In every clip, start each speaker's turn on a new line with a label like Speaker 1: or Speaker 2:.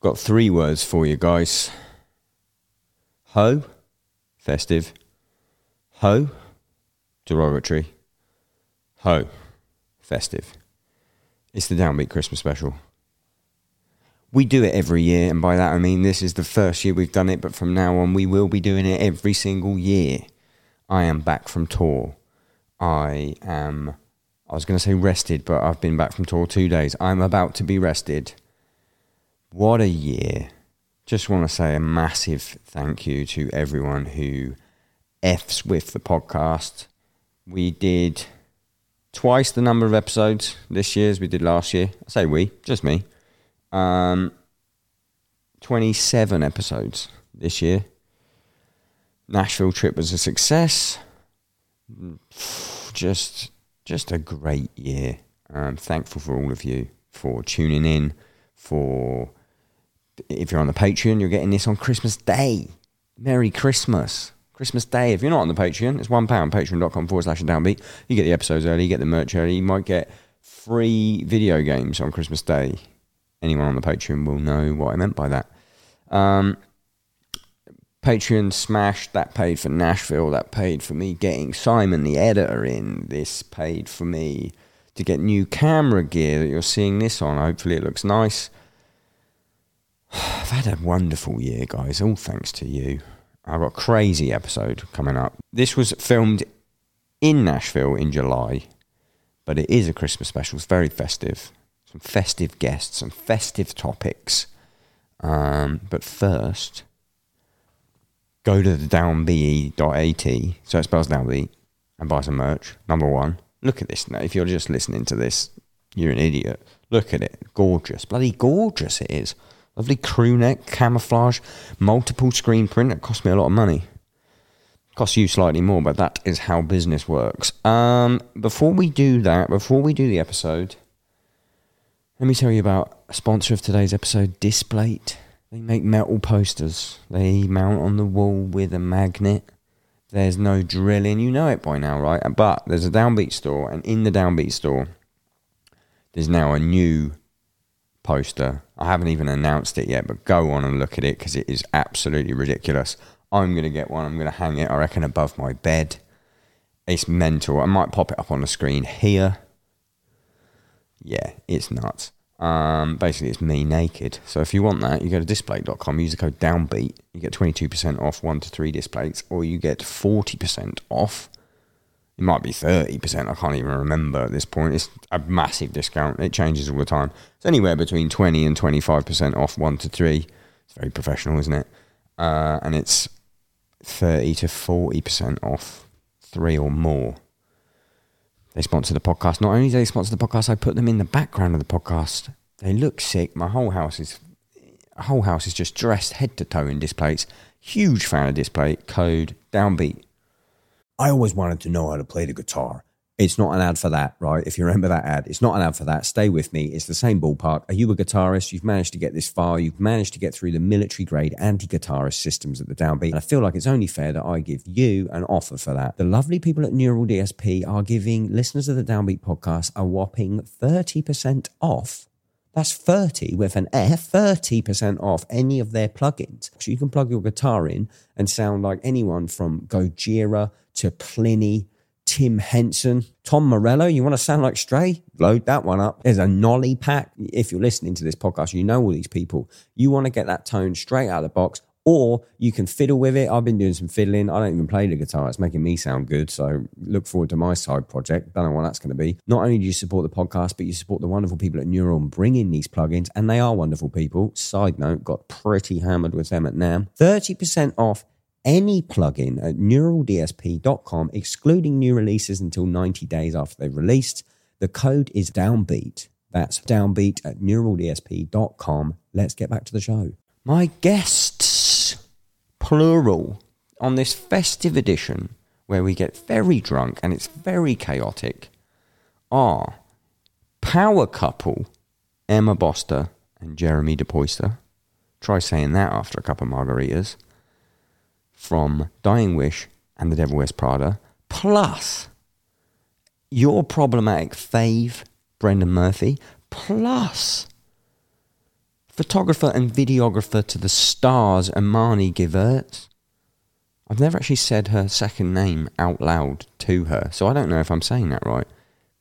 Speaker 1: Got three words for you guys. Ho, festive. Ho, derogatory. Ho, festive. It's the Downbeat Christmas special. We do it every year, and by that I mean this is the first year we've done it, but from now on we will be doing it every single year. I am back from tour. I am, I was going to say rested, but I've been back from tour two days. I'm about to be rested. What a year. Just want to say a massive thank you to everyone who F's with the podcast. We did twice the number of episodes this year as we did last year. I say we, just me. Um, 27 episodes this year. Nashville trip was a success. Just, just a great year. I'm thankful for all of you for tuning in. For if you're on the Patreon, you're getting this on Christmas Day. Merry Christmas. Christmas Day. If you're not on the Patreon, it's one pound. Patreon.com forward slash downbeat. You get the episodes early, you get the merch early. You might get free video games on Christmas Day. Anyone on the Patreon will know what I meant by that. Um, Patreon smash that paid for Nashville, that paid for me getting Simon the editor in. This paid for me to get new camera gear that you're seeing this on. Hopefully, it looks nice. I've had a wonderful year, guys. All thanks to you. I've got a crazy episode coming up. This was filmed in Nashville in July, but it is a Christmas special. It's very festive. Some festive guests, some festive topics. Um, but first, go to the E downbe.at, so it spells downbeat, and buy some merch. Number one, look at this. Now, if you're just listening to this, you're an idiot. Look at it. Gorgeous. Bloody gorgeous it is. Lovely crew neck, camouflage, multiple screen print. It cost me a lot of money. Costs you slightly more, but that is how business works. Um, before we do that, before we do the episode, let me tell you about a sponsor of today's episode, Displate. They make metal posters. They mount on the wall with a magnet. There's no drilling. You know it by now, right? But there's a Downbeat store, and in the Downbeat store, there's now a new poster. I haven't even announced it yet, but go on and look at it because it is absolutely ridiculous. I'm going to get one. I'm going to hang it, I reckon, above my bed. It's mental. I might pop it up on the screen here yeah, it's nuts. Um, basically, it's me naked. So if you want that, you go to display.com, use the code downbeat. You get 22% off one to three displays, or you get 40% off. It might be 30%. I can't even remember at this point. It's a massive discount. It changes all the time. It's anywhere between 20 and 25% off one to three. It's very professional, isn't it? Uh, and it's 30 to 40% off three or more they sponsor the podcast. Not only do they sponsor the podcast, I put them in the background of the podcast. They look sick. My whole house is whole house is just dressed head to toe in displays. Huge fan of display. Code downbeat. I always wanted to know how to play the guitar. It's not an ad for that, right? If you remember that ad, it's not an ad for that. Stay with me. It's the same ballpark. Are you a guitarist? You've managed to get this far. You've managed to get through the military grade anti guitarist systems at the downbeat. And I feel like it's only fair that I give you an offer for that. The lovely people at Neural DSP are giving listeners of the downbeat podcast a whopping 30% off. That's 30 with an F, 30% off any of their plugins. So you can plug your guitar in and sound like anyone from Gojira to Pliny, Tim Henson, Tom Morello. You want to sound like Stray? Load that one up. There's a Nolly pack. If you're listening to this podcast, you know all these people. You want to get that tone straight out of the box. Or you can fiddle with it. I've been doing some fiddling. I don't even play the guitar. It's making me sound good. So look forward to my side project. Don't know what that's going to be. Not only do you support the podcast, but you support the wonderful people at Neuron bringing these plugins, and they are wonderful people. Side note, got pretty hammered with them at NAM. 30% off any plugin at neuraldsp.com, excluding new releases until 90 days after they've released. The code is downbeat. That's downbeat at neuraldsp.com. Let's get back to the show. My guests, plural, on this festive edition where we get very drunk and it's very chaotic are power couple Emma Boster and Jeremy DePoyster. Try saying that after a couple of margaritas from Dying Wish and The Devil Wears Prada, plus your problematic fave, Brendan Murphy, plus
Speaker 2: photographer and videographer to the stars, Amani Givertz. I've never actually said her second name out loud to her, so I don't know if I'm saying that right.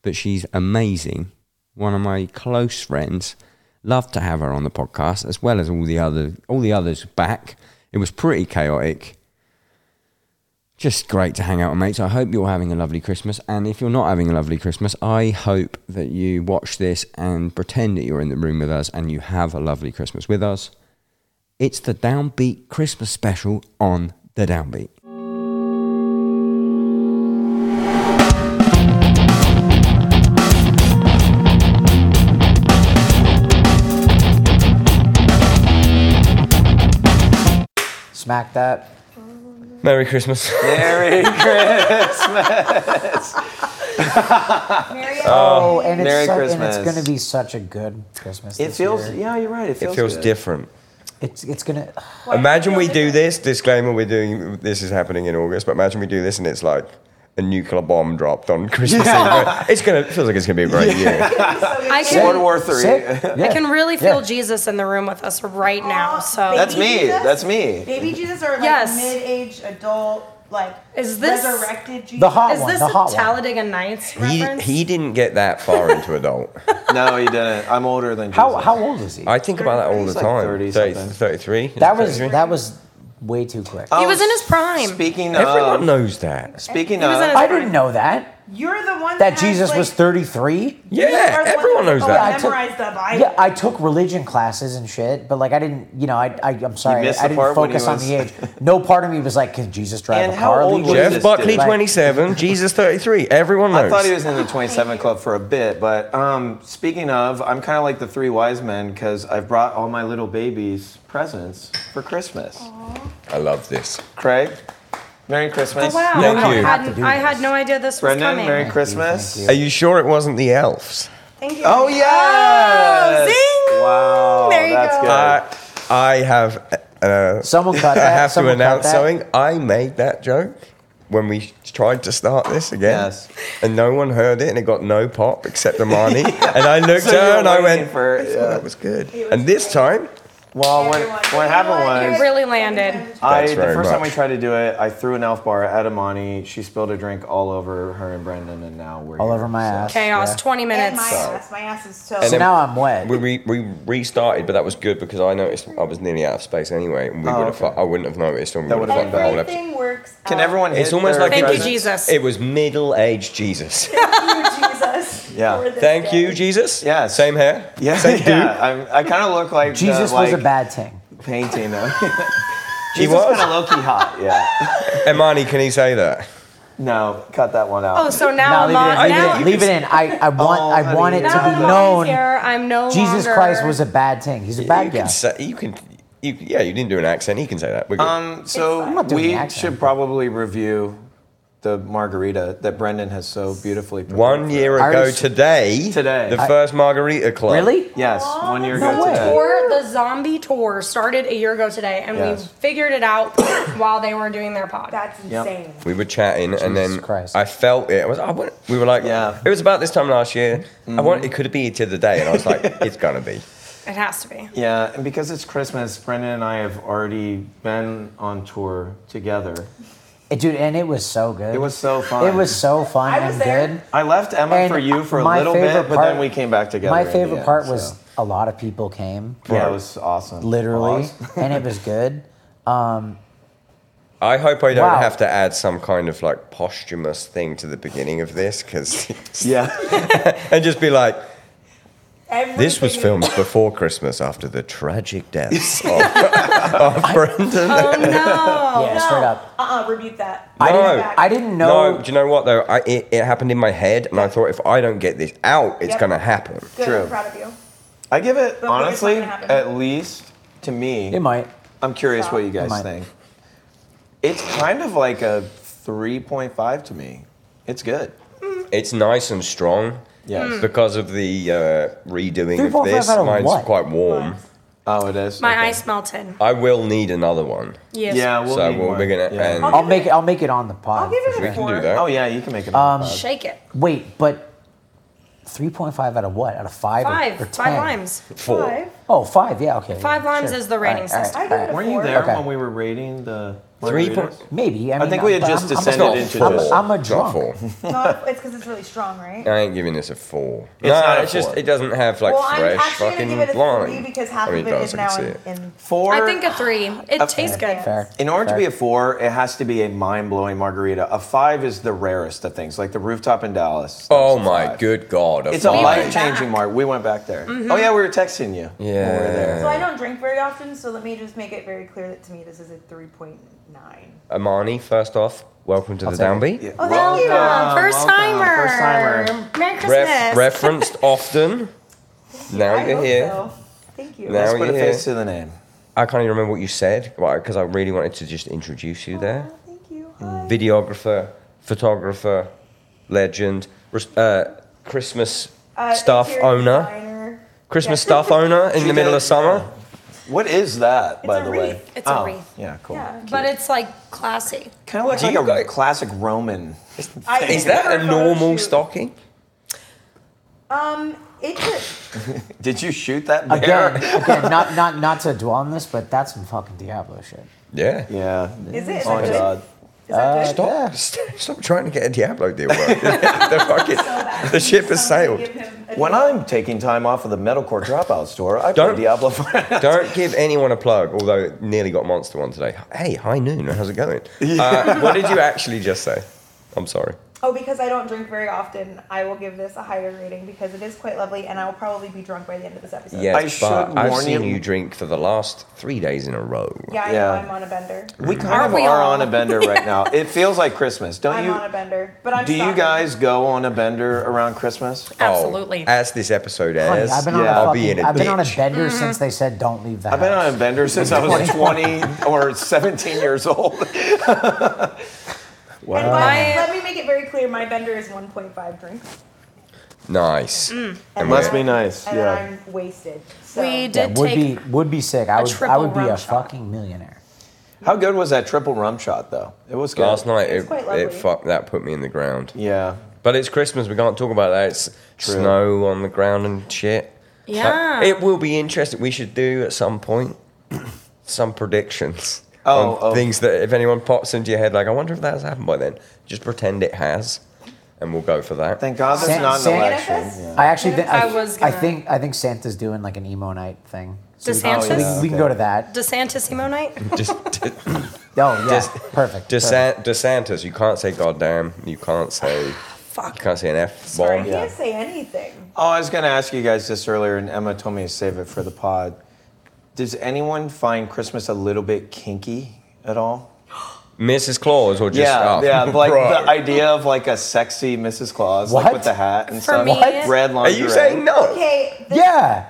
Speaker 2: But she's amazing. One of my close friends. Love to have her on the podcast, as well as all the other all the others back. It was pretty chaotic. Just great to hang out with mates. I hope you're having a lovely Christmas. And if you're not having a lovely Christmas, I hope that you watch this and pretend that you're in the room with us and you have a lovely Christmas with us. It's the Downbeat Christmas special on the Downbeat.
Speaker 3: Smack that.
Speaker 2: Merry Christmas.
Speaker 3: Merry Christmas. oh, and it's,
Speaker 4: Merry
Speaker 3: su- and
Speaker 4: Christmas.
Speaker 3: it's gonna be such a good Christmas.
Speaker 4: It
Speaker 3: this
Speaker 4: feels,
Speaker 3: year.
Speaker 4: yeah, you're right. It feels,
Speaker 1: It feels
Speaker 4: good.
Speaker 1: different.
Speaker 3: It's it's gonna.
Speaker 1: Imagine we do this. Disclaimer: We're doing this is happening in August, but imagine we do this and it's like a nuclear bomb dropped on Christmas Eve. It's gonna it feels like it's gonna be a great year.
Speaker 5: I
Speaker 4: World
Speaker 5: can,
Speaker 4: War Three.
Speaker 3: Sick. Yeah.
Speaker 5: I can really feel
Speaker 3: Yeah.
Speaker 5: Jesus in the room with us right
Speaker 6: Oh,
Speaker 5: now. So
Speaker 4: That's me. That's me.
Speaker 7: Baby Jesus or like
Speaker 5: Yes.
Speaker 7: mid-age adult, like
Speaker 5: Is this-
Speaker 7: resurrected Jesus?
Speaker 3: The hot
Speaker 5: is
Speaker 3: one.
Speaker 5: this
Speaker 3: the
Speaker 5: a
Speaker 3: hot one.
Speaker 5: Talladega Nights
Speaker 1: He,
Speaker 5: reference?
Speaker 1: he didn't get that far into adult.
Speaker 4: No, you didn't. I'm older than Jesus.
Speaker 3: How how old is he?
Speaker 1: I think about that all the
Speaker 4: He's like
Speaker 1: time.
Speaker 4: 30
Speaker 1: 30,
Speaker 4: something.
Speaker 1: 33.
Speaker 3: that was
Speaker 1: 33?
Speaker 3: that was way too quick.
Speaker 4: Oh,
Speaker 5: He was in his prime.
Speaker 4: Speaking
Speaker 1: Everyone
Speaker 4: of,
Speaker 1: knows that.
Speaker 4: speaking
Speaker 5: was in
Speaker 4: of,
Speaker 5: his-
Speaker 3: I didn't know that
Speaker 7: You're the one
Speaker 3: that
Speaker 7: has,
Speaker 3: Jesus
Speaker 7: like-
Speaker 3: was 33.
Speaker 7: you
Speaker 1: Yeah,
Speaker 7: are the one
Speaker 1: everyone knows
Speaker 7: oh,
Speaker 1: that.
Speaker 3: I took-
Speaker 7: Memorized the Bible.
Speaker 3: Yeah, I took religion classes and shit, but like I didn't, you know, I, I I'm sorry,
Speaker 4: missed
Speaker 3: I
Speaker 4: the
Speaker 3: didn't
Speaker 4: part when he
Speaker 3: focus on
Speaker 4: was-
Speaker 3: the age. No part of me was like, can Jesus drive
Speaker 4: And
Speaker 3: a
Speaker 4: how
Speaker 3: car?
Speaker 4: old
Speaker 3: legally?
Speaker 4: was
Speaker 1: Jeff
Speaker 4: this
Speaker 1: Buckley,
Speaker 4: dude?
Speaker 3: Like-
Speaker 1: 27. Jesus, 33. Everyone knows.
Speaker 4: I thought he was in the 27 Club for a bit, but um, speaking of, I'm kind of like the three wise men because I've brought all my little babies presents for Christmas.
Speaker 1: I love this.
Speaker 4: Craig, Merry Christmas.
Speaker 5: wow,
Speaker 1: Thank
Speaker 5: I,
Speaker 1: you.
Speaker 5: Had, I had no idea this was
Speaker 4: Brendan,
Speaker 5: coming.
Speaker 4: Merry Christmas.
Speaker 3: you.
Speaker 1: Are you sure it wasn't the elves?
Speaker 7: Thank you.
Speaker 4: Oh yes!
Speaker 5: zing!
Speaker 4: Wow,
Speaker 5: There you
Speaker 4: that's
Speaker 5: go.
Speaker 4: good.
Speaker 1: I, I have. Uh,
Speaker 3: Someone cut
Speaker 1: I
Speaker 3: that.
Speaker 1: have to
Speaker 3: someone cut
Speaker 1: announce
Speaker 3: that.
Speaker 1: something. I made that joke when we tried to start this again.
Speaker 4: Yes.
Speaker 1: And no one heard it and it got no pop except Amani. And I looked
Speaker 4: So
Speaker 1: at her
Speaker 4: you're
Speaker 1: and I
Speaker 4: waiting
Speaker 1: went,
Speaker 4: for-
Speaker 1: I thought
Speaker 4: yeah.
Speaker 1: that was good. and this time,
Speaker 4: well, when,
Speaker 7: Oh. Everyone.
Speaker 4: what happened was Uh,
Speaker 5: It really landed.
Speaker 4: I
Speaker 1: Thanks
Speaker 4: the
Speaker 1: very
Speaker 4: first time we
Speaker 1: much.
Speaker 4: tried to do it, I threw an elf bar at Imani. She spilled a drink all over her and Brendan, and now we're
Speaker 3: all
Speaker 4: here.
Speaker 3: over my ass.
Speaker 5: Chaos,
Speaker 3: yeah.
Speaker 5: 20
Speaker 7: And my
Speaker 5: minutes.
Speaker 7: ass. My ass is so.
Speaker 1: And
Speaker 3: So
Speaker 1: then-
Speaker 3: now I'm wet.
Speaker 1: we, we, we restarted, but that was good because I noticed I was nearly out of space anyway. And we
Speaker 4: Oh,
Speaker 1: would have,
Speaker 4: okay.
Speaker 1: I wouldn't have noticed. And we
Speaker 4: That
Speaker 1: would have
Speaker 4: would've
Speaker 1: fucked the whole episode.
Speaker 7: Everything works.
Speaker 4: Can
Speaker 7: out.
Speaker 4: everyone?
Speaker 1: It's
Speaker 4: hit
Speaker 1: almost
Speaker 4: their
Speaker 1: like
Speaker 5: Thank you,
Speaker 4: presents?
Speaker 5: Jesus.
Speaker 1: It was middle-aged Jesus.
Speaker 7: Thank you, Jesus.
Speaker 4: Yeah.
Speaker 7: for this
Speaker 1: Thank you,
Speaker 7: day.
Speaker 1: Jesus.
Speaker 4: Yes.
Speaker 1: Same hair.
Speaker 4: Yeah,
Speaker 1: Same dude.
Speaker 4: yeah. I'm, I kind of look like the,
Speaker 3: Jesus
Speaker 4: like,
Speaker 3: was a bad thing.
Speaker 4: painting. Of,
Speaker 1: He
Speaker 4: kind of
Speaker 1: was.
Speaker 4: low key hot. Yeah.
Speaker 1: Imani, can he say that?
Speaker 4: No, cut that one out.
Speaker 5: Oh, so
Speaker 3: No,
Speaker 5: now
Speaker 3: leave
Speaker 5: Amon,
Speaker 3: it in.
Speaker 5: now,
Speaker 3: Leave it in. Leave it in. I, I want
Speaker 4: Oh,
Speaker 3: I want it
Speaker 4: honey.
Speaker 3: to
Speaker 5: now
Speaker 3: be
Speaker 5: Amani's
Speaker 3: known.
Speaker 5: here, I'm no
Speaker 3: Jesus
Speaker 5: longer-
Speaker 3: Christ was a bad thing. He's a bad
Speaker 1: you
Speaker 3: guy.
Speaker 1: can say you can. You, yeah, you didn't do an accent. He can say that. We're good.
Speaker 4: Um, so
Speaker 3: not doing
Speaker 4: we
Speaker 3: an accent.
Speaker 4: should probably review the margarita that Brendan has so beautifully prepared.
Speaker 1: One year ago
Speaker 3: Irish-
Speaker 1: today,
Speaker 4: Today.
Speaker 1: the
Speaker 4: I-
Speaker 1: first margarita club.
Speaker 3: Really?
Speaker 4: Yes, one year
Speaker 3: no
Speaker 4: ago
Speaker 3: way.
Speaker 4: today.
Speaker 5: tour, the zombie tour started a year ago today, and
Speaker 4: Yes.
Speaker 5: we figured it out while they were doing their pod.
Speaker 7: That's
Speaker 4: Yep.
Speaker 7: insane.
Speaker 1: We were chatting, and then
Speaker 3: Christ.
Speaker 1: I felt it. I was, I want, we were like,
Speaker 4: Yeah.
Speaker 1: It was about this time last year. I
Speaker 3: Mm-hmm.
Speaker 1: want. It could be to the day, and I was like, it's gonna be.
Speaker 5: It has to be.
Speaker 4: Yeah, and because it's Christmas, Brendan and I have already been on tour together.
Speaker 3: It- dude, and it was so good.
Speaker 4: It was so fun.
Speaker 3: It was so fun
Speaker 7: I was
Speaker 3: and
Speaker 7: there.
Speaker 3: good.
Speaker 4: I left Emma
Speaker 3: And
Speaker 4: for you for a
Speaker 3: my
Speaker 4: little
Speaker 3: favorite
Speaker 4: bit, but
Speaker 3: part-
Speaker 4: then we came back together.
Speaker 3: My
Speaker 4: in the
Speaker 3: favorite
Speaker 4: end,
Speaker 3: part
Speaker 4: so.
Speaker 3: was a lot of people came,
Speaker 4: yeah, it was awesome.
Speaker 3: literally,
Speaker 4: Awesome.
Speaker 3: and it was good.
Speaker 1: I hope I don't
Speaker 3: Wow.
Speaker 1: have to add some kind of like posthumous thing to the beginning of this, because
Speaker 4: Yeah,
Speaker 1: and just be like,
Speaker 7: Everything
Speaker 1: this was
Speaker 7: is-
Speaker 1: filmed before Christmas after the tragic deaths of, of Brendan.
Speaker 5: Oh no!
Speaker 3: Yeah,
Speaker 7: No.
Speaker 3: straight up.
Speaker 7: Uh-uh. Rebuke that.
Speaker 3: I
Speaker 1: No.
Speaker 3: didn't. I didn't know.
Speaker 1: No, do you know what though? I, it, it happened in my head, and I thought if I don't get this out, it's
Speaker 7: Yep.
Speaker 1: gonna happen.
Speaker 7: Good.
Speaker 4: True.
Speaker 7: I'm proud of you.
Speaker 4: I give it
Speaker 7: But we just
Speaker 4: honestly
Speaker 7: wanted to have it.
Speaker 4: at least to me.
Speaker 3: It might.
Speaker 4: I'm curious what you guys
Speaker 3: Mine.
Speaker 4: think. It's kind of like a 3.5 to me. It's good.
Speaker 1: It's nice and strong.
Speaker 4: Yes. Mm.
Speaker 1: Because of the uh, redoing
Speaker 3: Three,
Speaker 1: of
Speaker 3: four, five
Speaker 1: this,
Speaker 3: out of
Speaker 1: mine's
Speaker 3: what?
Speaker 1: quite warm.
Speaker 4: Oh, it is.
Speaker 5: My
Speaker 4: Okay.
Speaker 5: eyes melted.
Speaker 1: I will need another one.
Speaker 5: Yes.
Speaker 4: Yeah, we'll
Speaker 1: so
Speaker 4: need
Speaker 1: we'll,
Speaker 4: one.
Speaker 1: we're gonna.
Speaker 4: Yeah.
Speaker 1: And
Speaker 7: I'll
Speaker 3: I'll make it. I'll make it on the
Speaker 7: I'll
Speaker 3: pod.
Speaker 7: give it a
Speaker 1: we can
Speaker 7: four.
Speaker 1: do that.
Speaker 4: Oh yeah, you can make it. Um,
Speaker 5: Shake it.
Speaker 3: Wait, but three point five out of what? Out of five? or-
Speaker 5: Five.
Speaker 3: Or,
Speaker 5: Five
Speaker 3: 10?
Speaker 5: limes.
Speaker 1: Four.
Speaker 7: Five.
Speaker 3: Oh, five. Yeah. Okay.
Speaker 5: Five
Speaker 3: yeah,
Speaker 5: limes
Speaker 3: sure.
Speaker 5: is the
Speaker 3: All
Speaker 5: rating
Speaker 3: right, all right,
Speaker 5: system.
Speaker 7: I give it a
Speaker 4: Weren't you
Speaker 7: four.
Speaker 4: there
Speaker 3: Okay.
Speaker 4: when we were rating the
Speaker 1: Three
Speaker 4: margaritas?
Speaker 1: point-
Speaker 3: Maybe. I, mean,
Speaker 4: think we had
Speaker 3: but
Speaker 4: just
Speaker 3: I'm- I'm a-
Speaker 4: descended into
Speaker 3: I'm,
Speaker 4: this.
Speaker 3: I'm a
Speaker 1: It's not
Speaker 3: drunk.
Speaker 1: four.
Speaker 7: No, it's because it's really strong, right?
Speaker 1: I ain't giving this a four. no,
Speaker 4: not a
Speaker 1: it's just
Speaker 4: four.
Speaker 1: it doesn't have like
Speaker 7: well, I'm
Speaker 1: fresh
Speaker 7: actually
Speaker 1: fucking
Speaker 7: gonna give it a
Speaker 1: wine.
Speaker 7: three because half
Speaker 1: I mean,
Speaker 7: of it
Speaker 1: does,
Speaker 7: is
Speaker 1: I can
Speaker 7: now
Speaker 1: see
Speaker 7: in,
Speaker 1: it.
Speaker 7: in
Speaker 4: Four.
Speaker 5: I think a three. It tastes good.
Speaker 3: Fair.
Speaker 4: In order to
Speaker 3: Fair.
Speaker 4: be a four, it has to be a mind blowing margarita. A five is the rarest of things, like the rooftop in Dallas.
Speaker 1: Oh
Speaker 4: That's a
Speaker 1: my
Speaker 4: five.
Speaker 1: good god!
Speaker 4: It's a
Speaker 5: went
Speaker 4: life changing
Speaker 5: back.
Speaker 4: mark. We went back there. Oh yeah, we were texting you. when we were there.
Speaker 7: So I don't drink very often, so let me just make it very clear that to me this is a 3.9.
Speaker 1: Amani, first off, welcome to the downbeat.
Speaker 4: Yeah.
Speaker 7: Oh, thank
Speaker 4: Well
Speaker 7: you.
Speaker 4: done,
Speaker 5: First
Speaker 4: well done,
Speaker 5: timer.
Speaker 4: First timer.
Speaker 5: Merry Christmas.
Speaker 1: Ref- referenced often. now
Speaker 7: I
Speaker 1: you're
Speaker 7: hope
Speaker 1: here.
Speaker 7: so. Thank you.
Speaker 1: Now
Speaker 4: Let's put a
Speaker 1: you're
Speaker 4: face
Speaker 1: here.
Speaker 4: to the name.
Speaker 1: I can't even remember what you said because I really wanted to just introduce you there.
Speaker 7: Oh, thank you. Hi.
Speaker 1: Videographer, photographer, legend, res- uh, Christmas
Speaker 7: Uh,
Speaker 1: stuff
Speaker 7: interior
Speaker 1: owner,
Speaker 7: designer.
Speaker 1: Christmas
Speaker 7: Yeah.
Speaker 1: stuff owner in
Speaker 4: She
Speaker 1: the middle
Speaker 4: did-
Speaker 1: of summer.
Speaker 4: What is that, by
Speaker 7: a
Speaker 4: the way?
Speaker 7: wreath.
Speaker 5: It's a
Speaker 4: Oh,
Speaker 5: wreath.
Speaker 4: Yeah, cool.
Speaker 7: Yeah.
Speaker 5: But it's like classy.
Speaker 4: Kind of looks
Speaker 1: Do
Speaker 4: like
Speaker 1: you
Speaker 4: a
Speaker 1: guys-
Speaker 4: classic Roman.
Speaker 7: I did
Speaker 1: Is that
Speaker 7: her
Speaker 1: a
Speaker 7: photo
Speaker 1: normal
Speaker 7: shoot.
Speaker 1: stocking?
Speaker 7: Um, it's a,
Speaker 4: Did you shoot that bear?
Speaker 3: Again, again, not not not to dwell on this, but that's some fucking Diablo shit.
Speaker 1: Yeah.
Speaker 4: Yeah.
Speaker 7: Is it? Is
Speaker 4: Oh my
Speaker 7: that
Speaker 4: god.
Speaker 7: is that good?
Speaker 1: Uh, Stop, stop trying to get a Diablo deal. Bro. the, fucking, the ship has
Speaker 7: Somebody
Speaker 1: sailed.
Speaker 7: give him a-
Speaker 4: When I'm taking time off of the metalcore dropout store, I play
Speaker 1: Don't-
Speaker 4: Diablo. for-
Speaker 1: Don't give anyone a plug, although it nearly got Monster one today. Hey, high noon, how's it going? Uh, what did you actually just say? I'm sorry.
Speaker 7: Oh, because I don't drink very often, I will give this a higher rating because it is quite lovely, and I will probably be drunk by the end of this episode.
Speaker 1: Yes,
Speaker 4: I should
Speaker 1: but I've
Speaker 4: warn
Speaker 1: seen
Speaker 4: you-
Speaker 1: you drink for the last three days in a row.
Speaker 7: Yeah, I
Speaker 4: Yeah.
Speaker 7: know I'm on a bender.
Speaker 4: We kind
Speaker 5: Aren't
Speaker 4: of
Speaker 5: we
Speaker 4: are
Speaker 5: all?
Speaker 4: on a bender right now. It feels like Christmas, don't
Speaker 7: I'm
Speaker 4: you?
Speaker 7: on a bender, but I'm.
Speaker 4: Do you
Speaker 7: stopping.
Speaker 4: guys go on a bender around Christmas?
Speaker 1: Oh,
Speaker 5: Absolutely.
Speaker 1: as this episode
Speaker 3: Honey,
Speaker 1: airs,
Speaker 3: I've been
Speaker 4: yeah, I'll
Speaker 3: on a
Speaker 1: be
Speaker 3: fucking,
Speaker 1: in a
Speaker 3: I've been on a
Speaker 1: ditch.
Speaker 3: bender
Speaker 5: Mm-hmm.
Speaker 3: since they said don't leave the
Speaker 4: I've been on
Speaker 3: house.
Speaker 4: a bender since I was 20 or 17 years old.
Speaker 7: And by,
Speaker 5: Uh,
Speaker 7: let me make it very clear. My bender is 1.5 drinks.
Speaker 1: nice.
Speaker 7: And
Speaker 4: Must
Speaker 7: then-
Speaker 4: be nice,
Speaker 7: And
Speaker 4: yeah.
Speaker 7: then I'm wasted. So.
Speaker 5: We
Speaker 3: Yeah,
Speaker 5: did
Speaker 3: would
Speaker 5: take.
Speaker 3: be would be sick. I would I
Speaker 5: triple
Speaker 3: would be
Speaker 5: rum
Speaker 3: a
Speaker 5: shot.
Speaker 3: fucking millionaire.
Speaker 4: How good was that triple rum shot, though? It was good.
Speaker 1: Last night,
Speaker 7: It's
Speaker 1: it,
Speaker 7: quite lovely.
Speaker 1: it fuck, that put me in the ground.
Speaker 4: Yeah.
Speaker 1: But it's Christmas. We can't talk about that. It's
Speaker 4: True.
Speaker 1: snow on the ground and shit. So
Speaker 5: Yeah.
Speaker 1: it will be interesting. We should do at some point some predictions.
Speaker 4: Oh,
Speaker 1: on
Speaker 4: oh.
Speaker 1: things that if anyone pops into your head, like I wonder if that has happened by then. Just pretend it has, and we'll go for that.
Speaker 4: Thank God there's
Speaker 3: San-
Speaker 4: not an
Speaker 3: San-
Speaker 4: election.
Speaker 7: Manifest?
Speaker 4: Yeah.
Speaker 3: I actually think I,
Speaker 5: I was
Speaker 3: I
Speaker 5: gonna-
Speaker 3: think I think Santa's doing like an emo night thing. So we-
Speaker 5: DeSantis?
Speaker 3: so we, we can go to that.
Speaker 5: DeSantissimo night?
Speaker 1: Just,
Speaker 3: Oh yeah, perfect. perfect.
Speaker 1: DeSan- DeSantis, you can't say goddamn. You can't say. You
Speaker 5: Fuck.
Speaker 1: can't say an F
Speaker 7: I
Speaker 1: bomb.
Speaker 7: can't say anything.
Speaker 4: Oh, I was going to ask you guys this earlier, and Emma told me to save it for the pod. Does anyone find Christmas a little bit kinky at all?
Speaker 1: Mrs. Claus or just
Speaker 4: yeah,
Speaker 1: oh,
Speaker 4: yeah. Like
Speaker 1: bro.
Speaker 4: the idea of like a sexy Mrs. Claus, like
Speaker 3: What?
Speaker 4: with the hat and
Speaker 5: For
Speaker 4: stuff.
Speaker 5: me- What?
Speaker 4: Red
Speaker 1: Are
Speaker 4: lingerie.
Speaker 1: you saying no?
Speaker 7: Okay, this,
Speaker 3: Yeah,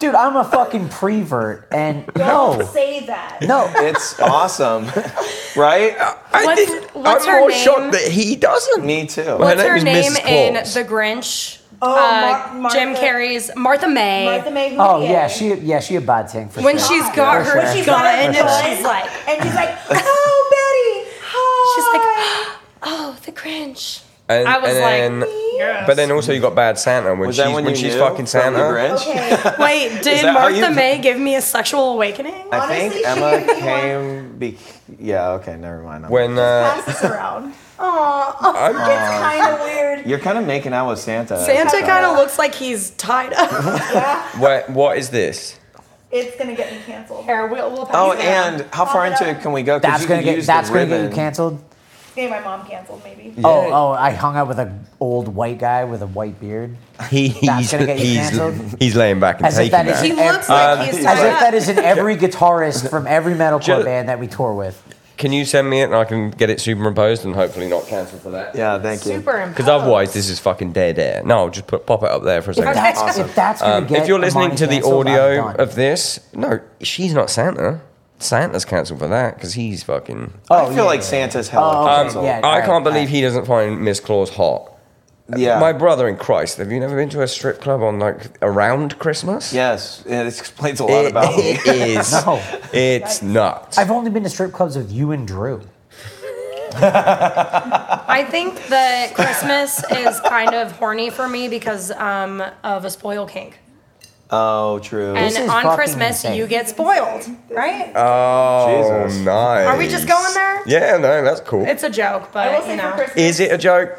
Speaker 3: dude, I'm a fucking prevert, and
Speaker 7: don't
Speaker 3: no,
Speaker 7: say that.
Speaker 3: no,
Speaker 5: Oh,
Speaker 4: It's awesome, right?
Speaker 1: I
Speaker 5: What's-
Speaker 1: think
Speaker 5: what's
Speaker 1: I'm
Speaker 5: her
Speaker 1: more
Speaker 5: name?
Speaker 1: shocked that he doesn't.
Speaker 4: Me too.
Speaker 1: What?
Speaker 5: What's
Speaker 1: name
Speaker 5: her
Speaker 1: is
Speaker 5: name
Speaker 1: Mrs.
Speaker 5: in
Speaker 1: Claus.
Speaker 5: The Grinch?
Speaker 7: Oh,
Speaker 5: uh,
Speaker 7: Mar-
Speaker 5: Jim
Speaker 7: Martha-
Speaker 5: Carrey's Martha May.
Speaker 7: Martha May
Speaker 3: oh
Speaker 7: Huvier.
Speaker 3: yeah, she yeah she a bad thing for
Speaker 5: when
Speaker 3: sure.
Speaker 5: she's got
Speaker 3: For
Speaker 5: her
Speaker 3: sure.
Speaker 7: She's
Speaker 5: gun,
Speaker 7: got her
Speaker 5: and
Speaker 7: gun.
Speaker 5: she's like,
Speaker 7: and she's like, "Oh, Betty,
Speaker 5: she's like,
Speaker 7: hi."
Speaker 5: oh, The Grinch.
Speaker 1: And,
Speaker 5: I was
Speaker 1: and
Speaker 5: like,
Speaker 1: then, but then also you got bad Santa when
Speaker 4: Was
Speaker 1: she's
Speaker 4: that when,
Speaker 1: when
Speaker 4: you
Speaker 1: she's
Speaker 4: knew
Speaker 1: fucking
Speaker 4: from
Speaker 1: Santa.
Speaker 4: the Grinch?
Speaker 7: okay.
Speaker 5: wait, did
Speaker 4: that how
Speaker 5: Martha
Speaker 4: you-
Speaker 5: May give me a sexual awakening?
Speaker 4: I think
Speaker 7: Honestly, she
Speaker 4: Emma
Speaker 7: gave me one.
Speaker 4: came. Be- yeah. Okay. Never mind. I'm-
Speaker 1: When uh,
Speaker 7: Pass this around. Aw,
Speaker 1: I'm,
Speaker 7: it's kind of weird.
Speaker 4: you're kind of making out with Santa.
Speaker 5: Santa
Speaker 4: So-
Speaker 5: kind of looks like he's tied up.
Speaker 1: wha- what is this?
Speaker 4: Uh,
Speaker 7: It's gonna get me canceled.
Speaker 5: Here, we'll, we'll pass
Speaker 4: Oh,
Speaker 5: it down.
Speaker 4: and how far
Speaker 7: Pop it
Speaker 4: into
Speaker 7: up.
Speaker 4: it can we go? 'Cause
Speaker 3: That's
Speaker 4: you
Speaker 3: gonna
Speaker 4: could
Speaker 3: get
Speaker 4: use
Speaker 3: that's
Speaker 4: the
Speaker 3: gonna get you
Speaker 4: ribbon.
Speaker 3: canceled.
Speaker 7: Maybe my mom canceled. Maybe.
Speaker 3: Oh oh, I hung out with an old white guy with a white beard.
Speaker 1: He,
Speaker 3: That's
Speaker 1: he's,
Speaker 3: gonna get you
Speaker 1: he's,
Speaker 3: cancelled?
Speaker 1: he's laying back and
Speaker 3: As if
Speaker 1: taking
Speaker 3: that is
Speaker 1: that.
Speaker 5: He
Speaker 3: in
Speaker 5: looks
Speaker 3: every-
Speaker 5: like he's
Speaker 3: As
Speaker 5: tied
Speaker 3: if
Speaker 5: up.
Speaker 3: that is in every guitarist from every metalcore
Speaker 1: Just-
Speaker 3: band that we tour with.
Speaker 1: Can you send me it and I can get it superimposed and hopefully not cancelled for that?
Speaker 4: Yeah. Thank you.
Speaker 5: Super
Speaker 1: Because otherwise, this is fucking dead air. No, I'll just put pop it up there for a
Speaker 3: If
Speaker 1: second.
Speaker 3: that's,
Speaker 5: Awesome.
Speaker 3: if that's gonna
Speaker 1: Um,
Speaker 3: get
Speaker 1: if you're listening
Speaker 3: Imani
Speaker 1: to the
Speaker 3: canceled, I'm
Speaker 1: audio
Speaker 3: done.
Speaker 1: of this, no, she's not Santa. Santa's cancelled for that because he's fucking.
Speaker 4: I feel
Speaker 3: Oh, yeah,
Speaker 4: like
Speaker 3: yeah,
Speaker 4: Santa's hella
Speaker 3: Oh, okay,
Speaker 4: canceled.
Speaker 3: yeah.
Speaker 1: um, I
Speaker 3: alright,
Speaker 1: can't believe
Speaker 3: alright.
Speaker 1: he doesn't find Miss Claus hot.
Speaker 4: Yeah.
Speaker 1: My brother in Christ, have you never been to a strip club on like around Christmas?
Speaker 4: yes. It explains a lot about me.
Speaker 1: it is.
Speaker 3: No.
Speaker 1: It's nuts.
Speaker 3: I've only been to strip clubs with you and Drew.
Speaker 5: I think that Christmas is kind of horny for me because um, of a spoil kink.
Speaker 4: Oh, true.
Speaker 5: and
Speaker 3: is
Speaker 5: on
Speaker 3: fucking
Speaker 5: Christmas
Speaker 3: insane.
Speaker 5: you get spoiled, right?
Speaker 4: Uh,
Speaker 1: Oh,
Speaker 4: Jesus.
Speaker 1: nice.
Speaker 5: Are we just going there?
Speaker 1: Yeah, no, that's cool.
Speaker 5: It's a joke,
Speaker 6: I will
Speaker 5: but
Speaker 6: say
Speaker 5: you
Speaker 6: for
Speaker 5: know.
Speaker 6: Christmas,
Speaker 1: Is it a joke?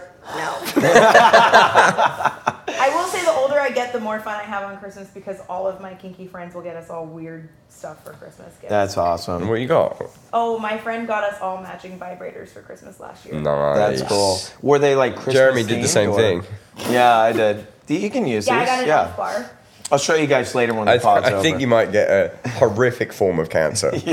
Speaker 6: I will say the older I get, the more fun I have on Christmas because all of my kinky friends will get us all weird stuff for Christmas gifts.
Speaker 4: That's awesome.
Speaker 1: What you got?
Speaker 6: oh, my friend got us all matching vibrators for Christmas last year.
Speaker 1: Nice.
Speaker 4: That's cool. Were they like Christmas?
Speaker 1: Jeremy did the
Speaker 4: themed,
Speaker 1: same
Speaker 4: or-
Speaker 1: thing.
Speaker 4: Yeah, I did. You can use
Speaker 6: Yeah, I
Speaker 4: these.
Speaker 6: got an
Speaker 4: yeah.
Speaker 6: elf bar.
Speaker 4: I'll show you guys later when the
Speaker 1: I,
Speaker 4: pod's
Speaker 1: I think
Speaker 4: over.
Speaker 1: you might get a horrific form of cancer.
Speaker 6: Do not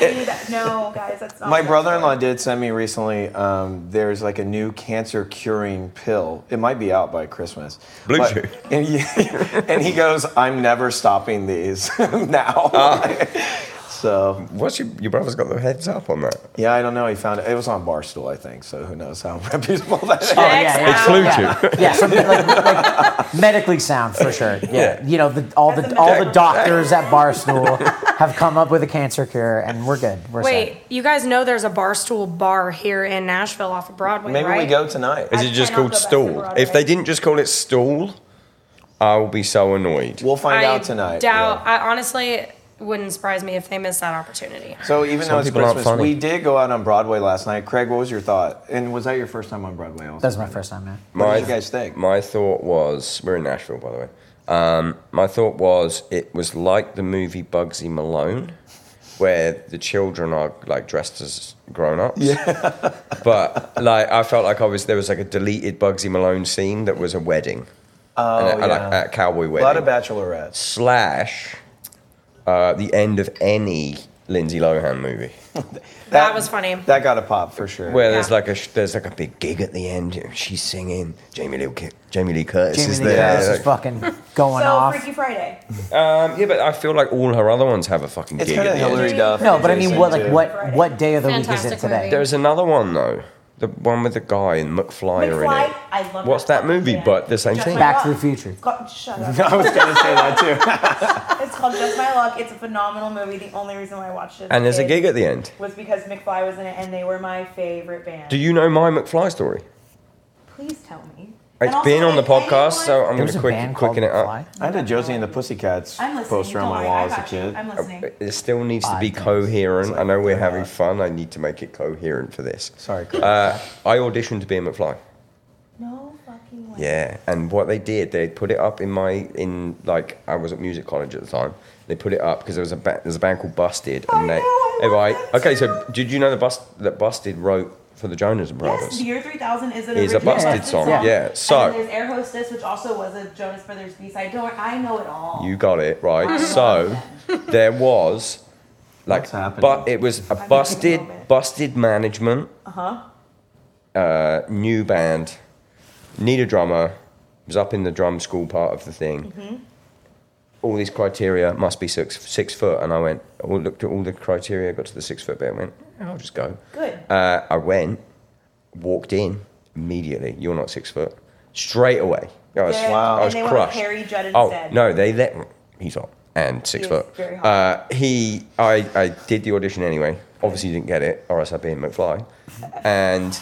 Speaker 6: do that. No, guys, that's not.
Speaker 4: My
Speaker 6: what
Speaker 4: brother-in-law did send me recently. Um, there's like a new cancer-curing pill. It might be out by Christmas.
Speaker 1: Blue
Speaker 4: But-
Speaker 1: Chew.
Speaker 4: And he, and he goes, "I'm never stopping these now."
Speaker 1: Ah.
Speaker 4: so
Speaker 1: What's your, your brother's got the heads up on that?
Speaker 4: yeah, I don't know. He found it. It was on Barstool, I think. So who knows how reputable that is?
Speaker 3: Oh, yeah, yeah,
Speaker 5: It's
Speaker 3: yeah,
Speaker 1: flu
Speaker 3: yeah. Yeah, something like, like medically sound for sure. Yeah, you know, the, all
Speaker 6: That's
Speaker 3: the
Speaker 6: a
Speaker 3: all
Speaker 6: medical-
Speaker 3: the doctors at Barstool have come up with a cancer cure, and we're good. We're
Speaker 5: Wait, you guys know there's a barstool bar here in Nashville off of Broadway,
Speaker 4: Maybe
Speaker 5: right?
Speaker 4: we go tonight.
Speaker 1: Is
Speaker 6: I
Speaker 1: it just
Speaker 6: cannot
Speaker 1: called
Speaker 6: go back to
Speaker 1: stool?
Speaker 6: Broadway.
Speaker 1: If they didn't just call it stool, I'll be so annoyed.
Speaker 4: We'll find
Speaker 5: I
Speaker 4: out tonight.
Speaker 5: Doubt.
Speaker 4: yeah.
Speaker 5: I honestly it wouldn't surprise me if they missed that opportunity.
Speaker 4: So even
Speaker 1: Some
Speaker 4: though it's
Speaker 1: people aren't
Speaker 4: Christmas,
Speaker 1: funny.
Speaker 4: we did go out on Broadway last night. Craig, what was your thought? And was that your first time on Broadway? Also?
Speaker 3: That was my first time, man.
Speaker 4: What did you guys think?
Speaker 1: My thought was we're in Nashville, by the way. Um, my thought was it was like the movie Bugsy Malone, where the children are like dressed as grown-ups. Yeah. but like I felt like I was there was like a deleted Bugsy Malone scene that was a wedding,
Speaker 4: Oh,
Speaker 1: and, a-
Speaker 4: yeah.
Speaker 1: like a cowboy
Speaker 4: a
Speaker 1: wedding.
Speaker 4: lot of bachelorettes.
Speaker 1: slash uh, the end of any Lindsay Lohan movie,
Speaker 5: That, was funny.
Speaker 4: That got a pop for sure.
Speaker 1: where there's
Speaker 5: Yeah.
Speaker 1: like a sh- there's like a big gig at the end. and She's singing. Jamie Lee Ki- Jamie Lee Curtis
Speaker 3: Jamie
Speaker 1: is
Speaker 3: Lee
Speaker 1: there.
Speaker 3: Curtis is
Speaker 1: Like,
Speaker 3: fucking
Speaker 6: I
Speaker 3: going
Speaker 6: said. So
Speaker 3: off.
Speaker 6: Freaky Friday.
Speaker 1: um, yeah, but I feel like all her other ones have a fucking
Speaker 4: It's
Speaker 1: gig
Speaker 4: kind
Speaker 1: at
Speaker 4: of
Speaker 1: the end.
Speaker 4: Hillary Duff.
Speaker 3: No, but I mean,
Speaker 4: adjacent
Speaker 3: what
Speaker 4: to-
Speaker 3: like what what day of the week is it
Speaker 5: Fantastic
Speaker 3: today?
Speaker 5: movie.
Speaker 1: There's another one though, the one with the guy and McFlyer in
Speaker 6: McFly,
Speaker 1: it.
Speaker 6: I love
Speaker 1: What's that movie?
Speaker 6: Yeah.
Speaker 1: But the same
Speaker 6: Just
Speaker 1: thing.
Speaker 6: My
Speaker 3: Back to
Speaker 6: Luck.
Speaker 3: the Future.
Speaker 6: It's called- Shut up.
Speaker 4: I was gonna say that too.
Speaker 6: It's called Just My Luck. It's a phenomenal movie. The only reason why I watched it. as
Speaker 1: And there's a gig at the end.
Speaker 6: Was because McFly was in it, and they were my favorite band.
Speaker 1: Do you know my McFly story?
Speaker 6: Please tell me.
Speaker 1: It's
Speaker 6: And also,
Speaker 1: been on the
Speaker 6: if
Speaker 1: podcast, so
Speaker 6: anyone-
Speaker 1: I'm
Speaker 3: There
Speaker 1: going
Speaker 3: was
Speaker 1: to
Speaker 3: a
Speaker 1: quick,
Speaker 3: band called
Speaker 1: quicken it up.
Speaker 3: Fly.
Speaker 4: I had a Josie and the Pussycats
Speaker 6: I'm listening.
Speaker 4: poster on
Speaker 6: Don't
Speaker 4: my
Speaker 6: worry,
Speaker 4: wall
Speaker 6: I
Speaker 4: as a
Speaker 6: got you.
Speaker 4: kid.
Speaker 6: I'm listening.
Speaker 1: It it still needs to
Speaker 3: Five
Speaker 1: be
Speaker 3: things.
Speaker 1: coherent. I know we're
Speaker 4: they're
Speaker 1: having
Speaker 4: not.
Speaker 1: fun. I need to make it coherent for this.
Speaker 4: Sorry, Craig.
Speaker 1: Uh, I auditioned to be a McFly.
Speaker 6: No fucking way.
Speaker 1: Yeah, and what they did, they put it up in my in like I was at music college at the time. They put it up because there was a ba- there's a band called Busted, and
Speaker 6: I
Speaker 1: they
Speaker 6: know, I love
Speaker 1: anyway,
Speaker 6: that
Speaker 1: okay. So
Speaker 6: too.
Speaker 1: did you know the bust that Busted wrote for the Jonas
Speaker 6: Yes,
Speaker 1: Brothers?
Speaker 6: the year 3000 is an
Speaker 1: Is a
Speaker 6: original
Speaker 1: Busted song, yeah. So-
Speaker 6: and then there's Air Hostess, which also was a Jonas Brothers B-side. Don't worry, I know it all.
Speaker 1: You got it right. So there was like,
Speaker 4: What's happening?
Speaker 1: but it was a
Speaker 6: a
Speaker 1: busted,
Speaker 6: moment.
Speaker 1: busted management. Uh, new band, need a drummer. Was up in the drum school part of the thing. All these criteria must be six six foot, and I went. I looked at all the criteria, got to the six foot bit, and went. I'll just go.
Speaker 6: Good.
Speaker 1: Uh, I went, walked in immediately. You're not six foot. Straight away. I was,
Speaker 6: Yeah,
Speaker 4: Wow.
Speaker 1: I
Speaker 6: and
Speaker 1: was
Speaker 6: they went with
Speaker 1: crushed.
Speaker 6: Harry Judd
Speaker 1: oh
Speaker 6: instead.
Speaker 1: no, they let he's hot and six
Speaker 6: He is
Speaker 1: foot.
Speaker 6: very hot.
Speaker 1: Uh, he, I, I did the audition anyway. Obviously, didn't get it, or else I'd be in McFly. And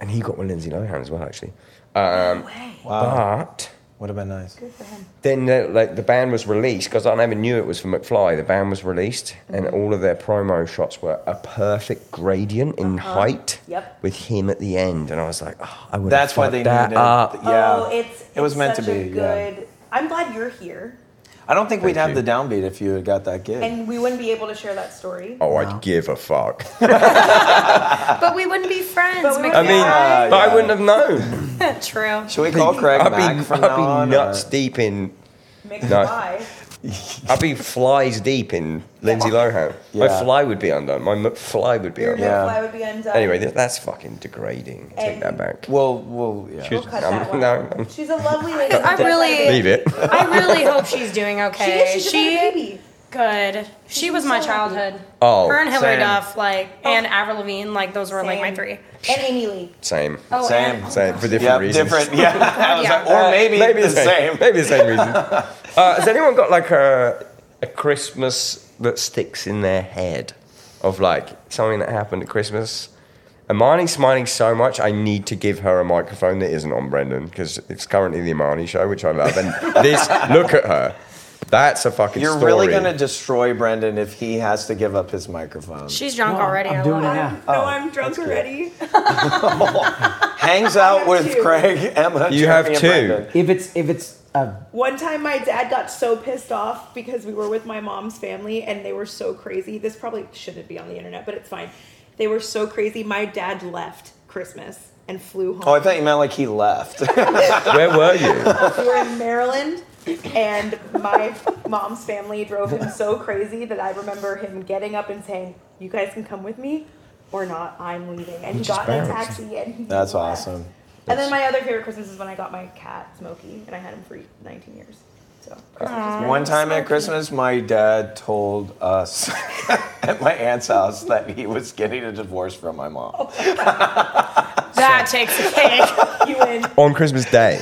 Speaker 1: and he got with Lindsay Lohan as well, actually. Um,
Speaker 6: no way.
Speaker 1: But
Speaker 4: Would have been nice.
Speaker 6: Good for him.
Speaker 1: then the, like the band was released because I never knew it was for McFly. The band was released, and
Speaker 6: Mm-hmm.
Speaker 1: all of their promo shots were a perfect gradient in height
Speaker 6: Uh-huh. Yep.
Speaker 1: with him at the end, and I was like, oh, I would.
Speaker 4: That's why they
Speaker 1: that Uh,
Speaker 4: needed.
Speaker 1: up.
Speaker 4: Yeah,
Speaker 6: Oh, it's,
Speaker 4: it was
Speaker 6: it's
Speaker 4: meant to
Speaker 6: such
Speaker 4: be.
Speaker 6: a
Speaker 4: yeah.
Speaker 6: good. I'm glad you're here,
Speaker 4: I don't think we'd have
Speaker 1: you.
Speaker 4: the downbeat if you had got that gig.
Speaker 6: and we wouldn't be able to share that story.
Speaker 1: Oh, I'd give a fuck.
Speaker 5: But we wouldn't be friends.
Speaker 6: But we
Speaker 5: Mc-
Speaker 1: I
Speaker 6: wouldn't
Speaker 1: mean,
Speaker 6: Yeah.
Speaker 1: but I wouldn't have known.
Speaker 5: True.
Speaker 4: Should we call Craig
Speaker 1: I'd
Speaker 4: Mack
Speaker 1: be,
Speaker 4: from
Speaker 1: I'd
Speaker 4: now
Speaker 1: be
Speaker 4: on?
Speaker 1: nuts
Speaker 4: or-
Speaker 1: deep in.
Speaker 6: Make
Speaker 1: No.
Speaker 6: no. fly.
Speaker 1: I'd be flies deep in Lindsay Lohan. My
Speaker 4: Yeah.
Speaker 1: fly would be undone. My McFly would be
Speaker 6: Your
Speaker 1: undone.
Speaker 4: Yeah.
Speaker 6: fly would be undone.
Speaker 1: Anyway, th- that's fucking degrading. Take
Speaker 6: And-
Speaker 1: that back.
Speaker 4: Well, well, yeah.
Speaker 6: we'll cut
Speaker 1: I'm-
Speaker 6: that one.
Speaker 1: no, I'm-
Speaker 6: She's a lovely lady.
Speaker 5: I
Speaker 6: just
Speaker 5: really-
Speaker 6: like a
Speaker 1: Leave
Speaker 6: baby.
Speaker 1: it.
Speaker 5: I really hope she's doing
Speaker 6: She
Speaker 5: okay.
Speaker 6: is. She's she, a baby.
Speaker 5: good. She was my childhood.
Speaker 1: Oh,
Speaker 5: her and Hillary
Speaker 4: same.
Speaker 5: Duff, like,
Speaker 7: Oh.
Speaker 5: and Avril Lavigne, like those were like my
Speaker 6: Same.
Speaker 5: three.
Speaker 6: And Amy Lee.
Speaker 1: Same.
Speaker 5: Oh,
Speaker 4: Same.
Speaker 5: and-
Speaker 1: Same for different
Speaker 4: yeah,
Speaker 1: reasons.
Speaker 4: different. Yeah, I was
Speaker 5: Yeah.
Speaker 4: like, or maybe,
Speaker 1: maybe
Speaker 4: the same.
Speaker 1: Maybe the same reason. Uh, has anyone got like a a Christmas that sticks in their head of like something that happened at Christmas? Imani's smiling so much, I need to give her a microphone that isn't on Brendan because it's currently the Imani show, which I love. And this, look at her. That's a fucking
Speaker 4: You're
Speaker 1: story.
Speaker 4: really gonna destroy Brendan if he has to give up his microphone.
Speaker 5: She's drunk already.
Speaker 3: I'm
Speaker 5: I
Speaker 3: doing
Speaker 5: love
Speaker 3: it now.
Speaker 4: Oh,
Speaker 7: No, I'm drunk already.
Speaker 4: Hangs out with
Speaker 7: two.
Speaker 4: Craig, Emma,
Speaker 1: You
Speaker 4: Jeremy,
Speaker 1: have
Speaker 4: and
Speaker 1: two.
Speaker 4: Brendan.
Speaker 3: If it's if it's uh,
Speaker 7: One time my dad got so pissed off because we were with my mom's family and they were so crazy. This probably shouldn't be on the internet, but it's fine. They were so crazy. My dad left Christmas and flew home.
Speaker 4: Oh, I thought you meant like he left.
Speaker 1: Where were you?
Speaker 7: we were in Maryland, and my mom's family drove him so crazy that I remember him getting up and saying, "You guys can come with me, or not. I'm leaving." And he got in a
Speaker 1: bounced.
Speaker 7: taxi, and he
Speaker 4: That's
Speaker 7: left.
Speaker 4: awesome.
Speaker 7: And then my other favorite Christmas is when I got my cat Smokey, and I had him for 19 years. So
Speaker 4: One time at Christmas, my dad told us at my aunt's house that he was getting a divorce from my mom.
Speaker 5: That takes a cake.
Speaker 7: you win.
Speaker 1: On Christmas Day.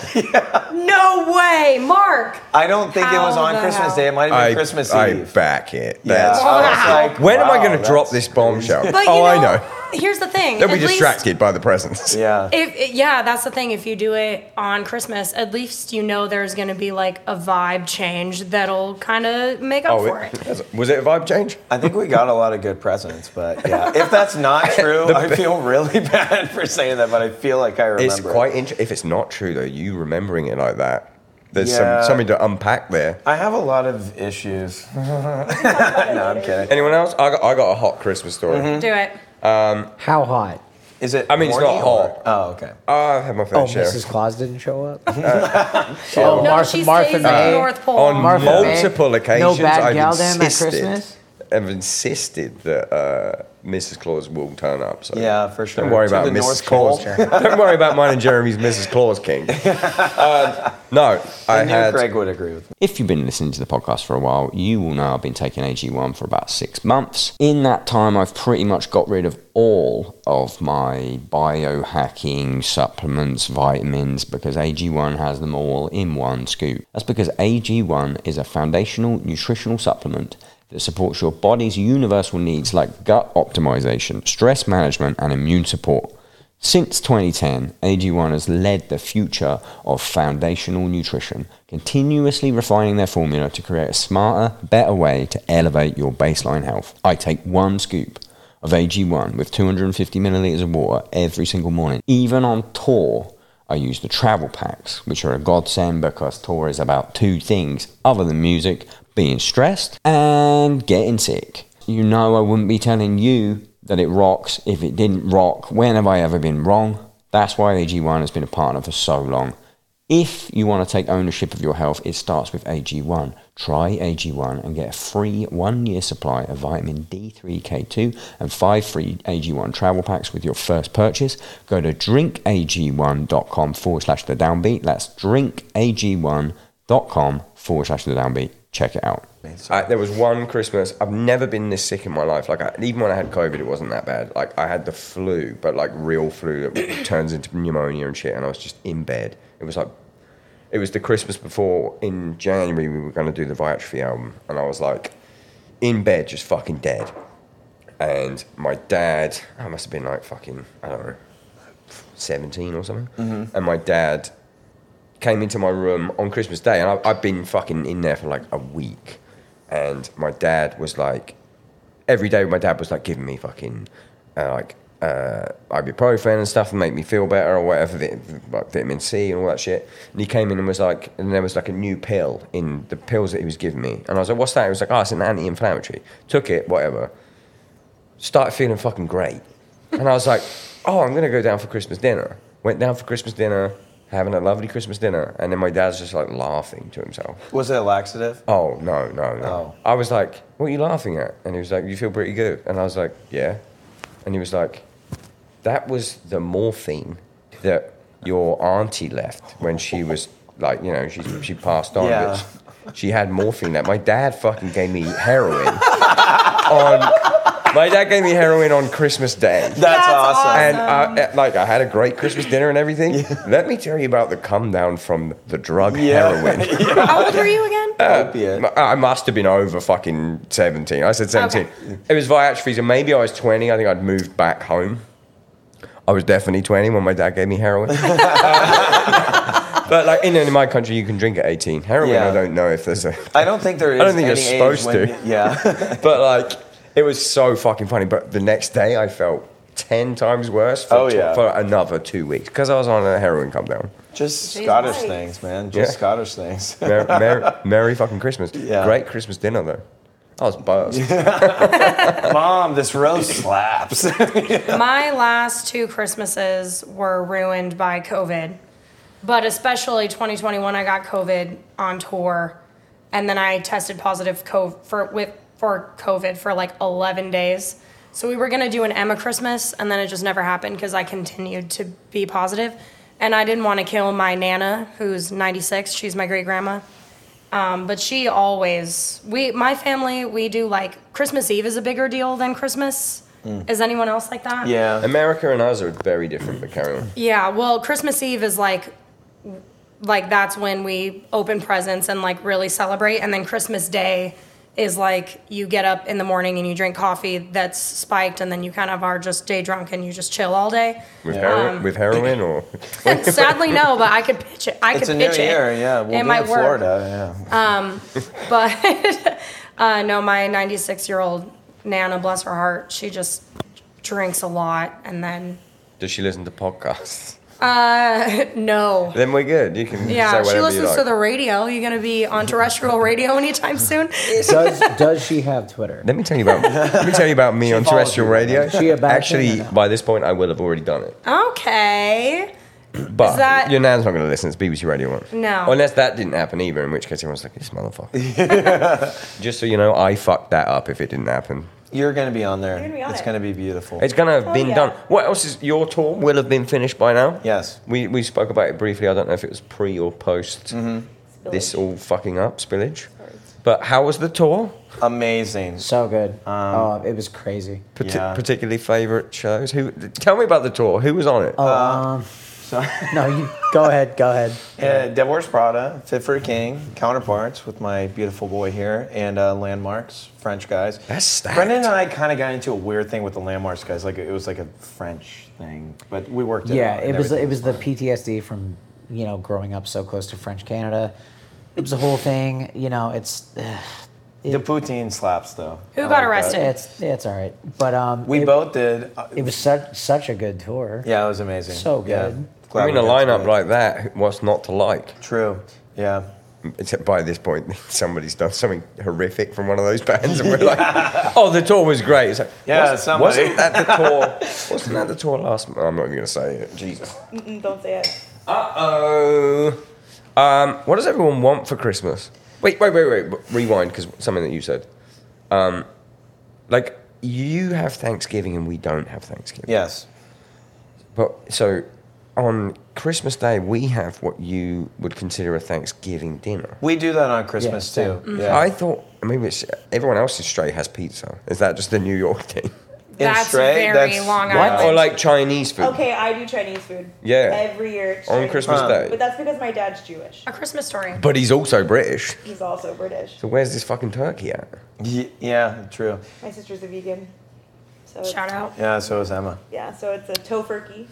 Speaker 5: no way, Mark.
Speaker 4: I don't think it was
Speaker 5: How
Speaker 4: on
Speaker 5: the
Speaker 4: Christmas
Speaker 5: hell?
Speaker 4: Day. It might have been
Speaker 1: I,
Speaker 4: Christmas
Speaker 1: I
Speaker 4: Eve.
Speaker 1: back it.
Speaker 4: Yeah.
Speaker 1: That's-
Speaker 4: I was like,
Speaker 1: When am I
Speaker 4: wow,
Speaker 1: going to drop
Speaker 4: that's-
Speaker 1: this bombshell?
Speaker 5: But you
Speaker 1: oh,
Speaker 5: know,
Speaker 1: I know.
Speaker 5: Here's the thing.
Speaker 1: They'll be
Speaker 5: At least-
Speaker 1: distracted by the presents.
Speaker 4: Yeah.
Speaker 5: If yeah, that's the thing. If you do it on Christmas, at least you know there's going to be like a vibe change that'll kind of make up
Speaker 1: Oh,
Speaker 5: for it.
Speaker 1: it- was it a vibe change?
Speaker 4: I think we got a lot of good presents, but yeah. If that's not true, I feel really bad for saying that, but I feel like I remember.
Speaker 1: It's quite interesting. If it's not true, though, you remembering it like that, there's
Speaker 4: Yeah.
Speaker 1: some, something to unpack there.
Speaker 4: I have a lot of issues. no, I'm kidding.
Speaker 1: Anyone else? I got, I got a hot Christmas story.
Speaker 4: Mm-hmm.
Speaker 5: Do it.
Speaker 3: how hot?
Speaker 4: Is it?
Speaker 1: I mean, it's
Speaker 4: horny
Speaker 1: not hot.
Speaker 4: or- Oh, okay.
Speaker 1: I've Ah, had my fair
Speaker 3: Oh,
Speaker 1: share.
Speaker 3: Mrs. Claus didn't show up.
Speaker 1: Uh,
Speaker 3: oh,
Speaker 5: No,
Speaker 3: Martha,
Speaker 5: she
Speaker 3: Martha
Speaker 5: stays at
Speaker 3: May.
Speaker 5: the North Pole.
Speaker 1: On
Speaker 3: Martha
Speaker 1: multiple
Speaker 3: May.
Speaker 1: occasions,
Speaker 3: No bad
Speaker 1: I've
Speaker 3: gal then at
Speaker 1: insisted,
Speaker 3: Christmas?
Speaker 1: I've insisted that uh, Mrs. Claus will turn up. So
Speaker 4: Yeah, for sure.
Speaker 1: Don't worry
Speaker 4: To
Speaker 1: about
Speaker 4: the
Speaker 1: Mrs.
Speaker 4: North
Speaker 1: Claus.
Speaker 4: Pole.
Speaker 1: Don't worry about mine and Jeremy's Mrs. Claus King. Um, no, I,
Speaker 4: I knew
Speaker 1: had.
Speaker 4: Craig would agree with me.
Speaker 2: If you've been listening to the podcast for a while, you will know I've been taking AG1 for about six months. In that time, I've pretty much got rid of all of my biohacking supplements, vitamins, because AG1 has them all in one scoop. That's because AG1 is a foundational nutritional supplement that supports your body's universal needs like gut optimization, stress management, and immune support. Since 2010, AG1 has led the future of foundational nutrition, continuously refining their formula to create a smarter, better way to elevate your baseline health. I take one scoop of AG1 with 250 milliliters of water every single morning. Even on tour, I use the travel packs, which are a godsend because tour is about two things other than music, being stressed and getting sick. You know, I wouldn't be telling you that it rocks if it didn't rock. When have I ever been wrong? That's why AG1 has been a partner for so long. If you want to take ownership of your health, it starts with AG1. Try AG1 and get a free one year supply of vitamin D3, K2, and five free AG1 travel packs with your first purchase. Go to drinkag1.com forward slash the downbeat. That's drinkag1.com forward slash the downbeat. Check it out.
Speaker 1: I, there was one Christmas. I've never been this sick in my life. Like I, even when I had COVID, it wasn't that bad. Like I had the flu, but like real flu that turns into pneumonia and shit. And I was just in bed. It was like it was the Christmas before in January we were going to do the Viatrophy album, and I was like in bed, just fucking dead. And my dad, I must have been like fucking I don't know, seventeen or something. And my dad came into my room on Christmas Day, and I, I've been fucking in there for like a week. And my dad was like, every day, my dad was like giving me fucking uh, like uh, ibuprofen and stuff, and make me feel better or whatever, vit- like vitamin C and all that shit. And he came in and was like, and there was like a new pill in the pills that he was giving me, and I was like, what's that? He was like, oh, it's an anti-inflammatory. Took it, whatever started feeling fucking great. And I was like, oh, I'm going to go down for Christmas dinner. Went down for Christmas dinner, having a lovely Christmas dinner. And then my dad's just like laughing to himself.
Speaker 4: Was it a laxative?
Speaker 1: Oh, no, no, no.
Speaker 4: Oh.
Speaker 1: I was like, what are you laughing at? And he was like, you feel pretty good. And I was like, yeah. And he was like, that was the morphine that your auntie left when she was like, you know, she, she passed on.
Speaker 4: Yeah.
Speaker 1: But she had morphine that my dad fucking gave me heroin on. My dad gave me heroin on Christmas Day.
Speaker 4: That's,
Speaker 5: That's
Speaker 4: awesome.
Speaker 1: And I, like I had a great Christmas dinner and everything. Let me tell you about the come down from the drug
Speaker 4: Yeah.
Speaker 1: heroin.
Speaker 5: How old were you again?
Speaker 4: Opiate.
Speaker 1: M- I ah, must have been over fucking 17. I said 17. It was Viatrophies, and maybe I was 20. I think I'd moved back home. I was definitely 20 when my dad gave me heroin. but like in, in my country, you can drink at 18. Heroin,
Speaker 4: Yeah.
Speaker 1: I don't know if there's a.
Speaker 4: I don't think there is.
Speaker 1: I don't think
Speaker 4: any
Speaker 1: you're supposed
Speaker 4: age when-
Speaker 1: to.
Speaker 4: Yeah.
Speaker 1: But like, it was so fucking funny. But the next day, I felt 10 times worse for,
Speaker 4: Oh,
Speaker 1: tw-
Speaker 4: yeah.
Speaker 1: for another two weeks because I was on a heroin come down.
Speaker 4: Just
Speaker 5: Jeez,
Speaker 4: Scottish
Speaker 5: right.
Speaker 4: things, man. Just
Speaker 1: Yeah.
Speaker 4: Scottish things.
Speaker 1: Merry, merry, merry fucking Christmas.
Speaker 4: Yeah.
Speaker 1: Great Christmas dinner, though. I was buzzed.
Speaker 4: Mom, this roast slaps.
Speaker 5: My last two Christmases were ruined by COVID, but especially 2021, I got COVID on tour, and then I tested positive co- for with for COVID for like 11 days. So we were gonna do an Emma Christmas, and then it just never happened because I continued to be positive, and I didn't want to kill my nana, who's 96. She's my great grandma. Um, but she always we my family we do like Christmas Eve is a bigger deal than Christmas. Is anyone else like that?
Speaker 4: yeah.
Speaker 1: America and us are very different, but carry on.
Speaker 5: Yeah, well, Christmas Eve is like like that's when we open presents and like really celebrate and then Christmas Day is like you get up in the morning and you drink coffee that's spiked and then you kind of are just day drunk and you just chill all day.
Speaker 1: With, hero- with heroin or.
Speaker 5: Sadly no, but I could pitch it. I
Speaker 4: It's a
Speaker 5: could
Speaker 4: new
Speaker 5: pitch it.
Speaker 4: year. Yeah. We'll
Speaker 5: it
Speaker 4: be
Speaker 5: might
Speaker 4: in
Speaker 5: work.
Speaker 4: Florida. Yeah.
Speaker 5: But uh, no, my 96 year old Nana, bless her heart, she just drinks a lot and then
Speaker 1: Does she listen to podcasts?
Speaker 5: no.
Speaker 1: Then we're good. You can say
Speaker 5: Yeah,
Speaker 1: whatever
Speaker 5: she
Speaker 1: you
Speaker 5: listens
Speaker 1: like.
Speaker 5: to the radio. You're gonna be on terrestrial radio anytime soon.
Speaker 3: does does she have Twitter?
Speaker 1: Let me tell you about. let me tell you about me on
Speaker 4: follows
Speaker 1: terrestrial
Speaker 4: you,
Speaker 1: radio.
Speaker 3: She a bad
Speaker 1: Actually,
Speaker 3: thing or no?
Speaker 1: by this point, I will have already done it.
Speaker 5: Okay.
Speaker 1: But
Speaker 5: that-
Speaker 1: your nan's not going to listen. It's BBC Radio One.
Speaker 5: No.
Speaker 1: Unless that didn't happen either, in which case everyone's like, "This motherfucker." Just so you know, I fucked that up. If it didn't happen,
Speaker 4: You're going to be on there.
Speaker 7: You're gonna be on
Speaker 4: it's
Speaker 7: it.
Speaker 4: going to be beautiful.
Speaker 1: it's going to have
Speaker 7: Oh,
Speaker 1: been
Speaker 7: yeah.
Speaker 1: done. What else is your tour? Will have been finished by now.
Speaker 4: yes.
Speaker 1: We we spoke about it briefly. I don't know if it was pre or post
Speaker 4: Mm-hmm.
Speaker 1: this all fucking up spillage. But how was the tour?
Speaker 4: Amazing.
Speaker 3: So good. oh, it was crazy.
Speaker 1: Parti-
Speaker 4: Yeah.
Speaker 1: Particularly favorite shows. Who? Tell me about the tour. Who was on it?
Speaker 3: Oh, um,
Speaker 4: So,
Speaker 3: no, you go ahead, go ahead.
Speaker 4: uh, Divorce Prada, Fit for a King, Counterparts with my beautiful boy here, and uh, Landmarks, French guys.
Speaker 1: That's stacked.
Speaker 4: Brendan and I kind of got into a weird thing with the Landmarks guys. Like it was like a French thing, but we worked it
Speaker 3: Yeah,
Speaker 4: out.
Speaker 3: it was it was the PTSD from you know growing up so close to French Canada. It was the whole thing. You know, it's
Speaker 4: the poutine slaps though.
Speaker 5: Who got
Speaker 4: I that.
Speaker 5: arrested?
Speaker 3: it's it's all right. But um,
Speaker 4: We
Speaker 3: it,
Speaker 4: both did. Uh,
Speaker 3: It was such such a good tour.
Speaker 4: yeah, it was amazing.
Speaker 3: So
Speaker 4: Yeah.
Speaker 3: good.
Speaker 4: Glad
Speaker 1: I mean,
Speaker 4: we
Speaker 1: a
Speaker 4: got to
Speaker 1: lineup
Speaker 4: it.
Speaker 1: like that, what's not to like?
Speaker 4: True. Yeah.
Speaker 1: Except by this point, somebody's done something horrific from one of those bands, and we're like, "Oh, the tour was great." It's like,
Speaker 4: Yeah,
Speaker 1: "Wasn't-
Speaker 4: somebody."
Speaker 1: wasn't that the tour? wasn't that the tour last? month? I'm not even going to say it. Jesus.
Speaker 7: Mm-mm, don't say it.
Speaker 1: Uh oh. Um, what does everyone want for Christmas? Wait, wait, wait, wait. Rewind because something that you said. Um, like you have Thanksgiving and we don't have Thanksgiving.
Speaker 4: Yes.
Speaker 1: But so on Christmas Day we have what you would consider a Thanksgiving dinner.
Speaker 4: We do that on Christmas
Speaker 3: Yeah,
Speaker 4: too.
Speaker 3: same.
Speaker 4: Yeah.
Speaker 1: I thought maybe it's everyone else in Stray has pizza. Is that just the New York thing?
Speaker 5: That's
Speaker 4: Stray,
Speaker 5: very
Speaker 4: that's-
Speaker 5: Long
Speaker 4: What?
Speaker 5: Island.
Speaker 1: Or Oh, like Chinese food.
Speaker 7: Okay, I do Chinese food.
Speaker 1: Yeah.
Speaker 7: Every year. it's
Speaker 1: On
Speaker 7: Chinese
Speaker 1: Christmas
Speaker 7: food.
Speaker 1: Day.
Speaker 7: But that's because my dad's Jewish.
Speaker 5: A Christmas story.
Speaker 1: But he's also British.
Speaker 7: He's also British.
Speaker 1: So where's this fucking turkey at?
Speaker 4: Y- yeah. True.
Speaker 7: My sister's a vegan. So it's-
Speaker 5: Shout out.
Speaker 4: Yeah. So is Emma.
Speaker 7: Yeah, so it's a tofurkey.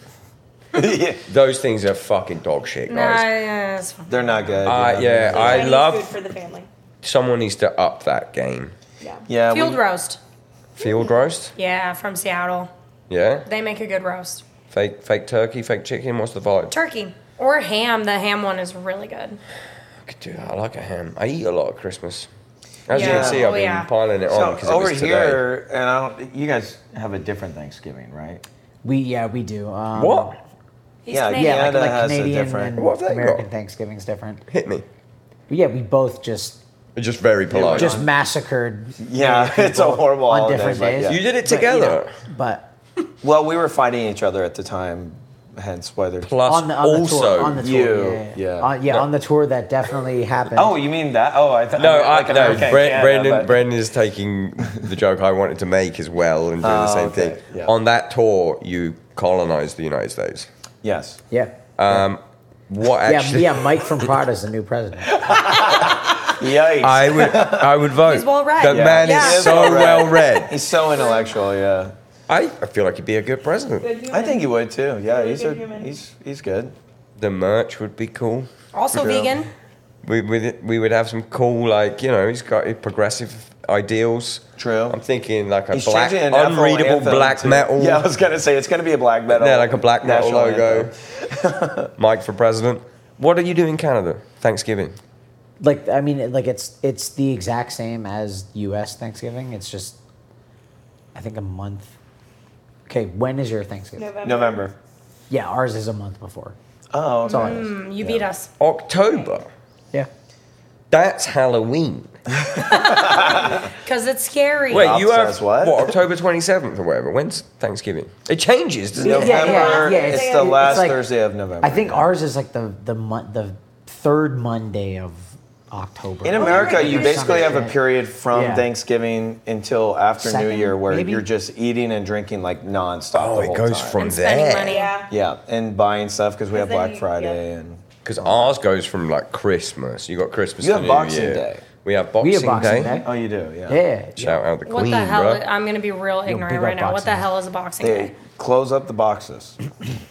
Speaker 4: yeah.
Speaker 1: Those things are fucking dog shit,
Speaker 5: Nah,
Speaker 1: guys.
Speaker 5: yeah, it's fine.
Speaker 4: They're not good.
Speaker 1: Uh, yeah, I
Speaker 7: Chinese
Speaker 1: love.
Speaker 7: food for the family.
Speaker 1: someone needs to up that game.
Speaker 7: Yeah.
Speaker 4: Yeah.
Speaker 5: Field
Speaker 4: we-
Speaker 5: roast.
Speaker 1: Field roast,
Speaker 5: Yeah, from Seattle.
Speaker 1: yeah.
Speaker 5: They make a good roast.
Speaker 1: Fake, fake turkey, fake chicken. What's the vibe?
Speaker 5: Turkey or ham. The ham one is really good.
Speaker 1: I could do that. I like a ham. I eat a lot at Christmas. As you
Speaker 5: Yeah.
Speaker 1: can see, I've
Speaker 5: Oh,
Speaker 1: been
Speaker 5: yeah.
Speaker 1: piling it on
Speaker 4: So
Speaker 1: because
Speaker 4: over
Speaker 1: it was today.
Speaker 4: here, and I don't. You guys have a different Thanksgiving, right?
Speaker 3: We yeah we do. Um,
Speaker 1: What
Speaker 5: He's
Speaker 4: Yeah,
Speaker 5: Canadian.
Speaker 3: Yeah, like,
Speaker 4: Canada
Speaker 3: like
Speaker 4: has a
Speaker 3: Canadian
Speaker 4: different-
Speaker 3: and
Speaker 1: What have they
Speaker 3: American
Speaker 1: got?
Speaker 3: Thanksgiving's different.
Speaker 1: hit me?
Speaker 3: But yeah, we both just
Speaker 1: Just very polite.
Speaker 3: just massacred
Speaker 4: Yeah, it's a horrible
Speaker 3: on
Speaker 4: holiday,
Speaker 3: different
Speaker 4: but
Speaker 3: days.
Speaker 4: yeah.
Speaker 1: you did it
Speaker 3: but, you know,
Speaker 1: together.
Speaker 3: but
Speaker 4: Well, we were fighting each other at the time, hence why they're.
Speaker 1: Plus,
Speaker 3: on the, on
Speaker 1: also,
Speaker 3: the tour, on the tour,
Speaker 4: you,
Speaker 3: yeah,
Speaker 4: yeah.
Speaker 3: yeah, on, yeah, on the tour that definitely happened.
Speaker 4: Oh, you mean that? Oh, I thought.
Speaker 1: no, I,
Speaker 4: like an
Speaker 1: no.
Speaker 4: American
Speaker 1: Bren-
Speaker 4: Canada,
Speaker 1: Brendan,
Speaker 4: but-
Speaker 1: Brendan is taking the joke I wanted to make as well and doing the
Speaker 4: Oh,
Speaker 1: same
Speaker 4: okay,
Speaker 1: thing.
Speaker 4: yeah.
Speaker 1: On that tour, you colonized the United States.
Speaker 4: Yes.
Speaker 3: yeah,
Speaker 1: What
Speaker 3: yeah,
Speaker 1: actually?
Speaker 3: yeah. Mike from Prada's the new president.
Speaker 4: Yikes.
Speaker 1: I would, I would vote.
Speaker 5: He's well read.
Speaker 1: The
Speaker 5: Yeah.
Speaker 1: man
Speaker 5: Yeah.
Speaker 1: is so well read.
Speaker 4: He's so intellectual. Yeah.
Speaker 1: I, I feel like he'd be a good president.
Speaker 7: Good
Speaker 4: I think he
Speaker 7: human.
Speaker 4: would too. Yeah,
Speaker 7: Really
Speaker 4: he's
Speaker 7: good
Speaker 4: a,
Speaker 7: human.
Speaker 4: he's he's good.
Speaker 1: The merch would be cool.
Speaker 5: Also
Speaker 4: Yeah.
Speaker 5: vegan.
Speaker 1: We, we, we would have some cool, like, you know, he's got progressive ideals.
Speaker 4: True.
Speaker 1: I'm thinking like a
Speaker 4: He's
Speaker 1: black,
Speaker 4: changing an Afro
Speaker 1: unreadable
Speaker 4: anthem
Speaker 1: black
Speaker 4: to-
Speaker 1: metal.
Speaker 4: Yeah, I was gonna say it's gonna be a black metal.
Speaker 1: Yeah, like a black metal
Speaker 4: national
Speaker 1: logo.
Speaker 4: anthem.
Speaker 1: Mike for president. What do you do in Canada? Thanksgiving.
Speaker 3: Like I mean, it- like it's it's the exact same as U.S. Thanksgiving. It's just, I think a month. Okay, when is your Thanksgiving?
Speaker 7: November.
Speaker 4: November.
Speaker 3: Yeah, ours is a month before.
Speaker 4: Oh,
Speaker 3: That's all it is.
Speaker 5: Mm, you beat us.
Speaker 1: October.
Speaker 3: Yeah.
Speaker 1: That's Halloween.
Speaker 5: Because it's scary.
Speaker 1: Wait,
Speaker 4: Rob
Speaker 1: you have
Speaker 4: says what?
Speaker 1: October 27th or whatever. When's Thanksgiving? It changes, doesn't
Speaker 4: November.
Speaker 1: it?
Speaker 3: yeah, yeah,
Speaker 7: yeah,
Speaker 4: it's
Speaker 7: it's-
Speaker 4: the
Speaker 7: it's
Speaker 4: last
Speaker 3: like-
Speaker 4: Thursday of November.
Speaker 3: I think ours is like the the month the third Monday of October.
Speaker 4: in America,
Speaker 7: right,
Speaker 4: you
Speaker 7: there's
Speaker 4: basically have a
Speaker 3: something.
Speaker 4: period from
Speaker 3: Yeah.
Speaker 4: Thanksgiving until after New
Speaker 3: Second,
Speaker 4: Year where
Speaker 3: maybe?
Speaker 4: you're just eating and drinking like nonstop.
Speaker 1: Oh,
Speaker 4: the
Speaker 1: it
Speaker 4: whole
Speaker 1: goes
Speaker 4: time.
Speaker 1: from
Speaker 5: And spending
Speaker 1: there.
Speaker 5: money.
Speaker 7: Yeah.
Speaker 4: yeah, and buying stuff because we have
Speaker 7: then
Speaker 4: Black
Speaker 7: you-
Speaker 4: Friday and
Speaker 1: Because
Speaker 3: Oh.
Speaker 1: ours goes from like Christmas. You got Christmas. to
Speaker 4: You have
Speaker 1: New
Speaker 4: Boxing
Speaker 1: Year.
Speaker 4: Day.
Speaker 1: We have Boxing,
Speaker 3: we have Boxing Day.
Speaker 4: oh, you do, yeah.
Speaker 3: Yeah.
Speaker 1: Shout out the
Speaker 5: What
Speaker 1: Queen,
Speaker 5: the hell?
Speaker 1: bro.
Speaker 5: I'm going to be real
Speaker 3: big
Speaker 5: ignorant
Speaker 3: old
Speaker 5: right now. What the
Speaker 3: boxing.
Speaker 5: hell is a boxing
Speaker 4: They
Speaker 5: day?
Speaker 4: close up the boxes.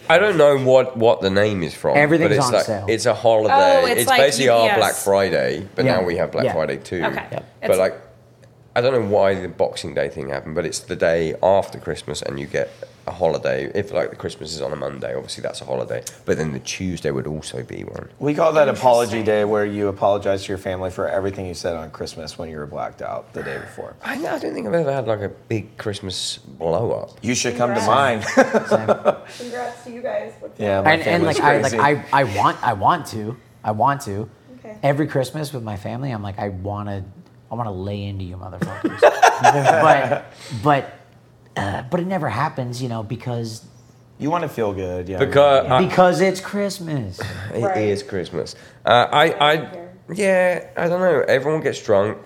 Speaker 1: I don't know what, what the name is from.
Speaker 3: Everything's
Speaker 1: but it's
Speaker 3: on
Speaker 1: like,
Speaker 3: sale.
Speaker 1: It's a holiday.
Speaker 5: Oh, it's
Speaker 1: it's
Speaker 5: like
Speaker 1: basically our
Speaker 5: UPS.
Speaker 1: Black Friday, but
Speaker 3: Yeah.
Speaker 1: now we have Black
Speaker 3: Yeah.
Speaker 1: Friday too.
Speaker 5: Okay. Yep.
Speaker 1: But
Speaker 5: It's-
Speaker 1: like, I don't know why the Boxing Day thing happened, but it's the day after Christmas and you get a holiday. If like the Christmas is on a Monday, obviously that's a holiday. But then the Tuesday would also be one.
Speaker 4: We call that apology
Speaker 5: Interesting.
Speaker 4: day where you apologize to your family for everything you said on Christmas when you were blacked out the day before.
Speaker 1: I, I don't think I've ever had like a big Christmas blow up.
Speaker 4: You should come to mine.
Speaker 7: Congrats. Congrats to you guys. What's
Speaker 4: yeah,
Speaker 7: up?
Speaker 4: my
Speaker 3: and, and like
Speaker 4: family's
Speaker 3: I like
Speaker 4: crazy.
Speaker 3: I, I want I want to I want to
Speaker 7: Okay.
Speaker 3: every Christmas with my family I'm like I want to I want to lay into you motherfuckers but but uh, but it never happens you know because
Speaker 4: you want to feel good, yeah.
Speaker 1: Because I-
Speaker 3: because it's Christmas
Speaker 1: It is
Speaker 7: Right.
Speaker 1: Christmas. Uh, I, I, yeah, I don't know. Everyone gets drunk.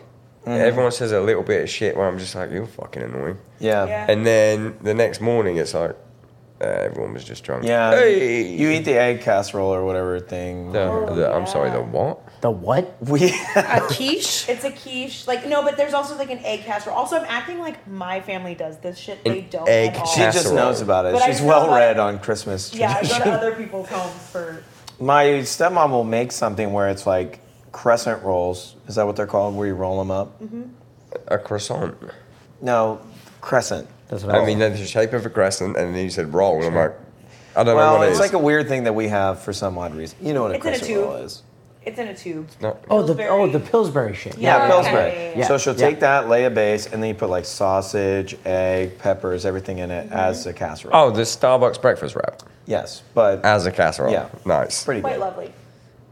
Speaker 4: Mm.
Speaker 1: Everyone says a little bit of shit where I'm just like, you're fucking annoying.
Speaker 4: yeah.
Speaker 7: Yeah.
Speaker 1: And then the next morning, it's like, uh, everyone was just drunk.
Speaker 4: Yeah.
Speaker 1: Hey.
Speaker 4: You eat the egg casserole or whatever thing.
Speaker 1: The, the- I'm sorry, the
Speaker 7: Oh, yeah.
Speaker 1: what?
Speaker 3: the what
Speaker 4: We
Speaker 5: A quiche?
Speaker 7: It's a quiche. Like no, but there's also like an egg casserole. Also, I'm acting like my family does this shit. They don't.
Speaker 1: egg
Speaker 7: at all.
Speaker 4: she just
Speaker 1: Casserole.
Speaker 4: knows about it.
Speaker 7: But I
Speaker 4: She's
Speaker 7: feel
Speaker 4: well
Speaker 7: like-
Speaker 4: read on Christmas.
Speaker 7: Yeah, I go to
Speaker 4: tradition.
Speaker 7: other people's homes for.
Speaker 4: My stepmom will make something where it's like crescent rolls. Is that what they're called? Where you roll them up?
Speaker 7: Mm-hmm.
Speaker 1: A croissant.
Speaker 4: No, crescent.
Speaker 3: that's what I,
Speaker 1: I
Speaker 4: Oh.
Speaker 1: mean, that's the shape of a crescent, and then you said roll. and I'm like, I don't know
Speaker 4: Well,
Speaker 1: what it is.
Speaker 4: it's like a weird thing that we have for some odd reason. You know what a
Speaker 7: It's in a
Speaker 4: crescent
Speaker 7: tube.
Speaker 4: roll is?
Speaker 7: It's in a tube.
Speaker 1: No.
Speaker 3: oh the oh
Speaker 7: Pillsbury.
Speaker 3: the Pillsbury shit
Speaker 4: Yeah,
Speaker 7: Yeah,
Speaker 4: Pillsbury.
Speaker 7: okay.
Speaker 3: Yeah,
Speaker 4: So she'll
Speaker 3: yeah.
Speaker 4: take that, lay a base, and then you put like sausage, egg, peppers, everything in it
Speaker 7: Mm-hmm.
Speaker 4: as a casserole.
Speaker 1: Oh, Uh, the Starbucks breakfast wrap
Speaker 4: Yes, but
Speaker 1: as a casserole.
Speaker 4: Yeah.
Speaker 1: Nice.
Speaker 4: pretty
Speaker 7: Quite
Speaker 4: good.
Speaker 7: lovely.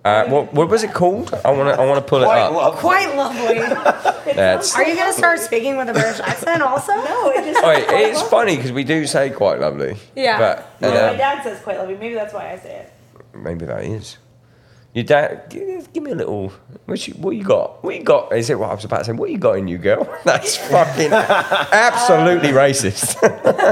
Speaker 1: Uh, what, what was it called? I want to I want to pull it
Speaker 4: Quite
Speaker 1: up.
Speaker 4: lovely.
Speaker 5: Quite lovely.
Speaker 7: It
Speaker 1: That's-
Speaker 7: sounds
Speaker 5: Are you
Speaker 7: so
Speaker 5: going to start speaking with a British accent also?
Speaker 7: No, it just.
Speaker 1: Oh, wait,
Speaker 7: quite
Speaker 1: it's
Speaker 7: lovely.
Speaker 1: funny because we do say quite lovely.
Speaker 5: Yeah.
Speaker 1: But and,
Speaker 4: Yeah.
Speaker 7: My dad says quite lovely. Maybe that's why I say it.
Speaker 1: uh, maybe that is. Your dad, give, give me a little. What you, what you got? What you got? Is it what I was about to say? What you got in you, girl? That's fucking absolutely
Speaker 7: Um,
Speaker 1: racist.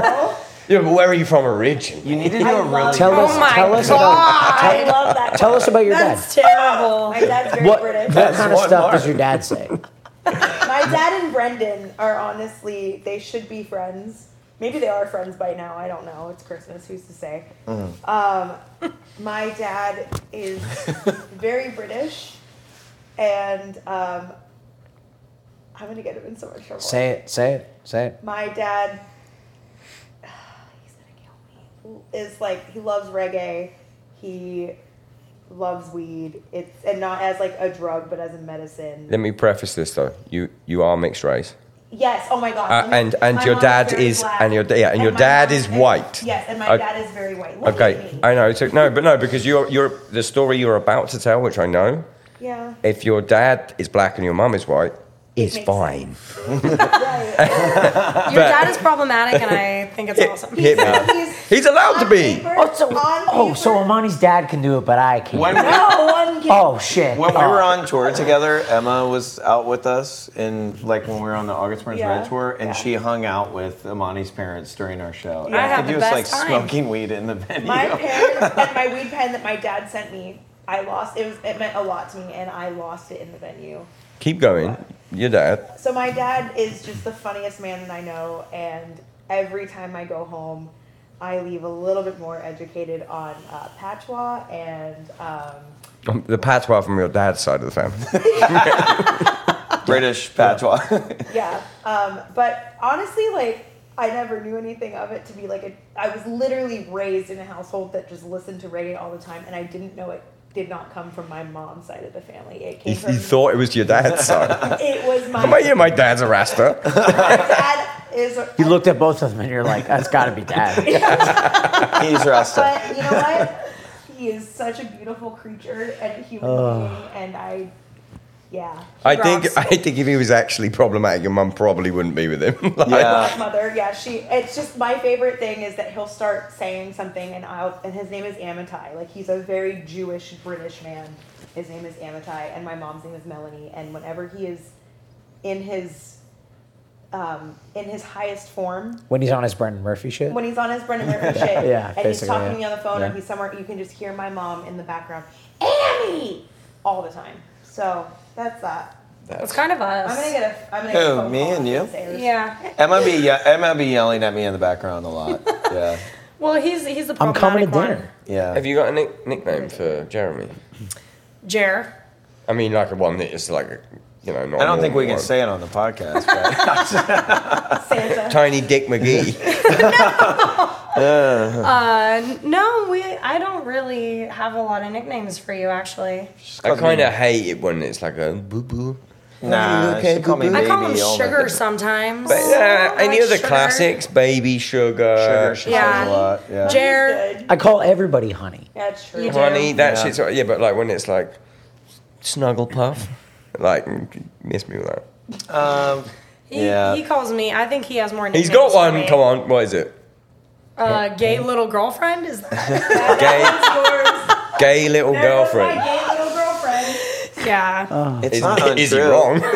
Speaker 1: yeah, but where are you from originally?
Speaker 4: You need to do a really.
Speaker 3: tell
Speaker 5: Oh
Speaker 3: us
Speaker 5: my
Speaker 3: tell us about
Speaker 5: God.
Speaker 7: I love that.
Speaker 3: tell us about your
Speaker 5: That's
Speaker 3: dad
Speaker 5: terrible.
Speaker 7: My dad's very
Speaker 3: what
Speaker 7: British.
Speaker 3: what kind of
Speaker 4: one
Speaker 3: stuff
Speaker 4: mark.
Speaker 3: does your dad say
Speaker 7: My dad and Brendan are honestly, they should be friends. Maybe they are friends by now. I don't know. It's Christmas. Who's to say? Um, my dad is very British, and um, I'm gonna get him in so much trouble.
Speaker 3: say it say it say it
Speaker 7: My dad, he's gonna kill me. Is like he loves reggae. He loves weed. It's and not as like a drug, but as a medicine.
Speaker 1: Let me preface this though. You you are mixed race.
Speaker 7: Yes. Oh my God.
Speaker 1: Uh,
Speaker 7: my-
Speaker 1: and- and
Speaker 7: my
Speaker 1: your
Speaker 7: mom is
Speaker 1: dad
Speaker 7: very
Speaker 1: is- and your- yeah, and your
Speaker 7: my
Speaker 1: dad
Speaker 7: mom
Speaker 1: is white.
Speaker 7: Yes, and my
Speaker 1: Okay.
Speaker 7: dad is very white. Look at
Speaker 1: Okay, Uh,
Speaker 7: me.
Speaker 1: I know. So, no, but no, because you're you're the story you're about to tell, which I know.
Speaker 7: yeah.
Speaker 1: If your dad is black and your mum is white, it's
Speaker 7: makes
Speaker 1: fine.
Speaker 7: Right.
Speaker 5: Your dad is problematic and I think it's awesome.
Speaker 1: Hit me.
Speaker 7: He's
Speaker 1: He's allowed to
Speaker 7: on
Speaker 1: be.
Speaker 7: paper-
Speaker 3: oh so
Speaker 7: on
Speaker 3: oh so
Speaker 7: paper-
Speaker 3: Amani's dad can do it but I can't
Speaker 4: When we,
Speaker 7: no one can.
Speaker 3: oh shit
Speaker 4: when we
Speaker 3: Oh.
Speaker 4: were on tour together, Emma was out with us, and like when we were on the August Burns
Speaker 7: Yeah.
Speaker 4: Red tour, and
Speaker 7: Yeah.
Speaker 4: she hung out with Amani's parents during our show. And
Speaker 5: I had
Speaker 4: think he
Speaker 5: the
Speaker 4: was
Speaker 5: best
Speaker 4: like
Speaker 5: time.
Speaker 4: smoking weed in the
Speaker 1: Oh,
Speaker 4: venue.
Speaker 7: My parents and my weed pen that my dad sent me, I lost. It was it meant a lot to me, and I lost it in the venue.
Speaker 1: Keep going. Your dad.
Speaker 7: So my dad is just the funniest man that I know, and every time I go home, I leave a little bit more educated on uh, patois and um,
Speaker 1: Um, The patois from your dad's side of the family.
Speaker 4: British patois.
Speaker 7: yeah. Um, but honestly, like I never knew anything of it to be like a, I was literally raised in a household that just listened to reggae all the time, and I didn't know it did not come from my mom's side of the family. It
Speaker 1: you,
Speaker 7: came from
Speaker 1: you thought it was your dad's side.
Speaker 7: it was my
Speaker 1: Am I here? My dad's a rasta.
Speaker 7: dad is.
Speaker 3: You looked at both of them and you're like, that's got to be dad.
Speaker 4: He's Rasta.
Speaker 7: But you know what? he is such a beautiful creature and human being, and I, yeah. he
Speaker 1: I think
Speaker 7: rocks.
Speaker 1: I think if he was actually problematic, your mum probably wouldn't be with him. Like,
Speaker 4: Yeah.
Speaker 7: Black mother, yeah, she. It's just my favorite thing is that he'll start saying something, and I'll. And his name is Amitai. Like he's a very Jewish British man. His name is Amitai, and my mom's name is Melanie. And whenever he is in his, um, in his highest form,
Speaker 3: when he's on his Brendan Murphy shit.
Speaker 7: when he's on his Brendan Murphy shit,
Speaker 3: Yeah,
Speaker 7: and he's
Speaker 3: basically,
Speaker 7: talking
Speaker 3: yeah.
Speaker 7: to me on the phone,
Speaker 3: Yeah.
Speaker 7: or he's somewhere, you can just hear my mom in the background, Amy, all the time. So that's that.
Speaker 5: It's kind of us.
Speaker 7: I'm gonna get a. I'm gonna
Speaker 4: Who,
Speaker 7: get a phone
Speaker 4: me
Speaker 7: call
Speaker 4: and you?
Speaker 7: upstairs.
Speaker 5: yeah.
Speaker 4: Emma be, ye- Emma be yelling at me in the background a lot. Yeah.
Speaker 5: Well, he's he's the
Speaker 3: I'm coming to
Speaker 5: problematic
Speaker 3: dinner.
Speaker 4: Yeah.
Speaker 1: Have you got a nick- nickname for Jeremy?
Speaker 5: one. Jer.
Speaker 1: I mean, like a one that is like, a, you know, not.
Speaker 4: I don't think we can
Speaker 1: say
Speaker 4: say it on the podcast. But
Speaker 7: Santa.
Speaker 1: Tiny Dick McGee.
Speaker 5: Uh, no, we. I don't really have a lot of nicknames for you, actually.
Speaker 1: I kind of hate it when it's like a boo boo.
Speaker 4: nah,
Speaker 1: Okay,
Speaker 4: she called me
Speaker 1: boo-boo.
Speaker 5: I
Speaker 4: baby.
Speaker 5: call him
Speaker 4: all the-
Speaker 5: sugar sometimes.
Speaker 1: But uh,
Speaker 5: I
Speaker 1: any
Speaker 5: like
Speaker 1: other
Speaker 5: sugar.
Speaker 1: classics? Baby
Speaker 4: Sugar,
Speaker 1: Sugar,
Speaker 4: she
Speaker 5: Yeah.
Speaker 4: says a lot. Yeah.
Speaker 5: Jer.
Speaker 7: Good.
Speaker 3: I call everybody honey.
Speaker 7: That's true.
Speaker 5: You do.
Speaker 1: Honey, that
Speaker 4: Yeah.
Speaker 1: shit's all- yeah. But like when it's like Snuggle Puff, like mm, miss me with that.
Speaker 4: Um,
Speaker 5: He,
Speaker 4: Yeah.
Speaker 5: he calls me. I think he has more.
Speaker 1: He's
Speaker 5: Nicknames
Speaker 1: got
Speaker 5: for
Speaker 1: one.
Speaker 5: me.
Speaker 1: Come on, what is it?
Speaker 5: Uh, gay little girlfriend is that?
Speaker 1: Gay, gay little
Speaker 7: There goes my
Speaker 1: girlfriend.
Speaker 7: gay little girlfriend.
Speaker 5: yeah.
Speaker 4: it's
Speaker 1: Is,
Speaker 4: not
Speaker 1: is he
Speaker 4: untrue.
Speaker 1: wrong?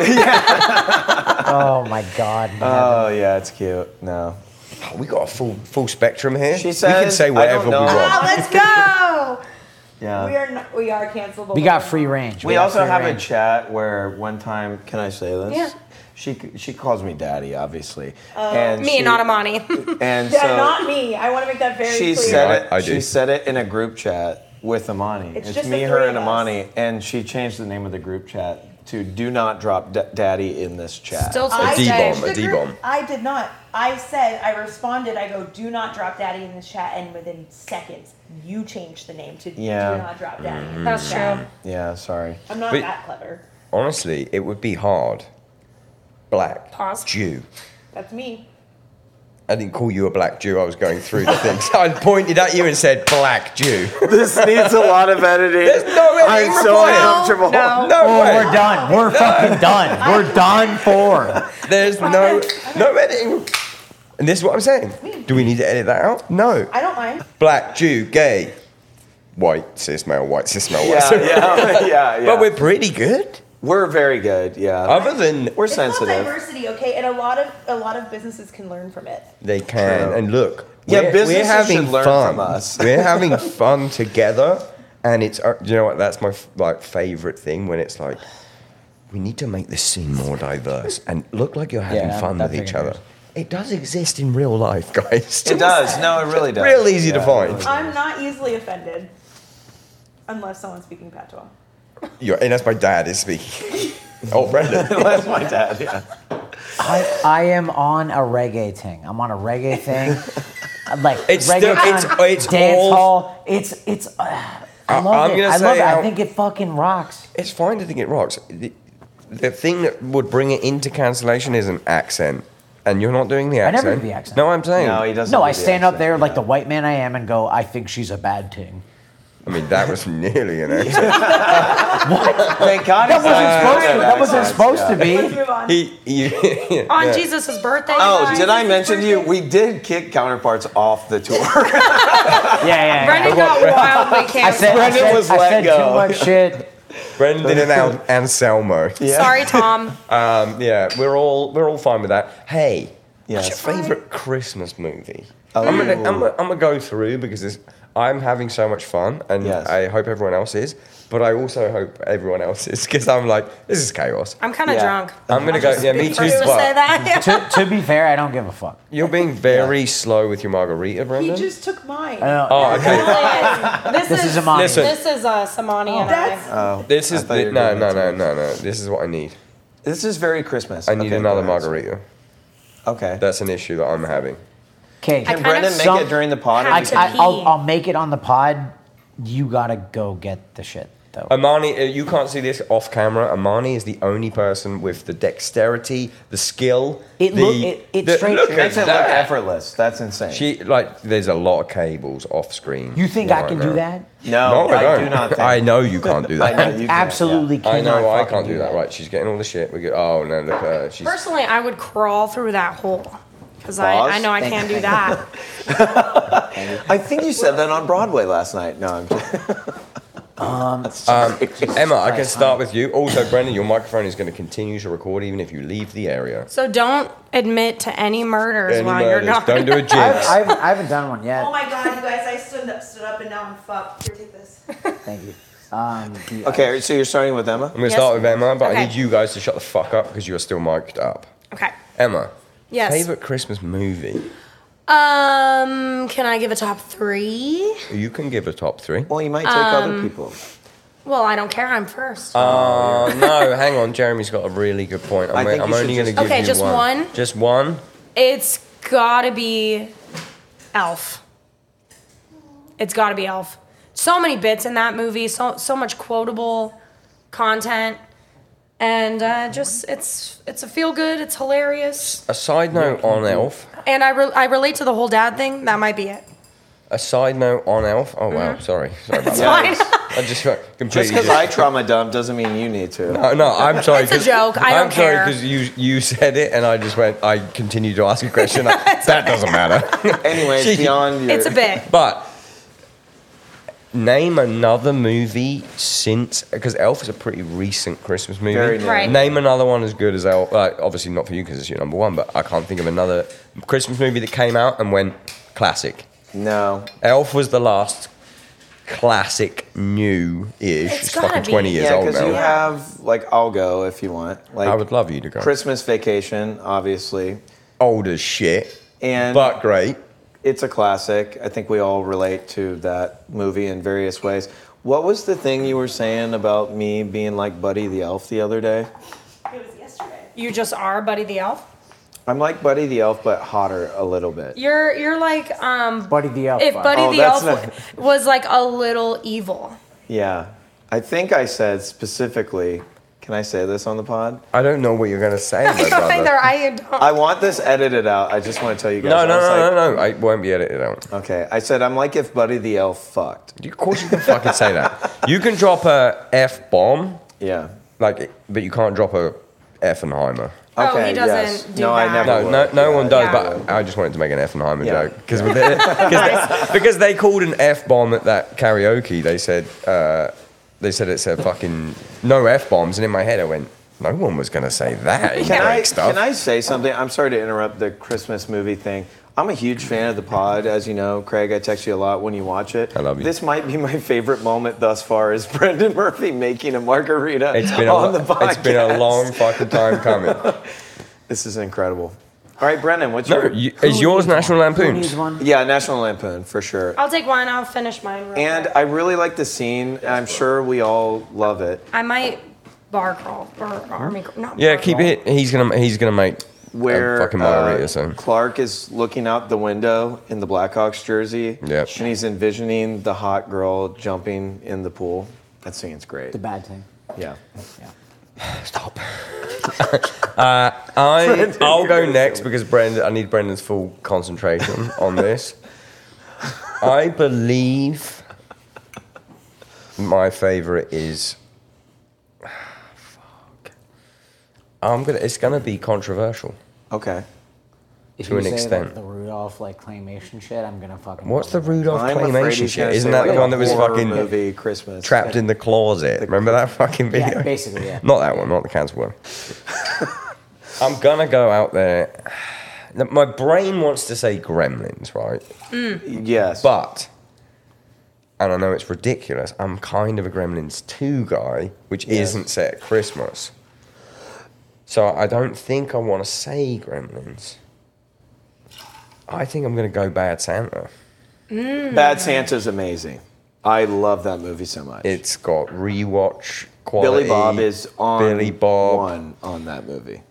Speaker 3: Oh my God.
Speaker 4: Oh yeah, it's cute. No,
Speaker 1: we got a full full spectrum here.
Speaker 4: She
Speaker 1: we can
Speaker 4: says, I
Speaker 1: say
Speaker 4: don't
Speaker 1: whatever we
Speaker 4: know.
Speaker 1: want.
Speaker 5: Ah, let's go.
Speaker 4: yeah.
Speaker 7: We are not, we are cancelable.
Speaker 3: we got free range.
Speaker 4: We
Speaker 3: got
Speaker 4: also
Speaker 3: free
Speaker 4: have a
Speaker 3: range.
Speaker 4: chat where one time, can I say this?
Speaker 5: Yeah.
Speaker 4: She she calls me daddy, obviously.
Speaker 7: Uh,
Speaker 4: and
Speaker 5: Me
Speaker 4: she,
Speaker 5: and Automani.
Speaker 4: And
Speaker 7: Yeah,
Speaker 4: so
Speaker 7: not me. I want to make that very
Speaker 4: she
Speaker 7: clear.
Speaker 4: said
Speaker 1: Yeah,
Speaker 4: it.
Speaker 1: I- I
Speaker 4: she
Speaker 1: do.
Speaker 4: said it in a group chat with Amani.
Speaker 7: It's
Speaker 4: It's,
Speaker 7: just
Speaker 4: me,
Speaker 7: the
Speaker 4: her,
Speaker 7: three
Speaker 4: and
Speaker 7: of us.
Speaker 4: Amani, and she changed the name of the group chat to "Do not drop da- daddy in this chat."
Speaker 5: Still to
Speaker 7: I
Speaker 5: this
Speaker 1: D-bomb,
Speaker 5: day.
Speaker 1: a
Speaker 7: the group-
Speaker 1: D-bomb.
Speaker 7: I did not. I said I responded. I go, do not drop daddy in this chat, and within seconds, you changed the name to
Speaker 4: Yeah. Mm-hmm.
Speaker 7: do not drop daddy. in this
Speaker 5: That's
Speaker 7: chat."
Speaker 5: true.
Speaker 4: yeah, sorry.
Speaker 7: I'm not
Speaker 1: But-
Speaker 7: that clever.
Speaker 1: Honestly, it would be hard. Black
Speaker 5: Pause.
Speaker 1: Jew.
Speaker 7: That's me.
Speaker 1: I didn't call you a black Jew. I was going through the things. I pointed at you and said black Jew.
Speaker 4: This needs a lot of editing.
Speaker 1: There's no editing
Speaker 4: I'm so
Speaker 1: required.
Speaker 4: uncomfortable.
Speaker 5: No.
Speaker 1: No
Speaker 3: Oh,
Speaker 1: way.
Speaker 3: we're done. We're fucking done. We're done for.
Speaker 1: There's no no editing. And this is what I'm saying. Do we need to edit that out? No.
Speaker 7: I don't mind.
Speaker 1: Black Jew, gay, white cis male, white cis male, white.
Speaker 4: Yeah,
Speaker 1: cis-
Speaker 4: yeah, yeah, yeah.
Speaker 1: But we're pretty good.
Speaker 4: we're very good. Yeah,
Speaker 1: Other than
Speaker 4: we're
Speaker 7: It's about
Speaker 4: sensitive.
Speaker 7: diversity, okay? And a lot of a lot of businesses can learn from it.
Speaker 1: they can
Speaker 4: True.
Speaker 1: and look.
Speaker 4: Yeah,
Speaker 1: we're,
Speaker 4: businesses
Speaker 1: we're having
Speaker 4: should learn
Speaker 1: fun.
Speaker 4: from us.
Speaker 1: we're having fun together, and it's uh, you know what? That's my f- like favorite thing when it's like we need to make this scene more diverse and look like you're having
Speaker 3: Yeah,
Speaker 1: fun
Speaker 3: that
Speaker 1: with each
Speaker 3: thing
Speaker 1: other.
Speaker 3: agrees.
Speaker 1: It does exist in real life, guys.
Speaker 4: It does. No, it really does.
Speaker 1: Real easy to
Speaker 4: Yeah.
Speaker 1: find.
Speaker 7: I'm not easily offended, unless someone's speaking patois.
Speaker 1: Yeah, and that's my dad is speaking. oh, Brendan.
Speaker 4: That's my dad. Yeah.
Speaker 3: I, I am on a reggae thing. I'm on a reggae thing. Like
Speaker 1: It's
Speaker 3: reggae
Speaker 1: still-
Speaker 3: con,
Speaker 1: it's- it's
Speaker 3: dance
Speaker 1: all-
Speaker 3: hall. It's it's. Uh, I
Speaker 1: I-
Speaker 3: love
Speaker 1: I'm
Speaker 3: it.
Speaker 1: gonna
Speaker 3: I love
Speaker 1: say
Speaker 3: it. I
Speaker 1: how-
Speaker 3: think it fucking rocks.
Speaker 1: It's fine to think it rocks. The, the thing that would bring it into cancellation is an accent, and you're not doing the
Speaker 3: never
Speaker 1: accent.
Speaker 3: do the accent.
Speaker 1: No, I'm saying.
Speaker 4: No, he doesn't.
Speaker 3: No,
Speaker 4: do
Speaker 3: I
Speaker 4: the
Speaker 3: stand up
Speaker 4: accent,
Speaker 3: there like
Speaker 4: yeah.
Speaker 3: the white man I am and go. I think she's a bad thing.
Speaker 1: I mean, that was nearly an accent.
Speaker 4: Thank God.
Speaker 3: That
Speaker 4: he's
Speaker 3: wasn't
Speaker 4: not
Speaker 3: supposed to.
Speaker 4: doing
Speaker 3: That wasn't supposed to
Speaker 4: accent, yeah.
Speaker 7: Let's
Speaker 3: be.
Speaker 7: move on.
Speaker 1: He, you,
Speaker 5: On
Speaker 1: yeah.
Speaker 5: Jesus' birthday.
Speaker 4: Oh,
Speaker 5: guys.
Speaker 4: did I mention to you? We did kick counterparts off the tour.
Speaker 3: Yeah, yeah. yeah.
Speaker 5: Brendan got wildly
Speaker 3: I said,
Speaker 5: canceled.
Speaker 3: I
Speaker 4: Brendan
Speaker 3: said,
Speaker 4: was
Speaker 3: I
Speaker 4: let
Speaker 3: said
Speaker 4: go.
Speaker 3: too much shit.
Speaker 1: Brendan and Al- Anselmo.
Speaker 5: Sorry, Tom.
Speaker 1: Um, yeah, we're all we're all fine with that. Hey,
Speaker 4: Yes.
Speaker 1: what's your favourite Christmas movie?
Speaker 4: Oh.
Speaker 1: I'm gonna I'm gonna, I'm gonna go through because it's, I'm having so much fun, and
Speaker 4: Yes.
Speaker 1: I hope everyone else is. But I also hope everyone else is because I'm like, this is chaos.
Speaker 5: I'm kind of
Speaker 4: Yeah.
Speaker 5: drunk.
Speaker 1: I'm gonna go. Yeah, me
Speaker 5: Be
Speaker 1: too.
Speaker 5: first to say
Speaker 1: But
Speaker 5: that.
Speaker 3: to, to be fair, I don't give a fuck.
Speaker 1: you're being very slow with your margarita,
Speaker 7: He
Speaker 1: Brendan.
Speaker 7: just took mine.
Speaker 3: Uh,
Speaker 1: oh, okay.
Speaker 5: this,
Speaker 3: This
Speaker 5: is,
Speaker 3: is Amani.
Speaker 1: Listen. Uh.
Speaker 5: This is uh, Samani and
Speaker 7: That's
Speaker 5: I.
Speaker 1: This is
Speaker 4: I thought
Speaker 1: the,
Speaker 4: you were
Speaker 1: no,
Speaker 4: doing
Speaker 1: no,
Speaker 4: that
Speaker 1: no,
Speaker 4: to me.
Speaker 1: no, no. This is what I need.
Speaker 4: This is very Christmas.
Speaker 1: I need
Speaker 4: Okay,
Speaker 1: another
Speaker 4: go ahead.
Speaker 1: margarita.
Speaker 4: Okay.
Speaker 1: That's an issue that I'm having.
Speaker 3: Okay,
Speaker 5: I
Speaker 4: Can
Speaker 5: kind
Speaker 4: Brendan
Speaker 5: of
Speaker 4: make
Speaker 3: some-
Speaker 4: it during the pod? or
Speaker 5: I-
Speaker 3: I,
Speaker 4: we can-
Speaker 3: I,
Speaker 5: Pee.
Speaker 3: I'll, I'll make it on the pod. You gotta go get the shit though.
Speaker 1: Amani, uh, you can't see this off camera. Amani is the only person with the dexterity, the skill.
Speaker 3: It
Speaker 1: the,
Speaker 3: loo- it- it
Speaker 1: the-
Speaker 3: straight-
Speaker 1: look at
Speaker 4: Makes it look
Speaker 1: that.
Speaker 4: effortless. That's insane.
Speaker 1: She like there's a lot of cables off screen.
Speaker 3: you think I
Speaker 1: right
Speaker 3: can
Speaker 1: now.
Speaker 3: do that?
Speaker 4: no,
Speaker 1: No, I,
Speaker 4: I
Speaker 1: don't.
Speaker 4: do not think.
Speaker 1: I know you can't do
Speaker 4: I know
Speaker 1: that.
Speaker 4: you can't,
Speaker 3: Absolutely
Speaker 1: I
Speaker 3: cannot.
Speaker 1: know I
Speaker 3: fucking
Speaker 1: can't do that. Right? She's getting all the shit. We go. Oh no! Look at her. She's.
Speaker 5: Personally, I would crawl through that hole because I,
Speaker 4: Boss?
Speaker 5: I know I can't do that.
Speaker 4: I think you said that on Broadway last night. No, I'm just.
Speaker 1: Um, Emma, I can start with you. Also, Brendan, your microphone is going to continue to record even if you leave the area.
Speaker 5: So don't admit to any murders
Speaker 1: Any
Speaker 5: while
Speaker 1: murders,
Speaker 5: you're gone.
Speaker 1: Don't do a
Speaker 3: I,
Speaker 1: jinx.
Speaker 3: I, haven't, I haven't done one yet.
Speaker 7: Oh my god, you guys! I stood up, stood up, and now I'm fucked. Here, take this.
Speaker 3: Thank you. Um, the-
Speaker 4: Okay, so you're starting with Emma?
Speaker 1: I'm going to
Speaker 5: Yes.
Speaker 1: start with Emma, but I
Speaker 5: Okay.
Speaker 1: need you guys to shut the fuck up because you are still mic'd up.
Speaker 5: okay.
Speaker 1: Emma.
Speaker 5: Yes.
Speaker 1: Favorite Christmas movie?
Speaker 5: Um, can I give a top three?
Speaker 1: You can give a top three.
Speaker 4: Well, you might take
Speaker 3: Um,
Speaker 4: other people.
Speaker 5: Well, I don't care. I'm first.
Speaker 1: Uh, no, hang on. Jeremy's got a really good point. I'm,
Speaker 4: I think
Speaker 1: I'm
Speaker 4: you should
Speaker 1: only going to
Speaker 4: just-
Speaker 1: give
Speaker 5: Okay,
Speaker 1: you
Speaker 5: just
Speaker 1: one.
Speaker 5: one?
Speaker 1: Just one.
Speaker 5: it's gotta be Elf. It's gotta be Elf. So many bits in that movie. So so much quotable content, and uh, just it's it's a feel good. It's hilarious,
Speaker 1: A side note on Elf.
Speaker 5: and I re- I relate to the whole dad thing. That might be it.
Speaker 1: A side note on Elf. Oh
Speaker 5: Mm-hmm.
Speaker 1: wow, sorry. Sorry about that.
Speaker 5: Fine.
Speaker 1: I just got
Speaker 4: Just
Speaker 1: completely.
Speaker 4: because I
Speaker 1: dis-
Speaker 4: trauma dump doesn't mean you need to.
Speaker 1: Oh, no, I'm sorry.
Speaker 5: It's a
Speaker 1: 'cause-
Speaker 5: joke. I
Speaker 1: I'm
Speaker 5: don't
Speaker 1: sorry
Speaker 5: care.
Speaker 1: because you you said it and I just went. I continued to ask a question. that doesn't matter.
Speaker 4: Anyways,
Speaker 1: She-
Speaker 4: beyond your.
Speaker 5: it's a bit.
Speaker 1: but name another movie since because Elf is a pretty recent Christmas movie.
Speaker 4: Very new.
Speaker 5: Right.
Speaker 1: Name another one as good as Elf. Like, obviously not for you because it's your number one, but I can't think of another Christmas movie that came out and went classic.
Speaker 4: No.
Speaker 1: Elf was the last classic new ish.
Speaker 5: It's
Speaker 1: It's, fucking
Speaker 5: gotta be.
Speaker 1: twenty years
Speaker 4: Yeah,
Speaker 1: old
Speaker 4: because
Speaker 1: now.
Speaker 4: you have, like, I'll go if you want. Like,
Speaker 1: I would love you to go.
Speaker 4: Christmas vacation, obviously.
Speaker 1: old as shit,
Speaker 4: And
Speaker 1: but great.
Speaker 4: it's a classic. I think we all relate to that movie in various ways. What was the thing you were saying about me being like Buddy the Elf the other day?
Speaker 7: It was yesterday.
Speaker 5: You just are Buddy the Elf.
Speaker 4: I'm like Buddy the Elf, but hotter a little bit.
Speaker 5: You're you're like um
Speaker 3: Buddy the Elf.
Speaker 5: if
Speaker 3: uh,
Speaker 5: Buddy
Speaker 4: Oh,
Speaker 5: the Elf
Speaker 4: that's
Speaker 5: w was like a little evil.
Speaker 4: Yeah. I think I said specifically, can I say this on the pod?
Speaker 1: I don't know what you're gonna say. my
Speaker 5: I don't
Speaker 1: brother.
Speaker 5: either. I don't.
Speaker 4: I want this edited out. I just want to tell you guys.
Speaker 1: No,
Speaker 4: I
Speaker 1: no,
Speaker 4: was
Speaker 1: no,
Speaker 4: like-
Speaker 1: no, no. I won't be edited out.
Speaker 4: Okay. I said, I'm like if Buddy the Elf fucked.
Speaker 1: You- Of course, you can fucking say that. You can drop a f bomb,
Speaker 4: Yeah.
Speaker 1: like, but you can't drop a Effenheimer.
Speaker 5: Oh, he
Speaker 4: Okay,
Speaker 5: doesn't
Speaker 4: yes.
Speaker 5: do
Speaker 4: No, I
Speaker 5: that.
Speaker 4: never-
Speaker 1: No, no, no one does.
Speaker 5: Yeah.
Speaker 1: But I just wanted to make an Effenheimer
Speaker 4: Yeah.
Speaker 1: joke because because because they called an f bomb at that karaoke. They said uh, they said it's a fucking no f bombs, and in my head I went, no one was gonna say that. in
Speaker 4: Can
Speaker 1: Drake
Speaker 4: I,
Speaker 1: stuff.
Speaker 4: can I say something? I'm sorry to interrupt the Christmas movie thing. I'm a huge fan of the pod, as you know, Craig. I text you a lot when you watch it.
Speaker 1: I love you.
Speaker 4: This might be my favorite moment thus far is Brendan Murphy making a margarita
Speaker 1: It's been a,
Speaker 4: on
Speaker 1: lo-
Speaker 4: the podcast.
Speaker 1: it's been a long fucking time coming.
Speaker 4: This is incredible. All right, Brendan, what's
Speaker 1: no,
Speaker 4: your
Speaker 1: you,
Speaker 3: who
Speaker 1: is yours
Speaker 3: needs
Speaker 1: National
Speaker 3: one? Who
Speaker 1: Lampoon's?
Speaker 3: needs one?
Speaker 4: yeah National Lampoon for sure.
Speaker 5: I'll take one. I'll finish mine. Real
Speaker 4: And
Speaker 5: quick.
Speaker 4: I really like the scene. I'm sure we all love it.
Speaker 5: I might bar crawl or army crawl. Not
Speaker 1: Yeah,
Speaker 5: bar
Speaker 1: keep
Speaker 5: crawl.
Speaker 1: it. He's gonna he's gonna make
Speaker 4: Where
Speaker 1: a fucking
Speaker 4: uh,
Speaker 1: margarita. so
Speaker 4: Clark is looking out the window in the Blackhawks jersey,
Speaker 1: Yep.
Speaker 4: and he's envisioning the hot girl jumping in the pool. That scene's great.
Speaker 3: The bad thing.
Speaker 4: Yeah.
Speaker 1: stop. I I'll go next because Brendan. I need Brendan's full concentration on this. I believe my favorite is. Fuck. I'm gonna. It's gonna be controversial.
Speaker 4: Okay.
Speaker 3: If
Speaker 1: To
Speaker 3: you
Speaker 1: an
Speaker 3: say
Speaker 1: extent.
Speaker 3: Like, the Rudolph like claymation shit, I'm gonna fucking.
Speaker 1: What's the Rudolph
Speaker 4: I'm afraid
Speaker 1: claymation
Speaker 4: he's gonna
Speaker 1: shit? Isn't
Speaker 4: say,
Speaker 1: that the
Speaker 4: like,
Speaker 1: one that was
Speaker 4: horror
Speaker 1: fucking
Speaker 4: movie Christmas?
Speaker 1: trapped in the closet? Remember that fucking video?
Speaker 3: Yeah, basically, yeah.
Speaker 1: Not that one, not the cancel one. I'm gonna go out there. My brain wants to say gremlins, right?
Speaker 4: Yes.
Speaker 1: But and I know it's ridiculous, I'm kind of a Gremlins 2 guy, which isn't set at Christmas. So I don't think I want to say Gremlins. I think I'm going to go Bad Santa.
Speaker 4: Bad Santa's amazing. I love that movie so much.
Speaker 1: It's got rewatch quality.
Speaker 4: Billy Bob is on
Speaker 1: Billy Bob.
Speaker 4: one on that movie.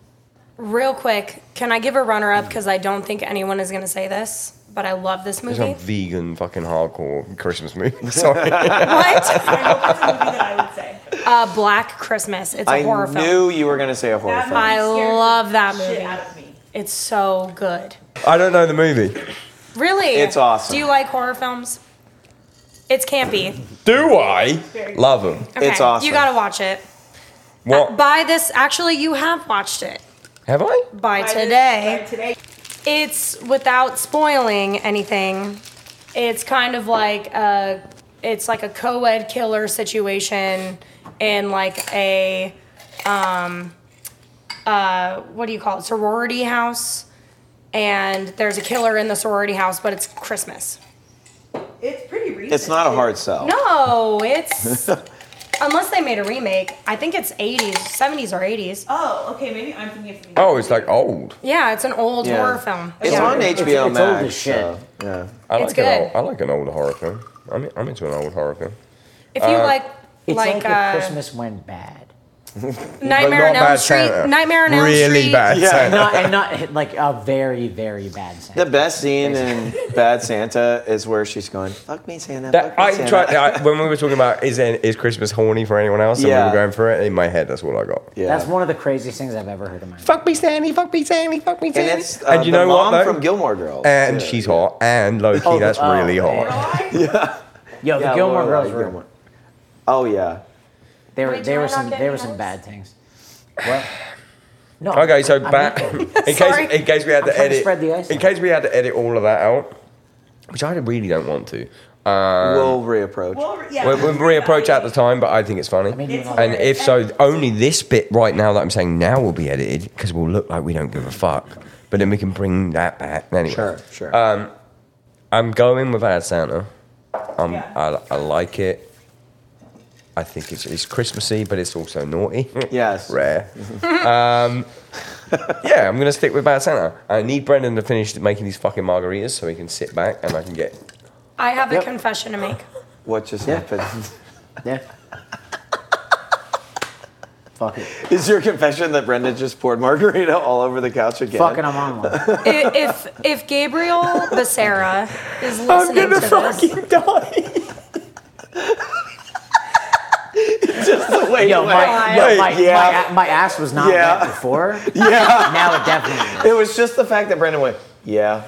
Speaker 5: Real quick, can I give a runner up because I don't think anyone is going to say this, but I love this
Speaker 1: It's
Speaker 5: movie.
Speaker 1: a vegan fucking hardcore Christmas movie. Sorry.
Speaker 5: what?
Speaker 7: I hope that's a movie that I would say.
Speaker 5: Uh, Black Christmas. It's a
Speaker 4: I
Speaker 5: horror
Speaker 4: knew
Speaker 5: film.
Speaker 4: you were going to say a horror
Speaker 7: That
Speaker 4: film.
Speaker 5: I
Speaker 7: movie scared
Speaker 5: love
Speaker 7: the
Speaker 5: that
Speaker 7: Shit
Speaker 5: movie.
Speaker 7: out of me.
Speaker 5: It's so good.
Speaker 1: I don't know the movie.
Speaker 5: Really?
Speaker 4: It's awesome.
Speaker 5: Do you like horror films? It's campy.
Speaker 1: Do I? Love them.
Speaker 5: Okay,
Speaker 4: It's awesome.
Speaker 5: You gotta watch it.
Speaker 1: What?
Speaker 5: By this, actually, you have watched it
Speaker 1: Have I?
Speaker 5: by
Speaker 7: By this-
Speaker 5: today.
Speaker 7: by today.
Speaker 5: it's without spoiling anything. It's kind of like a, it's like a co-ed killer situation in like a, um, uh, what do you call it? Sorority house, and there's a killer in the sorority house, but it's Christmas.
Speaker 7: It's pretty recent.
Speaker 4: It's not a
Speaker 7: too.
Speaker 4: hard sell.
Speaker 5: No, it's unless they made a remake. I think it's 80s, 70s or 80s.
Speaker 7: Oh, okay. Maybe I'm thinking of something.
Speaker 1: Oh, it's like old.
Speaker 5: Yeah, it's an old
Speaker 4: Yeah.
Speaker 5: horror film.
Speaker 4: It's
Speaker 5: yeah.
Speaker 4: on HBO
Speaker 3: It's- it's old
Speaker 4: Max.
Speaker 3: as shit.
Speaker 4: so, yeah.
Speaker 1: I like
Speaker 5: It's
Speaker 1: an old,
Speaker 5: good.
Speaker 1: I like an old horror film. I'm, I'm into an old horror film.
Speaker 5: If you like
Speaker 3: It's
Speaker 5: like,
Speaker 3: like,
Speaker 5: uh,
Speaker 3: if Christmas went bad.
Speaker 5: Nightmare
Speaker 1: But
Speaker 5: on
Speaker 1: not
Speaker 5: Elm
Speaker 1: Bad
Speaker 5: Street,
Speaker 1: Santa.
Speaker 5: Nightmare on Elm Street.
Speaker 1: Really bad
Speaker 4: Yeah.
Speaker 1: Santa.
Speaker 3: Not, and not like a very, very bad
Speaker 4: The
Speaker 3: Santa.
Speaker 4: best scene in Bad Santa is where she's going, "Fuck me, Santa."
Speaker 1: That,
Speaker 4: fuck me,
Speaker 1: I
Speaker 4: Santa."
Speaker 1: tried, I, when we were talking about is there, is Christmas horny for anyone else, and we
Speaker 4: Yeah.
Speaker 1: were going for it in my head. That's all I got.
Speaker 4: yeah.
Speaker 3: That's one of the craziest things I've ever heard in my life.
Speaker 1: Fuck me, Stanley. Fuck me, Stanley. Fuck me,
Speaker 4: And
Speaker 1: Stanley.
Speaker 4: it's uh, the mom from Gilmore Girls.
Speaker 1: and
Speaker 4: Yeah.
Speaker 1: she's hot. And Loki,
Speaker 3: Oh, the-
Speaker 1: that's
Speaker 3: oh,
Speaker 1: really
Speaker 3: man.
Speaker 1: hot.
Speaker 3: Yo, the
Speaker 4: Yeah,
Speaker 3: Gilmore
Speaker 4: Lorelai
Speaker 3: Girls were.
Speaker 4: Gilmore. Oh yeah.
Speaker 3: They were.
Speaker 5: Wait,
Speaker 3: They
Speaker 5: do I
Speaker 3: were
Speaker 5: not
Speaker 3: some.
Speaker 5: get
Speaker 3: They were
Speaker 5: any
Speaker 3: some
Speaker 5: notes?
Speaker 3: bad things. What? No.
Speaker 1: Oh, Okay, so
Speaker 3: I'm
Speaker 1: back
Speaker 3: not-
Speaker 1: in case
Speaker 5: Sorry.
Speaker 1: in case we had
Speaker 3: I'm
Speaker 1: to
Speaker 3: trying to
Speaker 1: edit
Speaker 3: spread the ice
Speaker 1: in
Speaker 3: out.
Speaker 1: case we had to edit all of that out, which I really don't want to. Um,
Speaker 4: we'll reapproach.
Speaker 7: Well, yeah.
Speaker 1: We'll, we'll reapproach at the time, but I think it's funny.
Speaker 3: mean, It's
Speaker 1: and if so, only this bit right now that I'm saying now will be edited because we'll look like we don't give a fuck. But then we can bring that back anyway.
Speaker 4: sure, sure.
Speaker 1: Um, I'm going with Ad Santa. Um,
Speaker 7: Yeah.
Speaker 1: I, I like it. I think it's, it's Christmassy, but it's also naughty.
Speaker 4: Yes.
Speaker 1: Rare. um, yeah, I'm going to stick with Bad Santa. I need Brendan to finish making these fucking margaritas so he can sit back and I can get.
Speaker 5: I have a
Speaker 3: Yep.
Speaker 5: confession to make.
Speaker 4: what just happened?
Speaker 3: Yeah. Fuck it.
Speaker 4: Is your confession that Brenda just poured margarita all over the couch again?
Speaker 3: Fucking, I'm on one.
Speaker 5: I- if if Gabriel Becerra is listening to this,
Speaker 1: die.
Speaker 4: Just the way
Speaker 3: Yo,
Speaker 4: you
Speaker 3: my,
Speaker 4: went.
Speaker 3: yo,
Speaker 4: Wait,
Speaker 3: my,
Speaker 4: yeah.
Speaker 3: my, my ass was not
Speaker 4: Yeah.
Speaker 3: wet before.
Speaker 4: yeah.
Speaker 3: Now it definitely
Speaker 4: It
Speaker 3: is.
Speaker 4: was just the fact that Brandon went, yeah,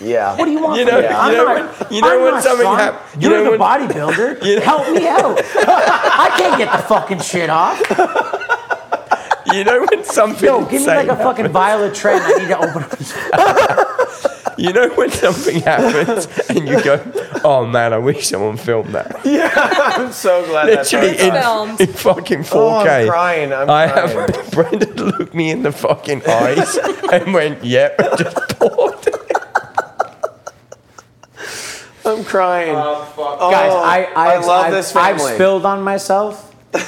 Speaker 4: yeah.
Speaker 3: What do you want
Speaker 1: You
Speaker 3: from
Speaker 1: know-
Speaker 3: me?
Speaker 1: you
Speaker 3: I'm
Speaker 1: know
Speaker 3: not-
Speaker 1: when- you know
Speaker 3: I'm
Speaker 1: when
Speaker 3: not
Speaker 1: something
Speaker 3: strong.
Speaker 1: hap- you
Speaker 3: You're
Speaker 1: know
Speaker 3: the
Speaker 1: when-
Speaker 3: bodybuilder. Help me out. I can't get the fucking shit off.
Speaker 1: You know when something.
Speaker 3: Yo, give me
Speaker 1: insane
Speaker 3: like a fucking Violet Trend. I need to open up.
Speaker 1: You know when something happens and you go, "Oh man, I wish someone filmed that."
Speaker 4: I'm so glad that's
Speaker 1: Literally
Speaker 5: It's
Speaker 1: in,
Speaker 4: in-
Speaker 5: filmed.
Speaker 1: in fucking 4K.
Speaker 4: Oh, I'm crying. I'm
Speaker 1: I
Speaker 4: crying.
Speaker 1: have Brendan looked me in the fucking eyes and went, "Yep," and just poured.
Speaker 4: I'm crying.
Speaker 3: Guys,
Speaker 4: Oh,
Speaker 3: I,
Speaker 4: I
Speaker 3: I've,
Speaker 4: love
Speaker 3: I've-
Speaker 4: this
Speaker 3: I've
Speaker 4: family.
Speaker 3: spilled on myself,
Speaker 7: No,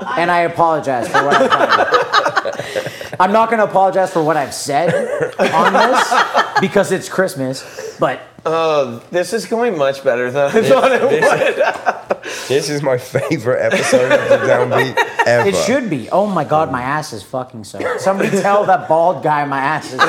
Speaker 7: I,
Speaker 3: and I apologize for what I've done. I'm not going to apologize for what I've said on this because it's Christmas, but
Speaker 4: Uh, this is going much better than I thought it would.
Speaker 1: This is my favorite episode of the Downbeat ever.
Speaker 3: it should be. Oh my God, my ass is fucking so. Somebody tell that bald guy my ass is.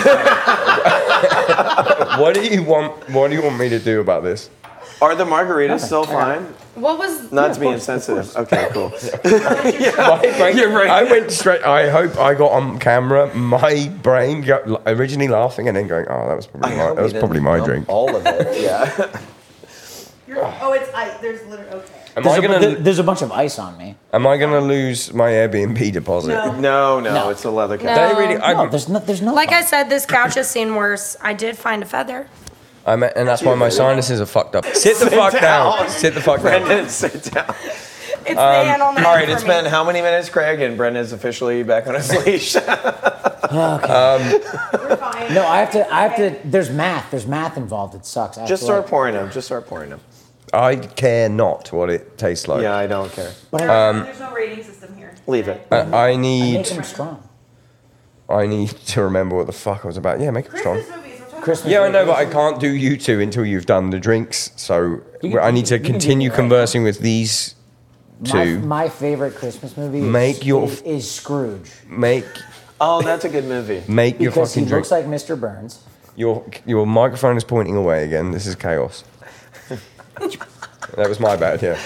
Speaker 1: What do you want? What do you want me to do about this?
Speaker 4: Are the margaritas still fine?
Speaker 5: what was
Speaker 4: Not to be insensitive. Okay, cool.
Speaker 1: My brain- I went straight. I hope I got on camera. My brain got l- originally laughing and then going, "Oh, that was probably my, that was probably my drink."
Speaker 4: All of it. Yeah.
Speaker 7: you're, oh, it's I. There's literally okay.
Speaker 1: Am
Speaker 3: There's
Speaker 1: I
Speaker 3: a,
Speaker 1: gonna?
Speaker 3: there- there's a bunch of ice on me.
Speaker 1: Am I gonna lose my Airbnb deposit?
Speaker 7: No.
Speaker 4: No, no, it's a leather couch.
Speaker 5: No.
Speaker 1: They really, I,
Speaker 3: No, there's no. There's no.
Speaker 5: like I said, this couch has seen worse. I did find a feather.
Speaker 1: I mean, and that's why my sinuses are fucked up. Sit the fuck down.
Speaker 4: down.
Speaker 1: Sit the fuck down.
Speaker 4: Brendan, sit down.
Speaker 5: It's the
Speaker 3: Um,
Speaker 5: animal
Speaker 4: All right, it's been how many minutes, Craig? And Brendan's officially back on his leash.
Speaker 7: We're fine.
Speaker 3: no, I have to. I have to. There's math. There's math involved. It sucks. I have
Speaker 4: Just
Speaker 3: to, like-
Speaker 4: start pouring them. Just start pouring them.
Speaker 1: I care not what it tastes like.
Speaker 4: Yeah, I don't care.
Speaker 3: But I,
Speaker 1: um,
Speaker 7: There's no rating system here.
Speaker 4: Leave it.
Speaker 1: I, I
Speaker 3: I
Speaker 1: need
Speaker 3: make them strong.
Speaker 1: I need to remember what the fuck I was about. Yeah, make it strong.
Speaker 7: Christmas movies. We're talking
Speaker 3: Christmas.
Speaker 1: Yeah, I know, but I
Speaker 3: movies.
Speaker 1: can't do you two until you've done the drinks. So
Speaker 3: You
Speaker 1: we- I
Speaker 3: can-
Speaker 1: need to
Speaker 3: you can do
Speaker 1: continue
Speaker 3: it right
Speaker 1: conversing with these two.
Speaker 3: My, my favorite Christmas movie
Speaker 1: Make
Speaker 3: is,
Speaker 1: your-
Speaker 3: is, is Scrooge
Speaker 1: Make
Speaker 4: Oh, that's a good movie.
Speaker 1: make your
Speaker 3: because he
Speaker 1: fucking
Speaker 3: looks
Speaker 1: drinks.
Speaker 3: like Mr. Burns.
Speaker 1: your your microphone is pointing away again. This is chaos. that was my bad. Yeah,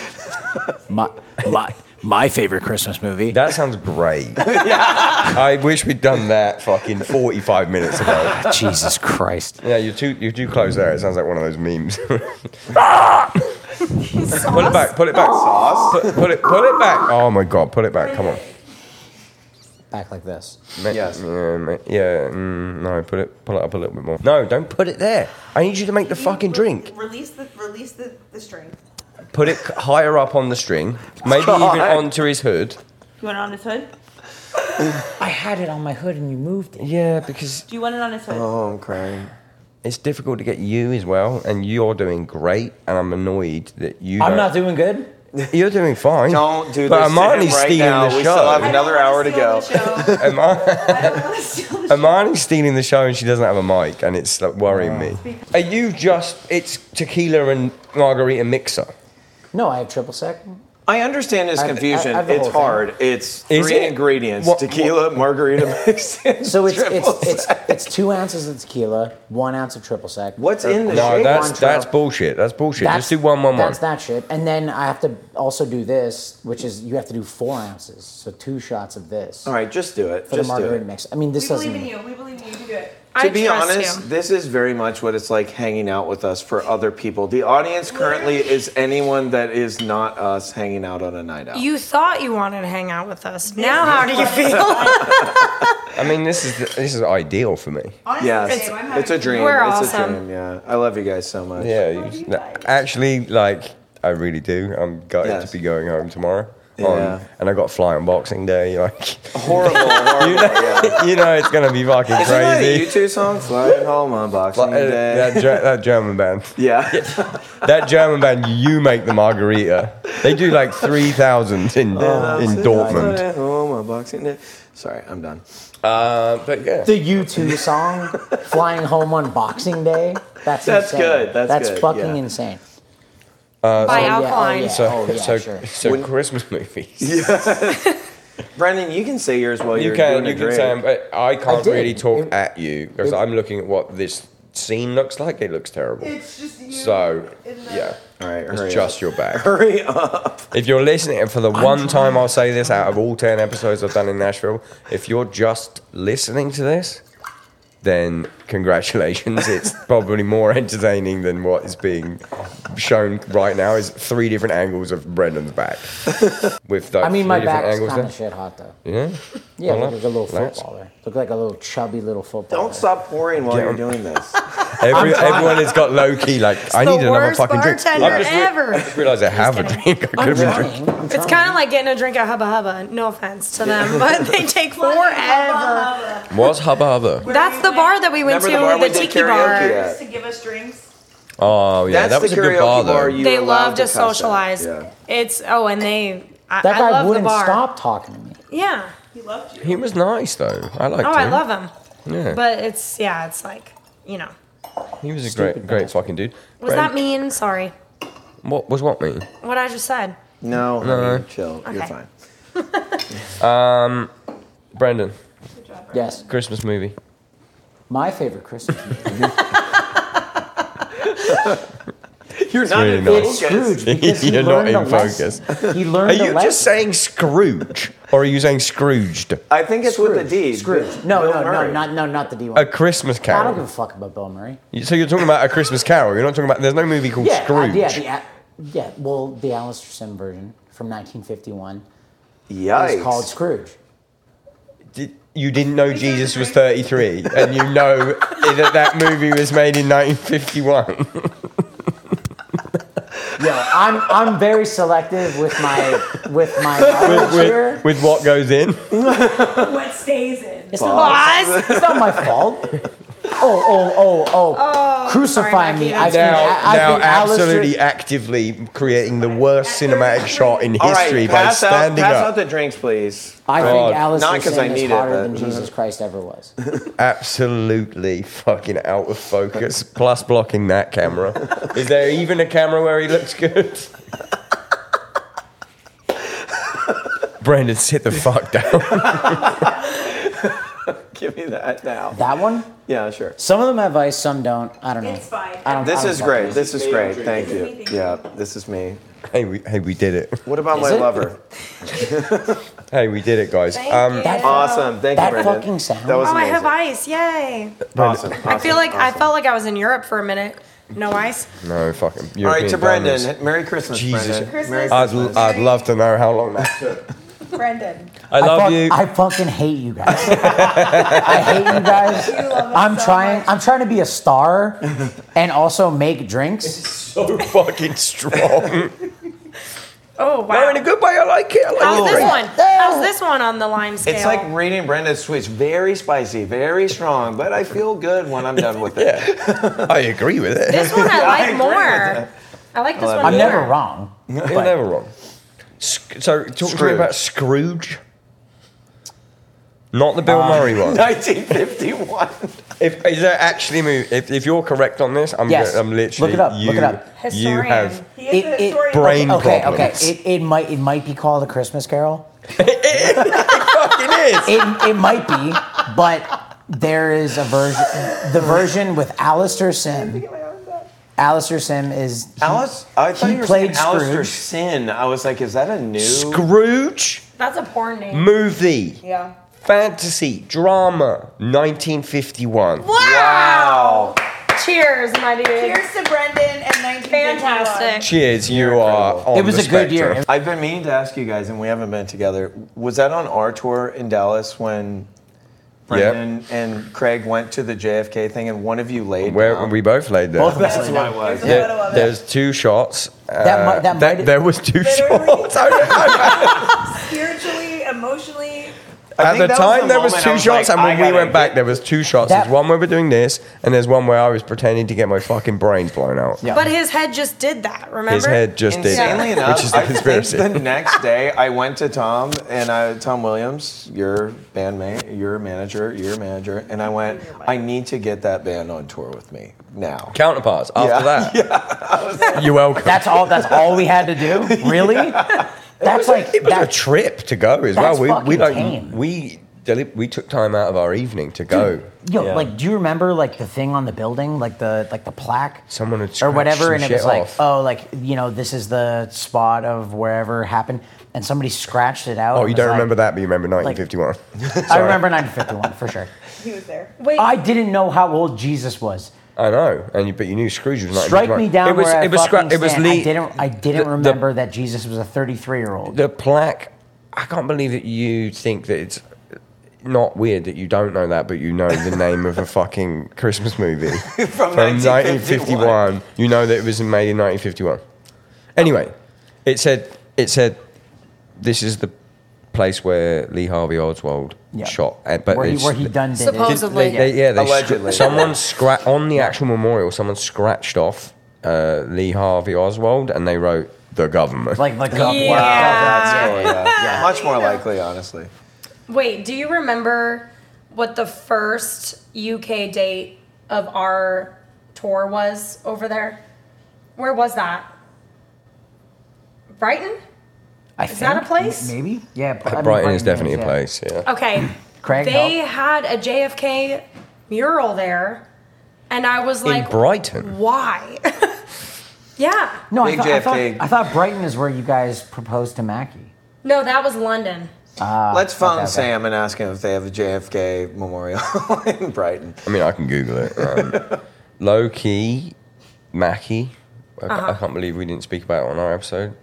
Speaker 3: My my my favorite Christmas movie.
Speaker 1: that sounds great. I wish we'd done that fucking forty-five minutes ago.
Speaker 3: Jesus Christ.
Speaker 1: Yeah, you're too you're too close there. It sounds like one of those memes. pull it back. Pull it back.
Speaker 4: Sauce?
Speaker 1: Put, put it pull it back. Oh my god, pull it back. Come on.
Speaker 3: Back like this.
Speaker 1: Ma-
Speaker 4: Yes.
Speaker 1: Yeah, ma- yeah. Mm, no, put it, pull it up a little bit more. No, don't put it there. I need you to make the fucking drink.
Speaker 7: Release the release the, the string.
Speaker 1: Put it c- higher up on the string, maybe even onto his hood.
Speaker 7: You want it on his hood?
Speaker 3: I had it on my hood and you moved it.
Speaker 1: Yeah, because
Speaker 7: Do you want it on his hood?
Speaker 4: Oh, I'm crying.
Speaker 1: it's difficult to get you as well, and you're doing great, and I'm annoyed that you.
Speaker 3: I'm
Speaker 1: don't-
Speaker 3: not doing good.
Speaker 1: You're doing fine.
Speaker 4: Don't do this.
Speaker 1: But
Speaker 4: to him
Speaker 1: Amani's
Speaker 4: right
Speaker 1: stealing
Speaker 4: now.
Speaker 1: the
Speaker 4: We
Speaker 1: show.
Speaker 4: still have
Speaker 7: I don't
Speaker 4: another
Speaker 7: wanna
Speaker 4: hour to
Speaker 7: steal
Speaker 4: go.
Speaker 7: the show.
Speaker 1: Ama-
Speaker 7: I don't want to steal the show.
Speaker 1: Amani's stealing the show, and she doesn't have a mic, and it's like, worrying me. Are you just? It's tequila and margarita mixer.
Speaker 3: No, I have triple sec.
Speaker 4: I understand his
Speaker 3: I've-
Speaker 4: confusion.
Speaker 3: I've- I've the
Speaker 4: it's
Speaker 3: whole thing.
Speaker 4: hard. It's
Speaker 1: Is
Speaker 4: three
Speaker 1: it?
Speaker 4: ingredients:
Speaker 1: What-
Speaker 4: tequila, margarita mix. and
Speaker 3: So it's
Speaker 4: triple
Speaker 3: it's, it's
Speaker 4: sec.
Speaker 3: it's two ounces of tequila, one ounce of triple sec.
Speaker 4: what's in the
Speaker 1: No,
Speaker 4: shake?
Speaker 1: that's
Speaker 3: Contra.
Speaker 1: that's bullshit. That's bullshit. Just do one, one, one.
Speaker 3: That's that shit. And then I have to also do this, which is you have to do four ounces. So two shots of this
Speaker 4: All right, just do it.
Speaker 3: for
Speaker 4: Just
Speaker 3: the
Speaker 4: do
Speaker 3: margarita
Speaker 4: it.
Speaker 3: mix. I mean, this
Speaker 7: We believe
Speaker 3: doesn't.
Speaker 7: in you. We believe in you. You can do it.
Speaker 5: I
Speaker 4: To be
Speaker 5: trust
Speaker 4: honest,
Speaker 5: you.
Speaker 4: this is very much what it's like hanging out with us for other people. The audience currently is anyone that is not us hanging out on a night out.
Speaker 5: You thought you wanted to hang out with us. Now, how do you feel?
Speaker 1: I mean, this is this is ideal for me.
Speaker 7: Honestly,
Speaker 4: yes,
Speaker 7: babe, I'm
Speaker 4: it's,
Speaker 7: having
Speaker 4: a dream.
Speaker 5: We're
Speaker 4: it's
Speaker 5: awesome.
Speaker 4: a dream. Yeah, I love you guys so much.
Speaker 1: Yeah, you, actually, like I really do. I'm gutted
Speaker 4: Yes.
Speaker 1: to be going home tomorrow.
Speaker 4: Yeah.
Speaker 1: On, and I got to fly on Boxing Day. Like,
Speaker 4: horrible. horrible yeah.
Speaker 1: you know, it's gonna be fucking
Speaker 4: Isn't that a
Speaker 1: crazy.
Speaker 4: U2 song? Flying home on Boxing
Speaker 1: Like, uh,
Speaker 4: Day.
Speaker 1: that, Ger- that German band,
Speaker 4: yeah.
Speaker 1: that German band, you make the margarita. They do like three thousand in in Dortmund.
Speaker 4: Flying home on Boxing Day. Sorry, I'm done.
Speaker 1: Uh, but yeah,
Speaker 3: The U2 song, Flying Home on Boxing Day. That's
Speaker 4: That's
Speaker 3: insane.
Speaker 4: good, that's good,
Speaker 3: fucking
Speaker 4: yeah.
Speaker 3: insane.
Speaker 5: By
Speaker 3: yeah, oh,
Speaker 5: alkaline.
Speaker 3: yeah.
Speaker 1: so
Speaker 3: oh, yeah,
Speaker 1: so
Speaker 3: sure.
Speaker 1: so Christmas movies.
Speaker 4: Brendan, you can say yours while
Speaker 1: You
Speaker 4: are
Speaker 1: can,
Speaker 4: doing
Speaker 1: you
Speaker 4: a
Speaker 1: can
Speaker 4: drink.
Speaker 1: say, 'em, but I can't
Speaker 3: did.
Speaker 1: really talk
Speaker 3: It-
Speaker 1: at you because I'm looking at what this scene looks like. It looks terrible.
Speaker 7: It's just you.
Speaker 1: so,
Speaker 7: in the-
Speaker 1: yeah,
Speaker 4: All right, hurry
Speaker 1: it's just
Speaker 4: up.
Speaker 1: your bag.
Speaker 4: Hurry up.
Speaker 1: If you're listening, and for the one time I'll say this out of all 10 episodes I've done in Nashville, if you're just listening to this, then congratulations. It's probably more entertaining than what is being shown right now is three different angles of Brendan's back. With those
Speaker 3: I mean,
Speaker 1: three
Speaker 3: my
Speaker 1: different
Speaker 3: back's
Speaker 1: angles
Speaker 3: kind of
Speaker 1: there.
Speaker 3: shit hot though.
Speaker 1: Yeah.
Speaker 3: Yeah,
Speaker 1: Well,
Speaker 3: look like a little
Speaker 1: that's-
Speaker 3: footballer. Look like a little chubby little footballer.
Speaker 4: Don't stop pouring while
Speaker 1: Get
Speaker 4: you're
Speaker 1: on.
Speaker 4: doing this.
Speaker 1: Every, everyone has got low key. Like I
Speaker 5: the
Speaker 1: need another
Speaker 5: worst
Speaker 1: fucking drink.
Speaker 5: bartender
Speaker 1: I just re-
Speaker 5: ever.
Speaker 1: I just realized I have a
Speaker 5: kidding.
Speaker 1: drink. I could have been drinking.
Speaker 3: Trying, I'm
Speaker 5: It's
Speaker 3: trying.
Speaker 5: kind of like getting a drink at Hubba Hubba. No offense to them, but they take forever.
Speaker 1: What's hubba hubba?
Speaker 5: That's the bar that we went
Speaker 4: Remember the bar
Speaker 5: to, the,
Speaker 4: we did
Speaker 5: tiki
Speaker 4: karaoke
Speaker 5: bar.
Speaker 4: at?
Speaker 7: to give us drinks.
Speaker 1: Oh yeah,
Speaker 4: That's
Speaker 1: that was a
Speaker 4: the
Speaker 1: good
Speaker 4: karaoke
Speaker 1: bar
Speaker 4: bar,
Speaker 1: though.
Speaker 4: you
Speaker 5: They
Speaker 4: were
Speaker 5: love
Speaker 4: allowed
Speaker 5: to
Speaker 4: cuss at.
Speaker 5: socialize.
Speaker 4: Yeah.
Speaker 5: It's oh, and they. I,
Speaker 3: that
Speaker 5: I
Speaker 3: guy
Speaker 5: love the
Speaker 3: wouldn't
Speaker 5: bar.
Speaker 3: stop talking to me.
Speaker 5: Yeah.
Speaker 7: He loved you.
Speaker 1: he was nice though. I liked
Speaker 5: Oh,
Speaker 1: him.
Speaker 5: I love him.
Speaker 1: Yeah.
Speaker 5: But it's yeah, it's like you know.
Speaker 1: He was a great, great fucking dude.
Speaker 5: Was that mean? Sorry,
Speaker 1: What was what mean?
Speaker 5: what I just said.
Speaker 1: Uh-huh.
Speaker 4: No, honey, chill. You're
Speaker 5: Okay.
Speaker 4: fine.
Speaker 1: Brendan,
Speaker 3: Yes,
Speaker 1: Christmas movie.
Speaker 3: my favorite Christmas movie
Speaker 4: You're not
Speaker 1: really
Speaker 4: in
Speaker 1: nice.
Speaker 3: is
Speaker 4: focus.
Speaker 3: Scrooge because he
Speaker 1: You're not
Speaker 3: learned
Speaker 1: in
Speaker 3: a lesson. He learned
Speaker 1: Are
Speaker 3: a
Speaker 1: you
Speaker 3: lesson.
Speaker 1: just saying Scrooge, or are you saying Scrooged?
Speaker 4: I think it's with the D.
Speaker 3: Scrooge. No,
Speaker 4: Bill
Speaker 3: no,
Speaker 4: Murray.
Speaker 3: no, not no, not the D one.
Speaker 1: A Christmas
Speaker 3: I don't give
Speaker 1: Carol.
Speaker 3: a fuck about Bill Murray.
Speaker 1: So you're talking about a Christmas Carol. You're not talking about. There's no movie called
Speaker 3: Yeah, uh,
Speaker 1: Scrooge.
Speaker 3: yeah, the, uh, yeah. Well, the Alistair Sim version from 1951
Speaker 4: Yikes.
Speaker 3: is called Scrooge.
Speaker 1: Did- you didn't know Jesus was 33, and you know that that movie was made in 1951.
Speaker 3: Yeah, I'm I'm very selective with my with my knowledge here.
Speaker 1: with, with what goes in.
Speaker 7: What stays in?
Speaker 3: It's not, my-
Speaker 5: Oz?
Speaker 3: it's not my fault. Oh, oh, oh, oh.
Speaker 5: I'm
Speaker 3: Crucify
Speaker 5: sorry,
Speaker 3: me.
Speaker 5: Mikey.
Speaker 3: I-
Speaker 1: Now,
Speaker 3: I- I
Speaker 1: now
Speaker 3: think Alistair-
Speaker 1: absolutely actively creating the worst cinematic shot in
Speaker 4: All right,
Speaker 1: history by
Speaker 4: pass out,
Speaker 1: standing
Speaker 4: pass
Speaker 1: up.
Speaker 4: out the drinks, please.
Speaker 3: I
Speaker 1: God.
Speaker 3: think Alice
Speaker 4: Not
Speaker 3: is
Speaker 4: 'cause I
Speaker 3: saying
Speaker 4: need
Speaker 3: is
Speaker 4: it,
Speaker 3: hotter
Speaker 4: but-
Speaker 3: than Jesus Christ ever was.
Speaker 1: absolutely fucking out of focus. plus blocking that camera. Is there even a camera where he looks good? Brandon, sit the fuck down.
Speaker 4: Give me that now.
Speaker 3: That one?
Speaker 4: Yeah, sure.
Speaker 3: Some of them have ice, some don't. I don't know.
Speaker 7: It's fine.
Speaker 3: I don't, I
Speaker 4: This
Speaker 3: don't
Speaker 4: is
Speaker 3: fucking
Speaker 4: great.
Speaker 3: know.
Speaker 4: This is great. Thank you.
Speaker 7: Anything.
Speaker 4: Yeah, this is me.
Speaker 1: hey, we, hey, we did it. Oh.
Speaker 4: What about my
Speaker 3: it?
Speaker 4: lover?
Speaker 1: Hey, we did it, guys. Um,
Speaker 5: Thank you.
Speaker 3: That-
Speaker 4: Awesome. Thank
Speaker 3: That
Speaker 4: you, Brendan.
Speaker 3: fucking sound.
Speaker 4: That was
Speaker 5: Oh, I
Speaker 4: amazing.
Speaker 5: have ice. Yay.
Speaker 4: Awesome.
Speaker 5: I feel like I felt like I was in Europe for a minute. No ice.
Speaker 1: No fucking.
Speaker 4: All right, to
Speaker 1: European
Speaker 4: Brendan.
Speaker 1: diamonds.
Speaker 4: Merry Christmas,
Speaker 1: Jesus.
Speaker 4: Brendan.
Speaker 7: Christmas.
Speaker 4: Merry
Speaker 1: I'd,
Speaker 4: Christmas.
Speaker 1: I'd love to know how long that took.
Speaker 7: Brendan.
Speaker 1: I love
Speaker 3: fuck-
Speaker 1: you.
Speaker 3: I fucking hate you guys. I hate you guys.
Speaker 7: love us
Speaker 3: I'm
Speaker 7: so
Speaker 3: trying.
Speaker 7: much.
Speaker 3: I'm trying to be a star, and also make drinks.
Speaker 1: so fucking strong.
Speaker 5: Oh wow.
Speaker 1: no, in a good way. I like it. I like
Speaker 5: How's
Speaker 1: it.
Speaker 5: this one? How's this one on the lime scale?
Speaker 4: It's like reading Brenda's tweets. Very spicy, very strong, but I feel good when I'm done with it.
Speaker 1: Yeah, I agree with it.
Speaker 5: this one I
Speaker 4: I
Speaker 5: like
Speaker 4: agree with
Speaker 5: more. I like this one.
Speaker 3: I'm
Speaker 5: more.
Speaker 3: never wrong.
Speaker 1: You're never wrong. Sc- So, talk to me
Speaker 4: Scrooge.
Speaker 1: about Scrooge. Not the Bill
Speaker 3: Ah.
Speaker 1: Murray one.
Speaker 4: 1951.
Speaker 1: If, is there actually a movie? If, if you're correct on this, I'm,
Speaker 3: Yes.
Speaker 1: go- I'm literally.
Speaker 3: Look it up,
Speaker 1: You,
Speaker 3: look it up.
Speaker 1: You
Speaker 5: Historian.
Speaker 1: have.
Speaker 7: He is
Speaker 3: It-
Speaker 7: a
Speaker 3: it-
Speaker 7: historian.
Speaker 1: Brain
Speaker 3: Okay, okay.
Speaker 1: problems.
Speaker 3: It, it might it might be called a Christmas Carol.
Speaker 1: It is.
Speaker 3: It it might be, but there is a version. The version with Alistair Sim.
Speaker 7: Get my arms up.
Speaker 3: Alistair Sim is
Speaker 4: Alice, I thought
Speaker 3: He
Speaker 4: you were
Speaker 3: played
Speaker 4: saying Alistair
Speaker 3: Scrooge.
Speaker 4: Sin. I was like, is that a new?
Speaker 1: Scrooge
Speaker 5: That's a porn name.
Speaker 1: movie,
Speaker 7: Yeah.
Speaker 1: fantasy drama, 1951.
Speaker 5: Wow. Cheers, my dude.
Speaker 7: Here's to Brendan and 1951.
Speaker 5: Fantastic.
Speaker 1: Cheers, you are.
Speaker 4: incredible.
Speaker 1: On
Speaker 3: It was
Speaker 1: the
Speaker 3: a good year.
Speaker 1: spectrum.
Speaker 4: I've been meaning to ask you guys, and we haven't been together. Was that on our tour in Dallas when Brendan and Craig went to the JFK thing, and one of you laid?
Speaker 1: Where
Speaker 4: down?
Speaker 1: we both laid down.
Speaker 3: Both of us
Speaker 4: That's what it was.
Speaker 7: There's a
Speaker 4: Yeah.
Speaker 7: photo of it.
Speaker 1: There's two shots. Uh,
Speaker 3: That might- that might-
Speaker 1: there was two
Speaker 7: Literally.
Speaker 1: shots. I don't know.
Speaker 7: Spiritually, emotionally.
Speaker 4: I
Speaker 1: At
Speaker 4: think
Speaker 1: the
Speaker 4: that
Speaker 1: time,
Speaker 4: the
Speaker 1: there was
Speaker 4: moment
Speaker 1: two
Speaker 4: I was
Speaker 1: shots,
Speaker 4: like,
Speaker 1: and when
Speaker 4: I
Speaker 1: we
Speaker 4: gotta
Speaker 1: went back,
Speaker 4: get-
Speaker 1: there was two shots.
Speaker 3: That-
Speaker 1: there's one where we're doing this, and there's one where I was pretending to get my fucking brains blown out.
Speaker 3: Yeah.
Speaker 5: But his head just did that. Remember?
Speaker 1: His head just did that,
Speaker 4: Insanely enough,
Speaker 1: which is the
Speaker 4: I think
Speaker 1: conspiracy.
Speaker 4: the next day I went to Tom and I, Tom Williams, your bandmate, your manager, your manager, and I went, I need to get that band on tour with me now.
Speaker 1: Counterparts
Speaker 4: Yeah.
Speaker 1: after that. You're welcome.
Speaker 3: That's all. That's all we had to do. Really? That's like
Speaker 1: it was a
Speaker 3: that-
Speaker 1: trip to go as
Speaker 3: That's
Speaker 1: well. We we
Speaker 3: fucking
Speaker 1: don't
Speaker 3: tame.
Speaker 1: we deli- we took time out of our evening to go.
Speaker 3: Yo,
Speaker 4: Yeah.
Speaker 3: like, do you remember like the thing on the building, like the like the plaque,
Speaker 1: Someone had
Speaker 3: or
Speaker 1: scratched
Speaker 3: whatever,
Speaker 1: some
Speaker 3: and it
Speaker 1: shit
Speaker 3: was like,
Speaker 1: off.
Speaker 3: oh, like you know, this is the spot of wherever it happened, and somebody scratched it out.
Speaker 1: oh, you don't remember that, but you remember 1951.
Speaker 3: that? I remember 1951 for sure.
Speaker 7: He was there.
Speaker 5: Wait.
Speaker 3: I didn't know how old Jesus was.
Speaker 1: I know, and you, but you knew Scrooge was 1951.
Speaker 3: Strike me down
Speaker 1: It was
Speaker 3: where
Speaker 1: it was
Speaker 3: I fucking
Speaker 1: scra- it was
Speaker 3: stand. I
Speaker 1: Lee-
Speaker 3: didn't. I didn't
Speaker 1: the-
Speaker 3: remember that Jesus was a 33 year old.
Speaker 1: the plaque. I can't believe that you think that it's not weird that you don't know that, but you know the name of a fucking Christmas movie
Speaker 4: From, 1951.
Speaker 1: 1951. You know that it was made in 1951. Anyway, it said it said this is the place where Lee Harvey Oswald
Speaker 3: Yeah.
Speaker 1: shot, uh, but
Speaker 3: where he
Speaker 1: it's-
Speaker 3: where he done did
Speaker 5: Supposed-
Speaker 3: it.
Speaker 1: they,
Speaker 5: Supposedly.
Speaker 1: they, yeah, they
Speaker 4: Allegedly.
Speaker 1: Allegedly. someone scra- on the actual memorial. Someone scratched off uh, Lee Harvey Oswald, and they wrote the government.
Speaker 3: Like the cup.
Speaker 5: Yeah.
Speaker 4: Wow,
Speaker 5: Yeah.
Speaker 4: that's cool, yeah. Much more likely, honestly.
Speaker 5: Wait, do you remember what the first UK date of our tour was over there? Where was that? Brighton?
Speaker 3: I
Speaker 5: Is that a
Speaker 3: think,
Speaker 5: place?
Speaker 3: Maybe. Yeah. I mean,
Speaker 1: Brighton is definitely a
Speaker 3: yeah.
Speaker 1: place. Yeah.
Speaker 5: Okay.
Speaker 3: Craig,
Speaker 5: they
Speaker 3: no.
Speaker 5: had a JFK mural there, and I was like,
Speaker 1: in Brighton.
Speaker 5: why? yeah.
Speaker 3: No, I
Speaker 4: Big
Speaker 3: thought, I, thought,
Speaker 4: JFK.
Speaker 3: I thought Brighton is where you guys proposed to Mackie.
Speaker 5: No, that was London.
Speaker 4: Let's phone
Speaker 3: okay, okay.
Speaker 4: Sam and ask him if they have a JFK memorial in Brighton.
Speaker 1: I mean, I can Google it. Um, low key, Mackie. I, ca-
Speaker 5: Uh-huh.
Speaker 1: I can't believe we didn't speak about it on our episode.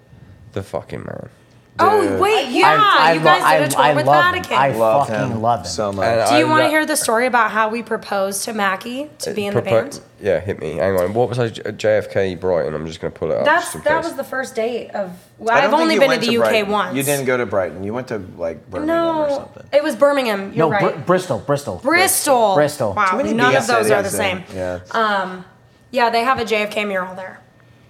Speaker 1: The fucking man.
Speaker 5: Oh, wait, yeah. you guys did a tour with
Speaker 3: love
Speaker 5: Vatican.
Speaker 3: Him. I
Speaker 4: Love
Speaker 3: fucking
Speaker 4: him
Speaker 3: love him.
Speaker 4: so much.
Speaker 1: And
Speaker 5: Do you
Speaker 1: I
Speaker 5: want to
Speaker 1: lo-
Speaker 5: hear the story about how we proposed to Mackie to be in the
Speaker 1: Propo-
Speaker 5: band?
Speaker 1: Yeah, hit me. Hang on. What was I? uh, JFK Brighton. I'm just going to pull it up.
Speaker 5: That's
Speaker 1: just in
Speaker 5: that
Speaker 1: case.
Speaker 5: was the first date of.
Speaker 4: I
Speaker 5: I've
Speaker 4: don't think
Speaker 5: only
Speaker 4: you
Speaker 5: been to
Speaker 4: went
Speaker 5: the UK
Speaker 4: Brighton.
Speaker 5: once.
Speaker 4: You didn't go to Brighton. You went to like Birmingham or
Speaker 5: No,
Speaker 4: something.
Speaker 5: it was Birmingham. You're
Speaker 3: no, Br-
Speaker 5: right.
Speaker 3: Bristol, Bristol.
Speaker 5: Bristol.
Speaker 3: Bristol.
Speaker 5: Wow,
Speaker 4: Too many
Speaker 5: none
Speaker 4: big
Speaker 5: of those
Speaker 4: cities
Speaker 5: are the
Speaker 4: and-
Speaker 5: same.
Speaker 4: Yeah.
Speaker 5: Yeah, they have a JFK mural there.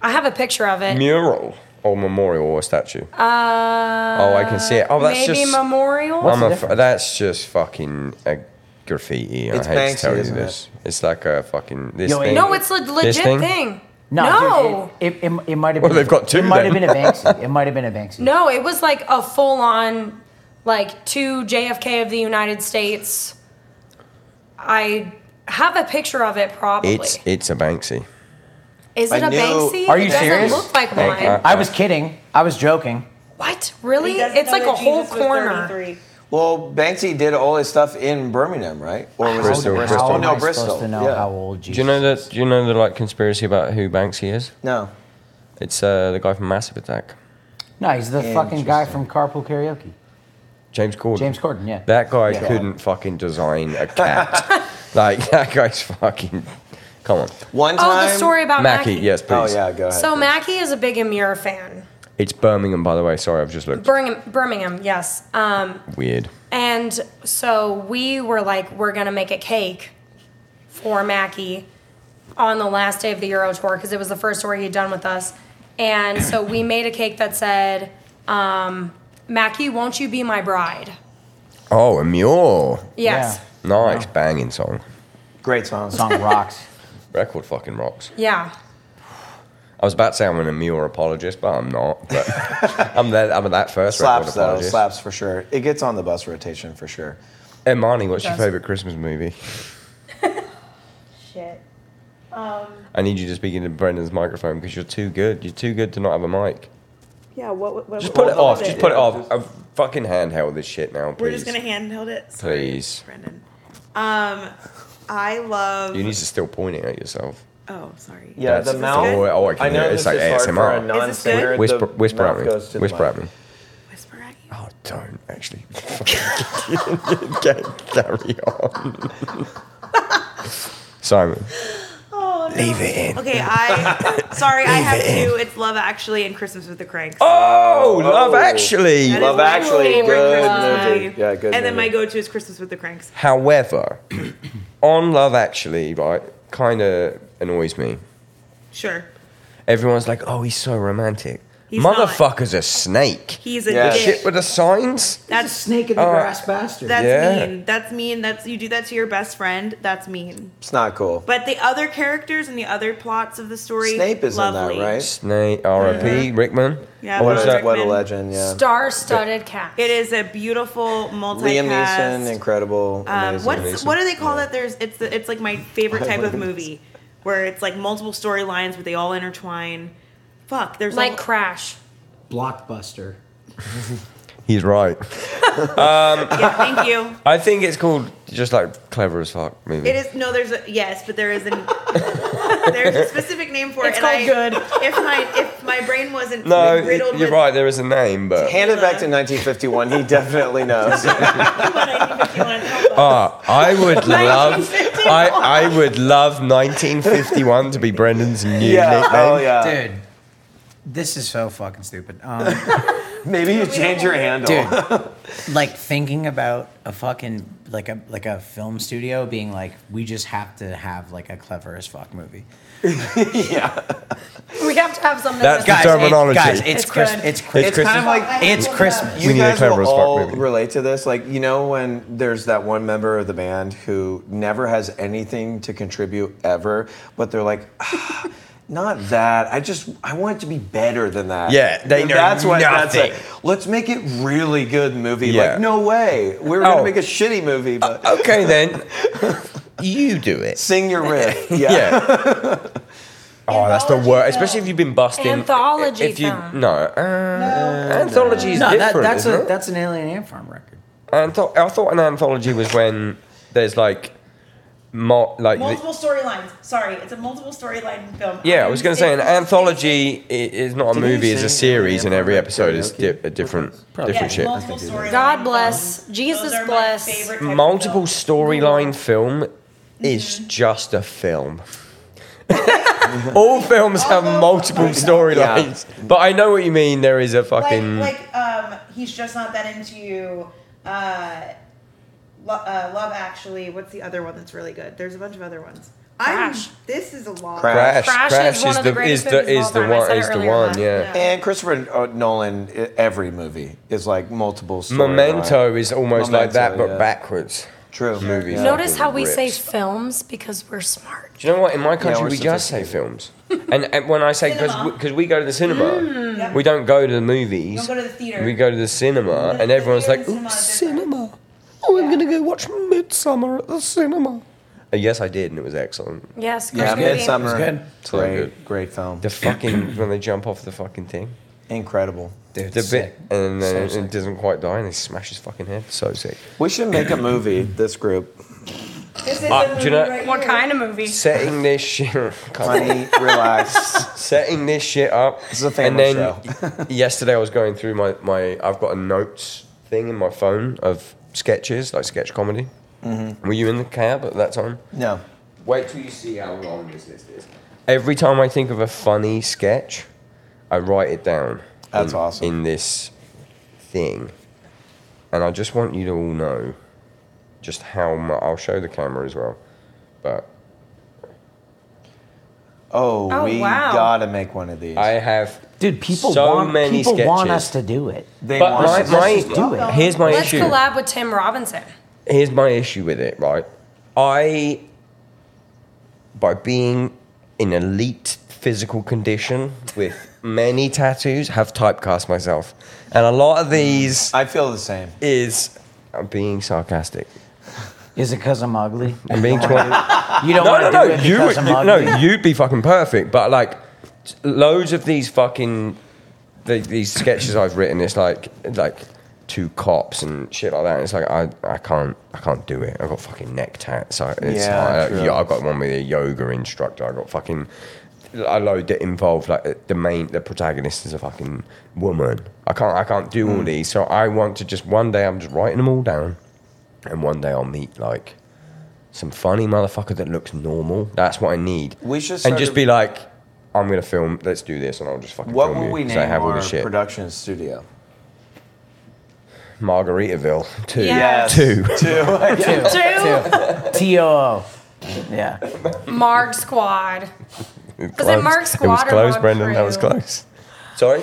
Speaker 5: I have a picture of it.
Speaker 1: Mural or memorial or statue?
Speaker 5: Uh,
Speaker 1: oh, I can see it. Oh, that's
Speaker 5: maybe
Speaker 1: just.
Speaker 5: memorial.
Speaker 1: I'm
Speaker 3: the
Speaker 1: a f-
Speaker 3: difference?
Speaker 1: that's just fucking a graffiti.
Speaker 4: It's
Speaker 1: I hate
Speaker 4: Banksy,
Speaker 1: to tell you
Speaker 4: isn't
Speaker 1: this. It's like a fucking this
Speaker 3: Yo, it-
Speaker 1: thing.
Speaker 5: no, it's a legit
Speaker 1: This
Speaker 5: thing.
Speaker 1: thing?
Speaker 3: No,
Speaker 5: no.
Speaker 3: dude, it, it, it, it might have been.
Speaker 1: Well, they've got two
Speaker 3: It might have
Speaker 1: then.
Speaker 3: been a Banksy. It might have been a Banksy.
Speaker 5: No, it was like a full on, like to JFK of the United States. I have a picture of it probably.
Speaker 1: It's it's a Banksy.
Speaker 5: Is it
Speaker 4: I
Speaker 5: a
Speaker 4: knew-
Speaker 5: Banksy?
Speaker 3: Are
Speaker 5: It
Speaker 3: you
Speaker 5: doesn't
Speaker 3: serious?
Speaker 5: look like
Speaker 1: Thank
Speaker 5: mine.
Speaker 1: God.
Speaker 3: I was kidding. I was joking.
Speaker 5: What? Really?
Speaker 7: He doesn't
Speaker 5: It's
Speaker 7: know
Speaker 5: like
Speaker 7: that
Speaker 5: a whole
Speaker 7: Jesus was
Speaker 5: corner.
Speaker 7: 33.
Speaker 4: Well, Banksy did all his stuff in Birmingham, right? Or was
Speaker 1: Bristol, Bristol.
Speaker 4: it Bristol?
Speaker 3: How am
Speaker 4: no,
Speaker 3: I
Speaker 4: Bristol.
Speaker 3: supposed to know
Speaker 4: yeah.
Speaker 3: how old Jesus?
Speaker 1: Do you know that? Do you know the like conspiracy about who Banksy is?
Speaker 4: No.
Speaker 1: It's uh, the guy from Massive Attack,
Speaker 3: No, he's the fucking guy from
Speaker 4: Interesting.
Speaker 3: Carpool Karaoke.
Speaker 1: James Corden.
Speaker 3: James Corden. Yeah.
Speaker 1: That guy
Speaker 3: Yeah.
Speaker 1: couldn't fucking design a cat. like that guy's fucking. Come on,
Speaker 4: One time.
Speaker 5: Oh, the story about
Speaker 1: Mackie.
Speaker 5: Mackie.
Speaker 1: Yes,
Speaker 4: Oh
Speaker 1: please.
Speaker 4: yeah, go ahead.
Speaker 5: So Mackie is a big Amir fan.
Speaker 1: It's Birmingham, by the way. Sorry, I've just looked
Speaker 5: Birmingham, Birmingham yes. Um,
Speaker 1: weird.
Speaker 5: and so we were like, we're gonna make a cake for Mackie on the last day of the Euro tour because it was the first tour he'd done with us. And so we made a cake that said, um, Mackie, won't you be my bride?
Speaker 1: Oh, a Muir.
Speaker 5: Yes.
Speaker 1: Nice banging song.
Speaker 4: Great song.
Speaker 3: Song rocks.
Speaker 1: Record fucking rocks.
Speaker 5: Yeah.
Speaker 1: I was about to say I'm an Amur apologist, but I'm not. But I'm that I'm that first
Speaker 4: Slaps
Speaker 1: record
Speaker 4: though,
Speaker 1: apologist.
Speaker 4: slaps for sure. It gets on the bus rotation for sure.
Speaker 1: Imani, what's your
Speaker 5: Does.
Speaker 1: favorite Christmas movie?
Speaker 7: Shit.
Speaker 1: I need you to speak into Brendan's microphone because you're too good. You're too good to not have a mic.
Speaker 7: Yeah, what, what
Speaker 1: Just put it
Speaker 7: what was
Speaker 1: off. Just put it off. I've fucking handheld this shit now, please.
Speaker 7: We're just gonna handheld it. Sorry,
Speaker 1: Please.
Speaker 7: Brendan. Um, I love.
Speaker 1: You need to still point it at yourself.
Speaker 7: oh, sorry.
Speaker 4: Yeah,
Speaker 1: That's
Speaker 4: the
Speaker 1: the
Speaker 4: mouth.
Speaker 7: good?
Speaker 1: Oh, I can hear it. It's like ASMR. Is this
Speaker 4: non-singer,
Speaker 7: good?
Speaker 4: the
Speaker 1: Whisper, whisper
Speaker 4: mouth
Speaker 1: at
Speaker 4: goes
Speaker 1: me.
Speaker 4: to the
Speaker 1: Whisper at
Speaker 4: mic.
Speaker 1: me.
Speaker 7: Whisper at you.
Speaker 1: Oh, don't actually. Carry on. Simon,
Speaker 7: Oh, no.
Speaker 1: leave it in.
Speaker 7: Okay, I. Sorry, I have two. It's Love Actually and Christmas with the Cranks.
Speaker 1: Oh, Love
Speaker 4: Oh.
Speaker 1: Actually.
Speaker 7: That is
Speaker 4: Love
Speaker 7: my
Speaker 4: Actually,
Speaker 7: favorite
Speaker 4: good
Speaker 7: Christmas
Speaker 4: movie. Yeah, good
Speaker 7: And then
Speaker 4: movie.
Speaker 7: my go-to is Christmas with the Cranks.
Speaker 1: However, on Love Actually, right, kind of annoys me.
Speaker 7: Sure.
Speaker 1: Everyone's like, "Oh, he's so romantic."
Speaker 7: He's
Speaker 1: Motherfucker's a snake.
Speaker 7: He's a
Speaker 4: Yeah.
Speaker 7: dick.
Speaker 1: Shit with the signs.
Speaker 3: That's
Speaker 7: That's
Speaker 3: snake in the
Speaker 1: uh,
Speaker 3: grass bastard.
Speaker 7: that's
Speaker 1: Yeah.
Speaker 7: mean. That's mean. That's you do that to your best friend. That's mean.
Speaker 4: It's not cool.
Speaker 7: But the other characters and the other plots of the story,
Speaker 4: Snape is in
Speaker 7: lovely.
Speaker 4: that, right?
Speaker 1: Snake. R.I.P. Rickman.
Speaker 7: Yeah,
Speaker 1: What
Speaker 4: What
Speaker 1: was
Speaker 7: Rickman.
Speaker 4: a,
Speaker 1: that?
Speaker 4: what a
Speaker 7: Rickman.
Speaker 4: legend, yeah.
Speaker 5: Star-studded cast.
Speaker 7: It is a beautiful multi.
Speaker 4: Liam Neeson, incredible.
Speaker 7: Um,
Speaker 4: amazing.
Speaker 7: what's
Speaker 1: Amazing.
Speaker 7: what do they call that? There's it's the, it's like my favorite type of
Speaker 4: Islands.
Speaker 7: movie where it's like multiple storylines but they all intertwine. Fuck, there's
Speaker 5: Like
Speaker 7: a,
Speaker 5: Crash.
Speaker 3: Blockbuster.
Speaker 1: He's right.
Speaker 7: yeah, thank you.
Speaker 1: I think it's called just like clever as fuck movie.
Speaker 7: It is no, there's a yes, but there is an there's a specific name for it.
Speaker 5: It's
Speaker 7: and I,
Speaker 5: called good.
Speaker 7: If my if my brain wasn't
Speaker 1: No,
Speaker 7: riddled
Speaker 1: you're
Speaker 7: with
Speaker 1: right. There is a name, but
Speaker 4: Hand it back to 1951. He definitely knows.
Speaker 7: what I need if you want to help us.
Speaker 1: Ah, I would love. I, I would love 1951 to be Brendan's new
Speaker 4: yeah.
Speaker 1: nickname.
Speaker 4: Oh yeah.
Speaker 3: Dude, this is so fucking stupid. Um,
Speaker 4: Maybe you change your handle.
Speaker 3: dude, like thinking about a fucking like a like a film studio being like, we just have to have like a clever as fuck movie.
Speaker 5: We have to have something.
Speaker 1: That's
Speaker 5: that's-
Speaker 3: Guys,
Speaker 1: terminology.
Speaker 3: It, guys, it's
Speaker 5: It's
Speaker 3: Christmas.
Speaker 5: good.
Speaker 3: It's Christmas.
Speaker 1: It's Christmas.
Speaker 4: like
Speaker 3: It's Christmas.
Speaker 4: you
Speaker 1: We need a
Speaker 4: guys
Speaker 1: clever
Speaker 4: will
Speaker 1: as fuck
Speaker 4: all
Speaker 1: movie.
Speaker 4: relate to this. Like you know when there's that one member of the band who never has anything to contribute ever, but they're like. "Ah, Not that. I just I want it to be better than that.
Speaker 1: Yeah, they know nothing.
Speaker 4: it. Let's make it really good movie.
Speaker 1: Yeah.
Speaker 4: Like no way. We were gonna
Speaker 1: Oh. Uh,
Speaker 4: make a shitty movie, but
Speaker 1: okay then, you do it.
Speaker 4: sing your riff. Yeah.
Speaker 1: Yeah. Oh, that's the
Speaker 5: Anthology
Speaker 1: worst.
Speaker 5: film.
Speaker 1: Especially if you've been busting.
Speaker 5: Anthology
Speaker 1: If you
Speaker 5: film.
Speaker 1: no, uh, anthology is
Speaker 3: no, that,
Speaker 1: different.
Speaker 3: that's
Speaker 1: isn't
Speaker 3: a
Speaker 1: it?
Speaker 3: that's an Alien Ant Farm record.
Speaker 1: Antho- I thought an anthology was when there's like, mo- like the-
Speaker 7: Multiple storylines. Sorry, it's a multiple storyline film.
Speaker 1: Yeah, I was going to say an anthology i- is not a
Speaker 4: you
Speaker 1: movie; it's
Speaker 4: say
Speaker 1: a series, and every episode is
Speaker 4: karaoke?
Speaker 1: di- a different,
Speaker 3: Probably.
Speaker 1: different
Speaker 7: Yeah,
Speaker 1: shit.
Speaker 7: multiple storyline.
Speaker 5: God bless.
Speaker 7: films.
Speaker 5: Jesus
Speaker 7: Those are my
Speaker 5: bless.
Speaker 7: favorite type of
Speaker 1: Multiple
Speaker 7: film.
Speaker 1: storyline film is just a film. All films have
Speaker 7: Although-
Speaker 1: multiple storylines, but I know what you mean. There is a fucking
Speaker 7: like, like um he's just not that into you uh, Lo- uh love actually what's the other one that's really good there's a bunch of other ones
Speaker 5: Crash.
Speaker 7: I'm, this is a lot.
Speaker 4: Crash.
Speaker 1: Crash,
Speaker 5: Crash is one of the
Speaker 1: is
Speaker 5: greatest
Speaker 1: the
Speaker 5: movies
Speaker 1: is
Speaker 5: of all
Speaker 1: the
Speaker 5: time. I
Speaker 1: one
Speaker 5: said
Speaker 1: is
Speaker 5: it
Speaker 1: the
Speaker 5: earlier
Speaker 1: one.
Speaker 5: on.
Speaker 1: Yeah.
Speaker 7: Yeah.
Speaker 4: And Christopher uh, Nolan, i- every movie is like multiple. Story
Speaker 1: Memento is almost like that,
Speaker 4: Memento,
Speaker 1: but
Speaker 4: yeah.
Speaker 1: backwards.
Speaker 4: True.
Speaker 1: Movie.
Speaker 4: Yeah.
Speaker 5: Notice how we
Speaker 1: Rips.
Speaker 5: say films because we're smart.
Speaker 1: Do you know what? In my country,
Speaker 4: we're
Speaker 1: we just say films. and, and when I say because
Speaker 7: Cinema.
Speaker 1: because we, go to the cinema,
Speaker 7: Yep.
Speaker 1: we don't go to the movies.
Speaker 7: Hmm. Don't go to the theater.
Speaker 1: We go to the cinema,
Speaker 7: The-
Speaker 1: and
Speaker 7: the
Speaker 1: everyone's
Speaker 7: theater
Speaker 1: like,
Speaker 7: and
Speaker 1: "Ooh,
Speaker 7: cinema is
Speaker 1: cinema! Oh, I'm
Speaker 7: Yeah.
Speaker 1: gonna go watch Midsummer at the cinema." Uh, yes, I did, and it was excellent.
Speaker 5: Yes,
Speaker 4: Yeah, um,
Speaker 5: great movie.
Speaker 4: Midsummer.
Speaker 8: good.
Speaker 1: So
Speaker 4: Great,
Speaker 1: good.
Speaker 4: great film.
Speaker 1: The fucking when they jump off the fucking thing,
Speaker 4: Incredible.
Speaker 8: Dude,
Speaker 1: the
Speaker 8: sick.
Speaker 1: bit, and
Speaker 8: So
Speaker 1: then it
Speaker 8: sick.
Speaker 1: doesn't quite die, and they smash his fucking head. So sick.
Speaker 4: We should make a movie. This group,
Speaker 7: This is
Speaker 1: Uh,
Speaker 7: the
Speaker 1: do
Speaker 7: movie
Speaker 1: you know-
Speaker 7: right
Speaker 5: What
Speaker 7: here.
Speaker 5: kind of movie?
Speaker 1: Setting this shit. God.
Speaker 4: funny, relaxed.
Speaker 1: setting this shit up.
Speaker 4: is a family
Speaker 1: y- yesterday I was going through my, my I've got a notes thing in my phone of sketches, like sketch comedy. Were you in the cab at that time?
Speaker 4: No.
Speaker 1: Wait till you see how long this list is. Every time I think of a funny sketch, I write it down.
Speaker 4: That's
Speaker 1: in-
Speaker 4: awesome.
Speaker 1: In this thing. And I just want you to all know just how much. I'll show the camera as well. But
Speaker 4: Oh,
Speaker 5: Oh,
Speaker 4: we
Speaker 5: wow.
Speaker 4: gotta make one of these.
Speaker 1: I have.
Speaker 3: Dude, people
Speaker 1: So
Speaker 3: want
Speaker 1: many
Speaker 3: people want
Speaker 1: sketches.
Speaker 3: us to do it.
Speaker 4: they
Speaker 1: But
Speaker 4: want
Speaker 1: my-
Speaker 4: us-
Speaker 1: my-
Speaker 3: Just do it.
Speaker 1: Here's my
Speaker 5: Let's
Speaker 1: issue.
Speaker 5: collab with Tim Robinson.
Speaker 1: here's my issue with it, right? I, by being in elite physical condition with many tattoos, have typecast myself. And a lot of these
Speaker 4: I feel the same.
Speaker 1: is, I'm being sarcastic.
Speaker 3: Is it because I'm ugly?
Speaker 1: I'm being 20.
Speaker 3: You don't
Speaker 1: No,
Speaker 3: want
Speaker 1: no,
Speaker 3: to
Speaker 1: no.
Speaker 3: do it
Speaker 1: You, would-
Speaker 3: because I'm
Speaker 1: you,
Speaker 3: ugly.
Speaker 1: no, you'd be fucking perfect. But like, t- loads of these fucking the, these sketches I've written, it's like like two cops and shit like that. And it's like I, I can't I can't do it. I've got fucking neck tats. I, it's
Speaker 4: Yeah,
Speaker 1: like,
Speaker 4: true.
Speaker 1: yeah, I've got one with a yoga instructor. I got fucking a load that involved like the main the protagonist is a fucking woman. I can't I can't do
Speaker 3: Hmm.
Speaker 1: all these. So I want to just one day I'm just writing them all down, and one day I'll meet like some funny motherfucker that looks normal. That's what I need.
Speaker 4: We should
Speaker 1: and
Speaker 4: start
Speaker 1: just
Speaker 4: a-
Speaker 1: be like, I'm gonna film. Let's do this, and I'll just fucking
Speaker 4: What
Speaker 1: film
Speaker 4: will
Speaker 1: you
Speaker 4: we
Speaker 1: 'cause
Speaker 4: name
Speaker 1: I have all
Speaker 4: our
Speaker 1: this shit.
Speaker 4: production studio?
Speaker 1: Margaritaville two,
Speaker 5: Yes.
Speaker 1: two.
Speaker 5: To
Speaker 3: T O O. Yeah.
Speaker 5: Marg Squad. Was it
Speaker 1: Close.
Speaker 5: Mark
Speaker 1: It was
Speaker 5: Squad or
Speaker 1: close,
Speaker 5: Mark
Speaker 1: Brendan. That was
Speaker 5: Crew?
Speaker 1: close. Sorry.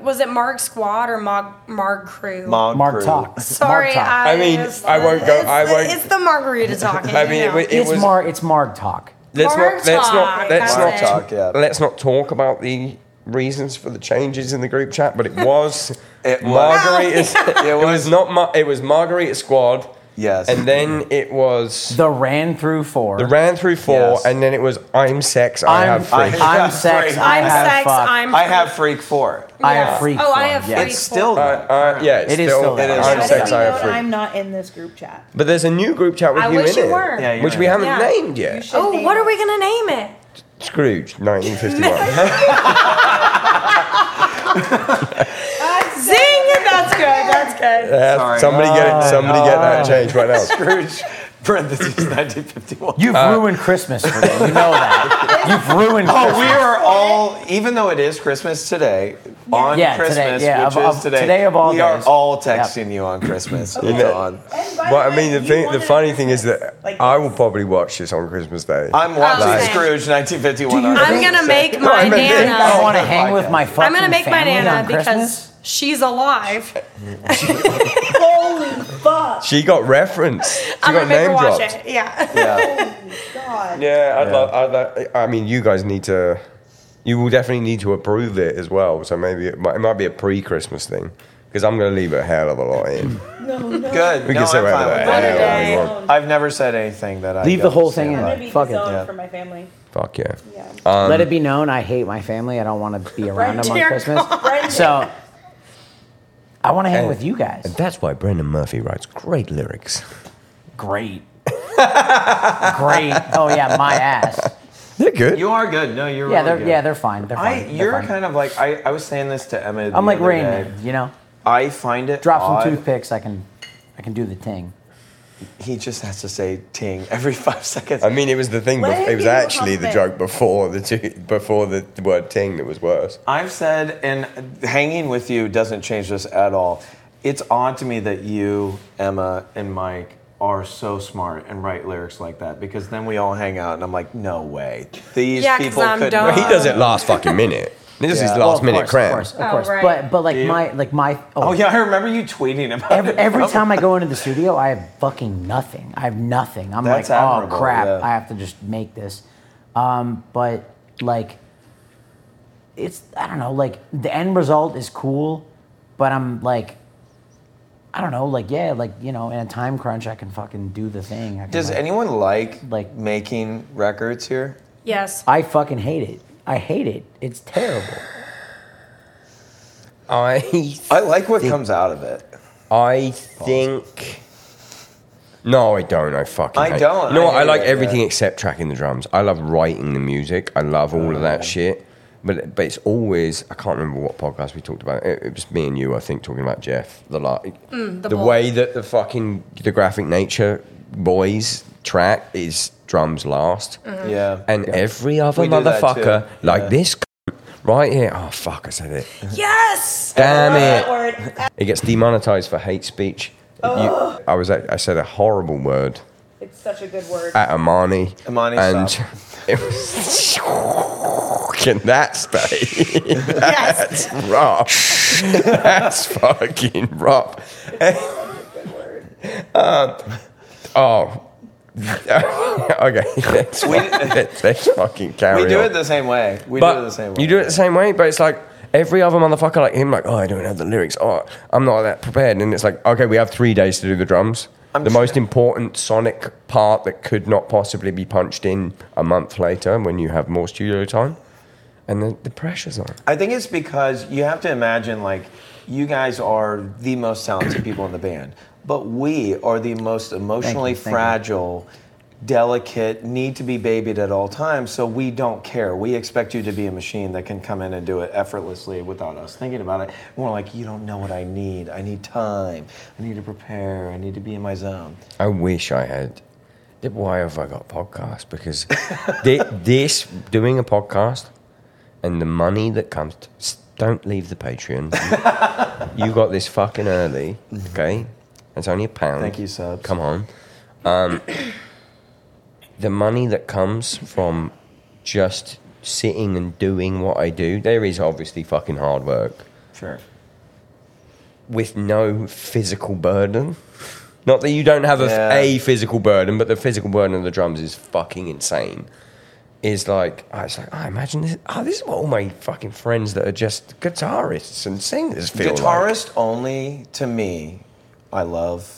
Speaker 5: Was it Marg Squad or Mog, Marg Crew?
Speaker 4: Mog
Speaker 3: Mark
Speaker 4: Crew.
Speaker 3: talks.
Speaker 5: Sorry,
Speaker 3: Mark talk.
Speaker 5: I,
Speaker 1: I mean,
Speaker 5: it's
Speaker 1: I won't go-
Speaker 5: It's,
Speaker 1: I
Speaker 5: the-
Speaker 1: won't-
Speaker 5: It's the margarita talking.
Speaker 1: I mean, it,
Speaker 5: you know.
Speaker 1: wa- it
Speaker 3: it's
Speaker 1: was.
Speaker 3: Mar. It's Marg talk.
Speaker 1: let's
Speaker 5: Mark
Speaker 1: not. Let's
Speaker 5: talk,
Speaker 1: not. Let's
Speaker 5: that's
Speaker 1: not.
Speaker 5: it.
Speaker 1: Talk,
Speaker 4: Yeah.
Speaker 1: Let's not talk about the reasons for the changes in the group chat. But it was.
Speaker 4: It was.
Speaker 1: Margarita's-
Speaker 4: It
Speaker 1: It was not. Mar- it was Margarita Squad.
Speaker 4: Yes.
Speaker 1: And then it was.
Speaker 3: The ran through four.
Speaker 1: The ran through four,
Speaker 4: Yes.
Speaker 1: and then it was I'm sex, I
Speaker 3: I'm,
Speaker 1: have
Speaker 3: I'm,
Speaker 1: free.
Speaker 4: I have
Speaker 3: sex.
Speaker 4: free.
Speaker 3: I
Speaker 5: I'm
Speaker 3: have
Speaker 5: sex.
Speaker 3: fuck.
Speaker 5: I'm.
Speaker 4: I have Freak Four.
Speaker 3: I
Speaker 5: yeah.
Speaker 3: have free.
Speaker 5: Oh, I
Speaker 3: form,
Speaker 5: have
Speaker 3: yeah.
Speaker 5: free.
Speaker 4: It's still
Speaker 1: Uh, uh, yeah, it's
Speaker 3: It is
Speaker 1: still,
Speaker 3: still that.
Speaker 1: I'm
Speaker 7: How
Speaker 4: It is.
Speaker 7: do
Speaker 1: sex,
Speaker 7: we
Speaker 1: I
Speaker 7: know
Speaker 1: have
Speaker 7: that
Speaker 1: free.
Speaker 7: I'm not in this group chat.
Speaker 1: but there's a new group chat with
Speaker 5: I
Speaker 1: you
Speaker 5: wish
Speaker 1: in
Speaker 5: you
Speaker 1: it,
Speaker 5: were. Yeah,
Speaker 4: you're
Speaker 1: which we
Speaker 4: in it.
Speaker 1: haven't
Speaker 5: Yeah.
Speaker 1: named
Speaker 7: You
Speaker 1: yet.
Speaker 7: should
Speaker 5: Oh,
Speaker 7: be
Speaker 5: what
Speaker 7: in
Speaker 5: are we gonna name it?
Speaker 1: Scrooge, 1951.
Speaker 5: Zing! That's good. That's good.
Speaker 1: Yeah,
Speaker 4: Sorry.
Speaker 1: Somebody get it, somebody get that change right now.
Speaker 4: Scrooge, parentheses 1951.
Speaker 3: You've
Speaker 1: Uh,
Speaker 3: ruined Christmas for me. You know that. You've ruined.
Speaker 4: Oh,
Speaker 3: Christmas.
Speaker 4: we are all, even though it is Christmas today, on
Speaker 3: Yeah, today,
Speaker 4: Christmas,
Speaker 3: yeah,
Speaker 4: which
Speaker 3: of-
Speaker 4: is
Speaker 3: of-
Speaker 4: today,
Speaker 3: today of all
Speaker 4: we are
Speaker 3: days.
Speaker 4: all texting you on Christmas. It's
Speaker 1: know-
Speaker 4: on.
Speaker 7: And by
Speaker 1: But I
Speaker 7: way,
Speaker 1: mean, the
Speaker 7: you
Speaker 1: thing, the
Speaker 7: wanted
Speaker 1: funny
Speaker 7: a
Speaker 1: thing is that
Speaker 7: Christmas, like
Speaker 1: I
Speaker 7: this.
Speaker 1: will probably watch this on Christmas Day.
Speaker 3: Oh,
Speaker 4: I'm watching
Speaker 5: okay.
Speaker 4: Scrooge 1951. on
Speaker 5: I'm gonna
Speaker 4: Christmas
Speaker 5: make
Speaker 4: Day.
Speaker 5: my
Speaker 1: I'm a big
Speaker 3: I
Speaker 5: nana.
Speaker 3: want to hang with my fucking
Speaker 5: I'm gonna make my
Speaker 3: family
Speaker 5: nana
Speaker 3: on
Speaker 5: because
Speaker 3: Christmas?
Speaker 5: she's alive.
Speaker 7: Holy fuck!
Speaker 1: she got referenced. She
Speaker 5: I'm
Speaker 1: got
Speaker 5: gonna make
Speaker 1: name
Speaker 5: her watch
Speaker 1: dropped.
Speaker 5: it. Yeah.
Speaker 4: Yeah.
Speaker 7: God.
Speaker 1: Yeah, I'd love. I'd love. I mean, you guys need to. You will definitely need to approve it as well. So maybe it might, it might be a pre-Christmas thing because I'm going to leave a hell of a lot in.
Speaker 7: No, no.
Speaker 4: Good.
Speaker 1: We
Speaker 4: no,
Speaker 1: can say whatever
Speaker 4: I'm fine
Speaker 1: the
Speaker 4: with that.
Speaker 1: hell
Speaker 5: Yeah,
Speaker 1: we
Speaker 5: yeah.
Speaker 1: want.
Speaker 4: I've never said anything that I
Speaker 3: Leave the
Speaker 4: don't
Speaker 3: whole
Speaker 4: stand
Speaker 3: thing in.
Speaker 7: I'm
Speaker 4: by.
Speaker 7: gonna be
Speaker 3: Fuck it.
Speaker 7: disowned
Speaker 4: Yeah.
Speaker 7: for my family.
Speaker 1: Fuck yeah.
Speaker 7: Yeah.
Speaker 1: Um,
Speaker 3: Let it be known I hate my family. I don't want to be around them on
Speaker 5: Dear
Speaker 3: Christmas.
Speaker 7: Brendan.
Speaker 3: So I want to hang
Speaker 1: And-
Speaker 3: with you guys.
Speaker 1: And that's why Brendan Murphy writes great lyrics.
Speaker 3: Great. Great. Oh yeah, my ass.
Speaker 1: They're good.
Speaker 4: You are good. No, you're
Speaker 3: Yeah,
Speaker 4: really
Speaker 3: they're
Speaker 4: good.
Speaker 3: yeah they're fine. They're
Speaker 4: I,
Speaker 3: fine.
Speaker 4: you're kind of like I, I was saying this to Emma. the
Speaker 3: I'm like
Speaker 4: other
Speaker 3: Rain
Speaker 4: day.
Speaker 3: Man, you know.
Speaker 4: I find it
Speaker 3: Drop
Speaker 4: odd.
Speaker 3: some toothpicks. I can, I can do the thing.
Speaker 4: He just has to say ting every five seconds.
Speaker 1: I mean, it was the thing.
Speaker 7: Let
Speaker 1: Bef-
Speaker 7: it
Speaker 1: it was
Speaker 7: be
Speaker 1: actually the
Speaker 7: humble.
Speaker 1: joke before the two, before the word ting that was worse.
Speaker 4: I've said, and hanging with you doesn't change this at all. It's odd to me that you, Emma, and Mike are so smart and write lyrics like that because then we all hang out and I'm like, no way. These
Speaker 5: Yeah, 'cause
Speaker 4: people
Speaker 5: I'm
Speaker 4: could
Speaker 5: dumb.
Speaker 1: He does it last fucking minute. This is
Speaker 4: Yeah.
Speaker 1: his
Speaker 3: Well,
Speaker 1: last
Speaker 3: of
Speaker 1: minute
Speaker 3: course,
Speaker 1: cram.
Speaker 3: Of course, of
Speaker 5: Oh,
Speaker 3: course.
Speaker 5: right.
Speaker 3: But but like
Speaker 4: you-
Speaker 3: my like my
Speaker 4: Oh yeah, I remember you tweeting about
Speaker 3: Every,
Speaker 4: it.
Speaker 3: every time I go into the studio, I have fucking nothing. I have nothing. I'm
Speaker 4: That's
Speaker 3: like,
Speaker 4: admirable,
Speaker 3: oh crap,
Speaker 4: yeah.
Speaker 3: I have to just make this. Um, but like, it's I don't know. Like the end result is cool, but I'm like, I don't know. Like yeah, like you know, in a time crunch, I can fucking do the thing. I can,
Speaker 4: Does
Speaker 3: like-
Speaker 4: anyone like
Speaker 3: Like-
Speaker 4: like making records here?
Speaker 5: Yes.
Speaker 3: I fucking hate it. I hate it. It's terrible.
Speaker 1: I
Speaker 4: I like what comes out of it.
Speaker 1: I think. No, I don't. I fucking.
Speaker 4: I
Speaker 1: hate-
Speaker 4: don't.
Speaker 1: You know
Speaker 4: I
Speaker 1: what? I
Speaker 4: hate
Speaker 1: like
Speaker 4: it,
Speaker 1: everything
Speaker 4: yeah.
Speaker 1: except tracking the drums. I love writing the music. I love all of that shit. But but it's always I can't remember what podcast we talked about. It, it was me and you, I think, talking about Jeff. The like
Speaker 5: the
Speaker 1: the
Speaker 5: ball.
Speaker 1: way that the fucking the graphic nature boys track is drums last.
Speaker 4: Yeah.
Speaker 1: And every other
Speaker 4: We do that
Speaker 1: motherfucker
Speaker 4: too.
Speaker 1: like
Speaker 4: Yeah.
Speaker 1: this cunt right here. Oh fuck! I said it.
Speaker 5: Yes.
Speaker 1: Damn it.
Speaker 7: That word.
Speaker 1: It gets demonetized for hate speech. You- I was at- I said a horrible word
Speaker 7: It's such a good word.
Speaker 1: at Amani.
Speaker 4: Imani,
Speaker 1: and
Speaker 4: stop.
Speaker 1: it was can that stay?
Speaker 5: Yes.
Speaker 1: That's rough. That's fucking rough. Um, oh. okay, let's, let's, let's fucking carry
Speaker 4: we do
Speaker 1: on
Speaker 4: it the same way. We
Speaker 1: but
Speaker 4: do it the same way.
Speaker 1: You do it the same way, but it's like every other motherfucker like him, like, oh, I don't have the lyrics. Oh, I'm not that prepared. And it's like, okay, we have three days to do the drums. the
Speaker 4: sure-
Speaker 1: most important sonic part that could not possibly be punched in a month later when you have more studio time. And the, the pressure's on.
Speaker 4: I think it's because you have to imagine like you guys are the most talented people in the band, but we are the most emotionally
Speaker 3: thank you.
Speaker 4: fragile, delicate, need to be babied at all times, so we don't care. We expect you to be a machine that can come in and do it effortlessly without us thinking about it. We're like, you don't know what I need. I need time. I need to prepare. I need to be in my zone.
Speaker 1: I wish I had. th- Why have I got podcasts? Because thi- this doing a podcast and the money that comes. t- s- don't leave the Patreon. you got this fucking early, okay? It's only a pound.
Speaker 4: Thank you, subs.
Speaker 1: Come on. Um, the money that comes from just sitting and doing what I do. There is obviously fucking hard work
Speaker 4: Sure.
Speaker 1: with no physical burden. Not that you don't have a,
Speaker 4: Yeah.
Speaker 1: a physical burden, but the physical burden of the drums is fucking insane. Is like I was like, I imagine this. Oh, this is what all my fucking friends that are just guitarists and singers feel. like.
Speaker 4: Guitarist only to me. I love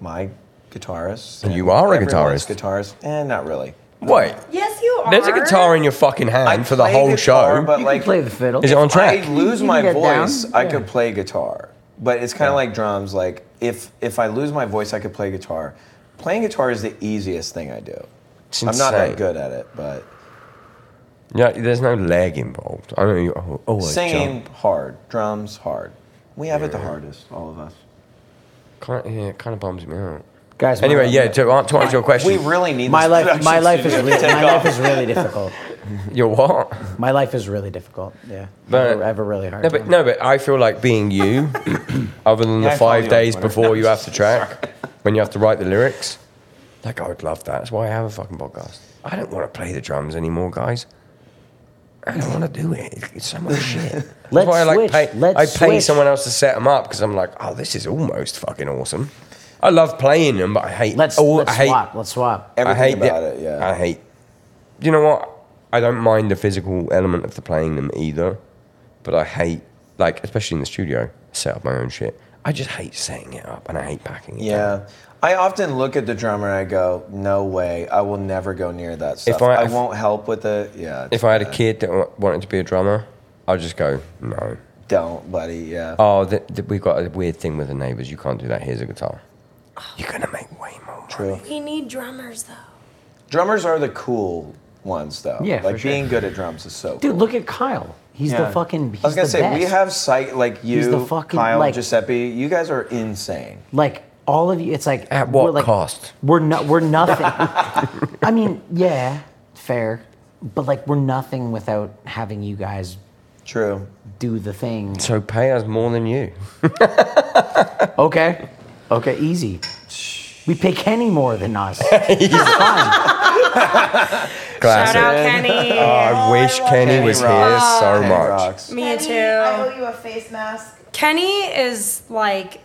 Speaker 4: my guitarist.
Speaker 1: You are a
Speaker 4: everyone's
Speaker 1: guitarist.
Speaker 4: Guitarist, and not really.
Speaker 1: Wait,
Speaker 5: Yes, you are.
Speaker 1: there's a guitar in your fucking hand
Speaker 4: I
Speaker 1: for the
Speaker 4: play
Speaker 1: whole
Speaker 4: guitar,
Speaker 1: show.
Speaker 4: but
Speaker 3: You
Speaker 4: like
Speaker 3: can play the fiddle.
Speaker 1: Is it on
Speaker 4: if I
Speaker 1: track?
Speaker 4: lose
Speaker 3: You can
Speaker 4: my
Speaker 3: get down,
Speaker 4: voice, I could
Speaker 3: yeah.
Speaker 4: play guitar. But it's kind of like drums. Like if if I lose my voice, I could play guitar. Playing guitar is the easiest thing I do.
Speaker 1: It's
Speaker 4: I'm not
Speaker 1: insane.
Speaker 4: that good at it, but
Speaker 1: Yeah, there's no leg involved. I know you. Oh, oh I
Speaker 4: singing
Speaker 1: jump.
Speaker 4: hard, drums hard. We have it the hardest, all of us.
Speaker 1: Kind of, yeah, it kind of bums me out.
Speaker 3: Guys, my-
Speaker 1: Anyway, yeah. To, an- to answer your question,
Speaker 4: We really need
Speaker 3: My
Speaker 4: this
Speaker 3: life,
Speaker 4: production
Speaker 3: my life is
Speaker 4: studio to
Speaker 3: really,
Speaker 4: take
Speaker 3: my
Speaker 4: off.
Speaker 3: life is really difficult.
Speaker 1: you're what?
Speaker 3: My life is really difficult. Yeah,
Speaker 1: No.
Speaker 3: I have a really hard
Speaker 1: No,
Speaker 3: time.
Speaker 1: but no, but I feel like being you, other than the
Speaker 4: Yeah, I follow you
Speaker 1: five
Speaker 4: on
Speaker 1: days
Speaker 4: Twitter.
Speaker 1: before you have to track, when you have to write the lyrics. Like I would love that. That's why I have a fucking podcast. I don't want to play the drums anymore, guys. I don't want to do it. It's- It's so much shit. That's
Speaker 3: Let's
Speaker 1: why I like
Speaker 3: switch.
Speaker 1: pay.
Speaker 3: Let's
Speaker 1: I pay
Speaker 3: switch.
Speaker 1: someone else to set them up because I'm like, oh, this is almost fucking awesome. I love playing them, but I hate.
Speaker 3: let's
Speaker 1: all,
Speaker 3: let's
Speaker 1: oh, I hate
Speaker 3: swap. Let's swap.
Speaker 4: Everything
Speaker 1: I hate the-
Speaker 4: about it, yeah.
Speaker 1: I hate. You know what? I don't mind the physical element of the playing them either, but I hate like especially in the studio. I set up my own shit. I just hate setting it up and I hate packing it. down.
Speaker 4: Yeah. I often look at the drummer and I go, no way, I will never go near that stuff.
Speaker 1: I-
Speaker 4: I,
Speaker 1: if-
Speaker 4: won't help with it. Yeah.
Speaker 1: If I had a kid that wa- wanted to be a drummer, I'd just go no.
Speaker 4: don't, buddy. Yeah.
Speaker 1: Oh, th- th- we've got a weird thing with the neighbors. You can't do that. Here's a guitar. You're gonna make way more. True.
Speaker 4: Oh. True.
Speaker 5: We need drummers though.
Speaker 4: Drummers are the cool ones, though.
Speaker 3: Yeah,
Speaker 4: Like
Speaker 3: for sure.
Speaker 4: being good at drums is so.
Speaker 3: Dude,
Speaker 4: cool.
Speaker 3: look at Kyle. He's
Speaker 4: Yeah.
Speaker 3: the fucking. He's
Speaker 4: I was gonna
Speaker 3: the
Speaker 4: say we
Speaker 3: best.
Speaker 4: have sight like you,
Speaker 3: the fucking,
Speaker 4: Kyle,
Speaker 3: like-
Speaker 4: Giuseppe. You guys are insane.
Speaker 3: like all of you. It's like
Speaker 1: At what
Speaker 3: we're, like,
Speaker 1: cost?
Speaker 3: We're not. We're nothing. I mean, yeah, fair, but like we're nothing without having you guys
Speaker 4: True.
Speaker 3: do the thing.
Speaker 1: So pay us more than you.
Speaker 3: Okay, okay, easy. We pay Kenny more than us. It's fine.
Speaker 5: Shout
Speaker 1: Classic.
Speaker 5: out Kenny.
Speaker 1: I wish
Speaker 7: love
Speaker 1: Kenny
Speaker 7: Kenny
Speaker 1: was here
Speaker 4: rocks.
Speaker 1: so
Speaker 4: Kenny
Speaker 1: much.
Speaker 4: rocks.
Speaker 5: Me
Speaker 7: Kenny, I
Speaker 5: too.
Speaker 7: owe you a face mask.
Speaker 5: Kenny is like,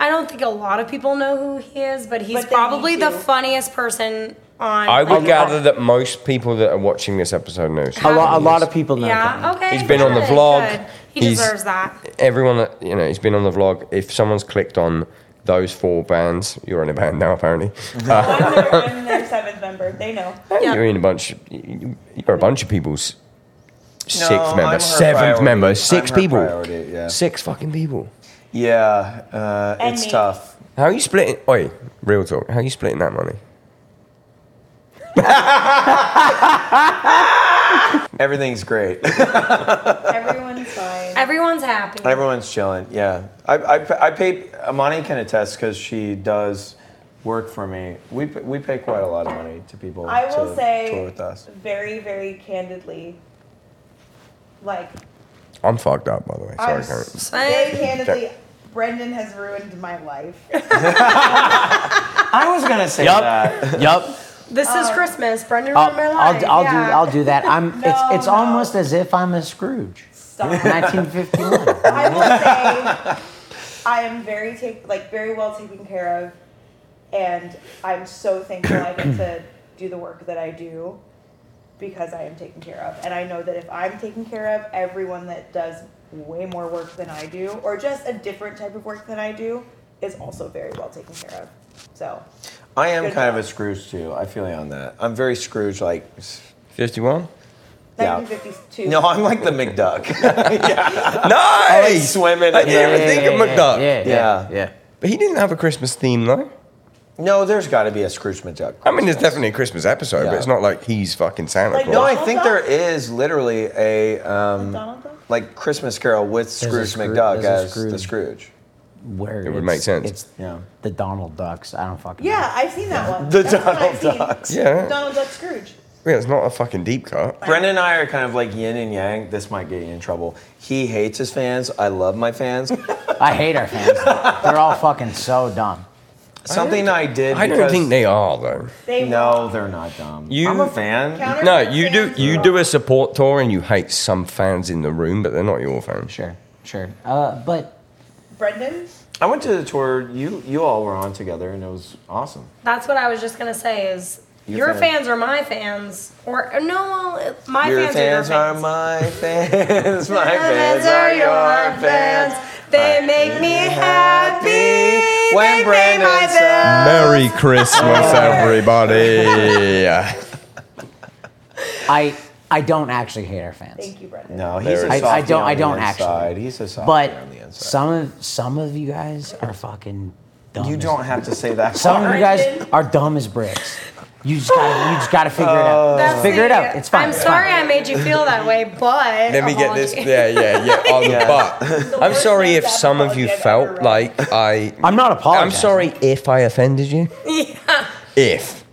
Speaker 5: I don't think a lot of people know who he is, but he's
Speaker 7: But they
Speaker 5: probably
Speaker 7: need
Speaker 5: the
Speaker 7: to.
Speaker 5: funniest person on.
Speaker 1: I would
Speaker 5: like,
Speaker 1: gather that most people that are watching this episode know.
Speaker 3: A,
Speaker 1: Sean
Speaker 3: lo- a
Speaker 1: Connery.
Speaker 3: lot of people know
Speaker 5: Yeah. Okay.
Speaker 1: He's been on the
Speaker 5: good,
Speaker 1: vlog.
Speaker 5: good. He
Speaker 1: He's-
Speaker 5: deserves that.
Speaker 1: Everyone that you know, he's been on the vlog. If someone's clicked on those four bands, you're in a band now apparently. Uh,
Speaker 7: I'm their, I'm their seventh member. They know.
Speaker 5: Yeah.
Speaker 1: You're in a bunch. You're a bunch of people's sixth
Speaker 4: No, I'm her
Speaker 1: member, seventh
Speaker 4: priority.
Speaker 1: member,
Speaker 4: I'm
Speaker 1: 6
Speaker 4: her
Speaker 1: people,
Speaker 4: priority, yeah.
Speaker 1: six fucking people.
Speaker 4: Yeah, uh,
Speaker 7: And
Speaker 4: it's
Speaker 7: me.
Speaker 4: tough.
Speaker 1: How are you splitting? Oi, real talk. How are you splitting that money?
Speaker 4: Everything's great.
Speaker 7: Everyone's fine.
Speaker 5: Everyone's happy.
Speaker 4: Everyone's chilling. Yeah, I I, I paid. Amani can attest because she does work for me. We p- we pay quite a lot of money to people.
Speaker 7: I will
Speaker 4: to tour
Speaker 7: say
Speaker 4: with us.
Speaker 7: very, very candidly, like
Speaker 1: I'm fucked up, by the way.
Speaker 7: I'm
Speaker 1: Sorry, Karen.
Speaker 7: s- very
Speaker 5: Same.
Speaker 7: candidly, Brendan has ruined my life.
Speaker 4: I was gonna say that.
Speaker 3: that. Yup.
Speaker 5: This is Christmas. Brendan
Speaker 3: I'll,
Speaker 5: ruined my
Speaker 3: I'll,
Speaker 5: life.
Speaker 3: do- I'll do
Speaker 5: Yeah.
Speaker 3: I'll do that. I'm it's
Speaker 7: No,
Speaker 3: it's
Speaker 7: no.
Speaker 3: almost as if I'm a Scrooge.
Speaker 7: Stop.
Speaker 3: 1951.
Speaker 7: I will say I am very take like very well taken care of, and I'm so thankful I get to do the work that I do because I am taken care of, and I know that if I'm taken care of, everyone that does way more work than I do, or just a different type of work than I do, is also very well taken care of. So
Speaker 4: I am
Speaker 7: Good
Speaker 4: kind of
Speaker 7: job.
Speaker 4: a Scrooge too. I feel you on that. I'm very Scrooge like.
Speaker 1: Fifty-one.
Speaker 4: Yeah.
Speaker 7: 1952.
Speaker 4: No, I'm like the McDuck. like
Speaker 1: Nice.
Speaker 4: swimming.
Speaker 1: I
Speaker 4: in
Speaker 1: didn't
Speaker 4: the-
Speaker 1: even think of McDuck.
Speaker 3: Yeah, yeah,
Speaker 4: Yeah.
Speaker 3: yeah.
Speaker 1: But he didn't have a Christmas theme though.
Speaker 4: No, there's got to be a Scrooge McDuck.
Speaker 1: I mean, there's definitely a Christmas episode, but
Speaker 4: Yeah.
Speaker 1: it's not like he's fucking Santa
Speaker 7: Like,
Speaker 1: Claus.
Speaker 4: No, I
Speaker 7: Donald
Speaker 4: think
Speaker 7: Duck?
Speaker 4: there is literally a um,
Speaker 7: Donald Duck?
Speaker 4: like Christmas Carol with
Speaker 3: a
Speaker 4: Scrooge
Speaker 3: Scroo-
Speaker 4: McDuck
Speaker 3: there's a
Speaker 4: as the
Speaker 3: Scrooge.
Speaker 4: Scrooge.
Speaker 3: Where it
Speaker 1: would make sense.
Speaker 3: It's
Speaker 4: Yeah.
Speaker 3: the Donald Ducks. I don't fucking.
Speaker 7: Yeah, I've seen that one.
Speaker 4: The
Speaker 7: That's one I've
Speaker 4: Donald
Speaker 7: seen.
Speaker 4: Ducks.
Speaker 1: yeah.
Speaker 7: Donald Duck Scrooge.
Speaker 1: yeah, it's not a fucking deep cut.
Speaker 4: Brendan and I are kind of like yin and yang. This might get you in trouble. He hates his fans. I love my fans.
Speaker 3: know. I hate our fans. They're all fucking so dumb.
Speaker 4: Something I, did.
Speaker 1: I don't
Speaker 4: because-
Speaker 1: think they are though.
Speaker 7: They
Speaker 4: No, they're not dumb.
Speaker 1: You-
Speaker 4: I'm a fan.
Speaker 7: Counter-
Speaker 1: No, you do
Speaker 7: fans
Speaker 1: you
Speaker 7: are-
Speaker 1: do a support tour and you hate some fans in the room, but they're not your fans.
Speaker 3: Sure, sure. Uh, but
Speaker 7: Brendan.
Speaker 4: I went to the tour. You you all were on together, and it was awesome.
Speaker 5: That's what I was just gonna say. Is your,
Speaker 4: Your fan.
Speaker 5: fans are my fans, or no, well, my
Speaker 4: your
Speaker 5: fans,
Speaker 4: fans
Speaker 5: are
Speaker 4: are
Speaker 5: your fans.
Speaker 4: my fans.
Speaker 5: My
Speaker 4: My fans are your fans.
Speaker 5: They make me happy.
Speaker 4: When
Speaker 5: Make me my
Speaker 4: Brendan
Speaker 5: fans.
Speaker 4: says,
Speaker 1: Merry Christmas, everybody.
Speaker 3: I I don't actually hate our fans.
Speaker 7: Thank you, Brendan.
Speaker 4: "No, he's a
Speaker 1: I- I
Speaker 4: softie
Speaker 3: don't-
Speaker 4: on
Speaker 3: I
Speaker 4: the
Speaker 3: don't actually.
Speaker 4: inside. He's a softie
Speaker 3: But
Speaker 4: on the inside.
Speaker 3: some of some of you guys are fucking dumb.
Speaker 4: you
Speaker 3: as-
Speaker 4: don't have to say that.
Speaker 3: Some of you guys
Speaker 7: Brendan.
Speaker 3: are dumb as bricks. You just gotta you just gotta figure it out.
Speaker 5: That's
Speaker 3: Just figure it out. It's fine.
Speaker 5: I'm
Speaker 3: it's
Speaker 5: sorry
Speaker 3: Fine.
Speaker 5: I made you feel that way, but
Speaker 1: Let me get this.
Speaker 5: apology.
Speaker 1: Yeah, yeah, yeah. On
Speaker 4: Yeah.
Speaker 1: the butt. I'm
Speaker 7: worst
Speaker 1: sorry if
Speaker 7: made-up
Speaker 1: some of
Speaker 7: apology
Speaker 1: you
Speaker 7: I've ever
Speaker 1: felt
Speaker 7: read.
Speaker 1: like I.
Speaker 3: I'm not
Speaker 1: I'm
Speaker 3: apologizing.
Speaker 1: sorry if I offended you. Yeah. If.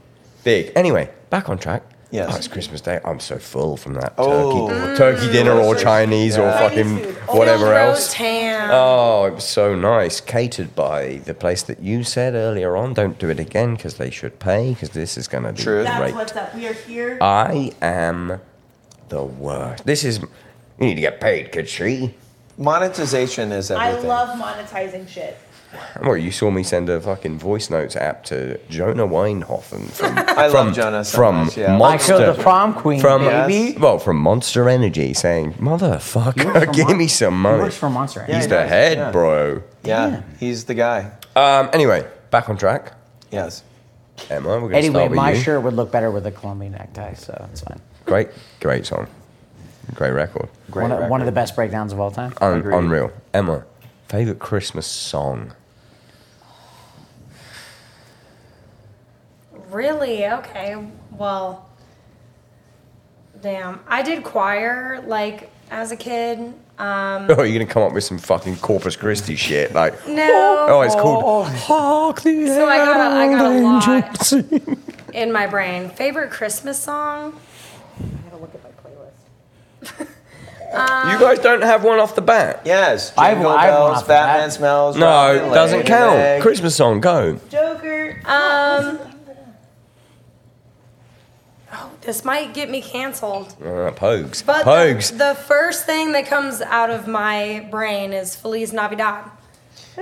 Speaker 1: Big. Anyway, back on track.
Speaker 4: Yes.
Speaker 1: Oh, it's Christmas Day. I'm so full from that
Speaker 4: Oh.
Speaker 1: turkey, turkey dinner or Chinese or
Speaker 4: Yeah.
Speaker 1: fucking
Speaker 7: Chinese food.
Speaker 1: whatever
Speaker 5: Grilled
Speaker 1: else.
Speaker 5: roast ham.
Speaker 1: Oh, it was so nice. Catered by the place that you said earlier on. Don't do it again because they should pay because this is going to be
Speaker 4: True.
Speaker 7: That's
Speaker 1: great.
Speaker 7: what's up. We are here.
Speaker 1: I am the worst. This is. You need to get paid, kid. She.
Speaker 4: Monetization is
Speaker 7: I
Speaker 4: everything.
Speaker 7: love monetizing shit.
Speaker 1: Well, you saw me send a fucking voice notes app to Jonah Weinhoffen from
Speaker 4: I
Speaker 1: from
Speaker 4: love Jonah so
Speaker 1: from
Speaker 4: much, yeah.
Speaker 3: I
Speaker 1: Monster
Speaker 3: killed the prom queen,
Speaker 1: from
Speaker 3: baby.
Speaker 4: Yes.
Speaker 1: well from Monster Energy saying motherfucker give me some
Speaker 3: He
Speaker 1: money.
Speaker 3: works for Monster. Energy.
Speaker 4: Yeah,
Speaker 1: He's
Speaker 4: he
Speaker 1: the
Speaker 4: does,
Speaker 1: head,
Speaker 4: yeah.
Speaker 1: bro.
Speaker 4: Yeah,
Speaker 3: Yeah.
Speaker 4: he's the guy.
Speaker 1: Um. Anyway, back on track.
Speaker 4: Yes.
Speaker 1: Emma, we're gonna
Speaker 3: Anyway,
Speaker 1: start with
Speaker 3: my
Speaker 1: you.
Speaker 3: shirt would look better with a Columbia necktie, so it's fine.
Speaker 1: Great, great song, great record,
Speaker 4: Great
Speaker 3: one, of, one of the
Speaker 4: record.
Speaker 3: best breakdowns of all time.
Speaker 1: Un-
Speaker 4: Agreed.
Speaker 1: unreal. Emma, favorite Christmas song.
Speaker 5: Really? Okay. Well, damn. I did choir like as a kid. Um,
Speaker 1: Oh, you're gonna come up with some fucking Corpus Christi shit like.
Speaker 5: no.
Speaker 1: Oh, it's called.
Speaker 5: So I got a, I got a lot in my brain. Favorite Christmas song?
Speaker 7: I gotta look at my playlist.
Speaker 5: Um,
Speaker 1: you guys don't have one off the bat.
Speaker 4: Yes.
Speaker 3: I have-
Speaker 4: Jingle
Speaker 3: I have one
Speaker 4: bells,
Speaker 3: off the
Speaker 4: Batman
Speaker 3: bat.
Speaker 4: smells.
Speaker 1: No,
Speaker 4: Robin
Speaker 1: it doesn't count.
Speaker 4: Leg.
Speaker 1: Christmas song, go.
Speaker 7: Joker.
Speaker 5: Um, oh, this might get me canceled.
Speaker 1: Uh, Pogues.
Speaker 5: But the-
Speaker 1: Pogues.
Speaker 5: The, first thing that comes out of my brain is Feliz Navidad.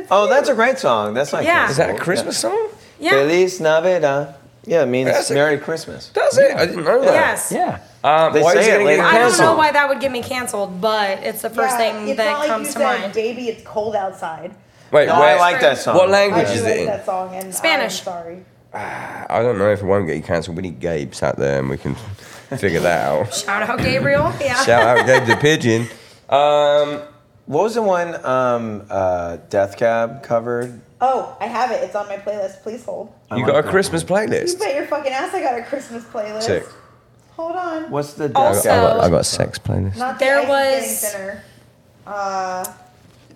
Speaker 4: Oh, that's a great song. That's not.
Speaker 5: Yeah.
Speaker 1: Is that a
Speaker 4: cancelable.
Speaker 1: Christmas song?
Speaker 5: Yeah.
Speaker 4: Feliz Navidad. Yeah, it means
Speaker 1: That's a-
Speaker 4: Merry Christmas.
Speaker 1: Does it? I didn't know that.
Speaker 5: Yes.
Speaker 3: Yeah.
Speaker 1: Um,
Speaker 4: They
Speaker 1: why is
Speaker 4: say
Speaker 1: it
Speaker 4: it
Speaker 1: gonna
Speaker 4: later.
Speaker 1: get
Speaker 5: I don't know
Speaker 1: canceled?
Speaker 5: why that would get me canceled, but it's the first
Speaker 7: Yeah,
Speaker 5: thing
Speaker 7: it's
Speaker 5: that
Speaker 7: not like
Speaker 5: comes
Speaker 7: you
Speaker 5: to
Speaker 7: said,
Speaker 5: mind.
Speaker 7: Baby, it's cold outside.
Speaker 1: Wait,
Speaker 4: No,
Speaker 1: where-
Speaker 4: I like that song.
Speaker 1: What
Speaker 7: I
Speaker 1: language
Speaker 7: do
Speaker 1: is
Speaker 7: like
Speaker 1: it in?
Speaker 7: that song and
Speaker 5: Spanish.
Speaker 7: I'm sorry.
Speaker 1: I don't know if it won't get you cancelled. We need Gabe sat there and we can figure that out.
Speaker 5: Shout out Gabriel. Yeah.
Speaker 1: Shout out Gabe the Pigeon. Um,
Speaker 4: What was the one um, uh, Death Cab covered?
Speaker 7: Oh, I have it. It's on my playlist. Please hold.
Speaker 1: you got a Christmas playlist?
Speaker 7: You bet your fucking ass I got a Christmas playlist.
Speaker 1: Sick.
Speaker 7: Hold on.
Speaker 4: What's the Death
Speaker 5: Also-
Speaker 1: I
Speaker 4: Cab?
Speaker 1: got, I got a sex playlist.
Speaker 7: Not
Speaker 5: There
Speaker 7: the Ice
Speaker 5: was-
Speaker 7: Is Getting Thinner. Uh,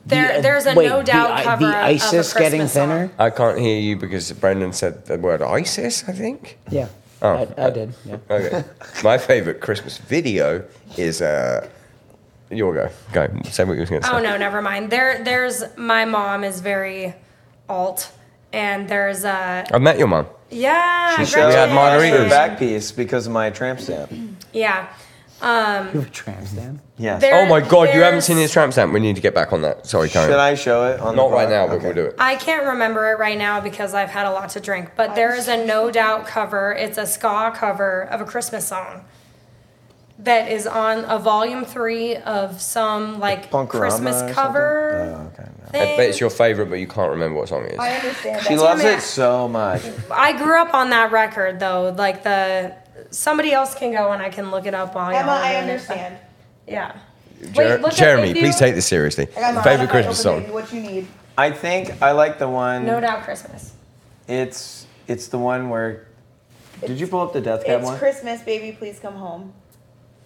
Speaker 5: There,
Speaker 3: The-
Speaker 5: there's a
Speaker 3: uh, wait,
Speaker 5: no
Speaker 3: the
Speaker 5: doubt
Speaker 3: I-
Speaker 5: cover
Speaker 3: The
Speaker 5: of a
Speaker 3: ISIS
Speaker 5: Christmas
Speaker 3: getting
Speaker 5: song.
Speaker 3: thinner.
Speaker 1: I can't hear you because Brendan said the word ISIS, I think.
Speaker 3: Yeah.
Speaker 1: Oh.
Speaker 3: I, I did. Yeah.
Speaker 1: Okay. My favorite Christmas video is. Uh, your go. Go. Say what you were going to say.
Speaker 5: Oh no, never mind. There, there's my mom is very alt, and there's a
Speaker 1: I met your mum.
Speaker 5: yeah.
Speaker 4: She showed
Speaker 1: had
Speaker 5: congratulations.
Speaker 1: margaritas.
Speaker 4: her back piece because of my tramp stamp.
Speaker 5: Yeah.
Speaker 3: You were trans, Dan.
Speaker 4: Yes.
Speaker 5: There-
Speaker 1: Oh my god, you haven't
Speaker 5: there's-
Speaker 1: seen his tramp stamp. We need to get back on that. Sorry, Karen.
Speaker 4: Should I show it on
Speaker 1: Not
Speaker 4: the
Speaker 1: right
Speaker 4: pod?
Speaker 1: now, but
Speaker 4: Okay.
Speaker 1: we'll do it.
Speaker 5: I can't remember it right now because I've had a lot to drink, but there is a no doubt cover. It's a ska cover of a Christmas song that is on a volume three of some like
Speaker 4: Punkorama or
Speaker 5: Christmas
Speaker 4: something?
Speaker 5: cover
Speaker 4: Oh, okay. no.
Speaker 1: I
Speaker 5: thing.
Speaker 1: bet it's your favorite, but you can't remember what song it is.
Speaker 7: I understand
Speaker 4: She
Speaker 7: that.
Speaker 4: loves
Speaker 5: Damn it.
Speaker 4: it so much.
Speaker 5: I grew up on that record though. Like the somebody else can go and I can look it up while y'all
Speaker 7: Emma,
Speaker 5: are
Speaker 7: I
Speaker 5: doing it, but-
Speaker 7: understand.
Speaker 5: Yeah.
Speaker 1: Jer-
Speaker 5: Wait, look up
Speaker 1: Jeremy,
Speaker 5: if you-
Speaker 1: please take this seriously.
Speaker 7: I got my
Speaker 1: Favorite
Speaker 7: Spotify
Speaker 1: Christmas
Speaker 7: open,
Speaker 1: song.
Speaker 7: baby, What you need.
Speaker 4: I think I like the one.
Speaker 5: No doubt Christmas.
Speaker 4: It's it's the one where. Did you pull up the Death Cab
Speaker 7: it's
Speaker 4: one?
Speaker 7: Christmas, baby. Please come home.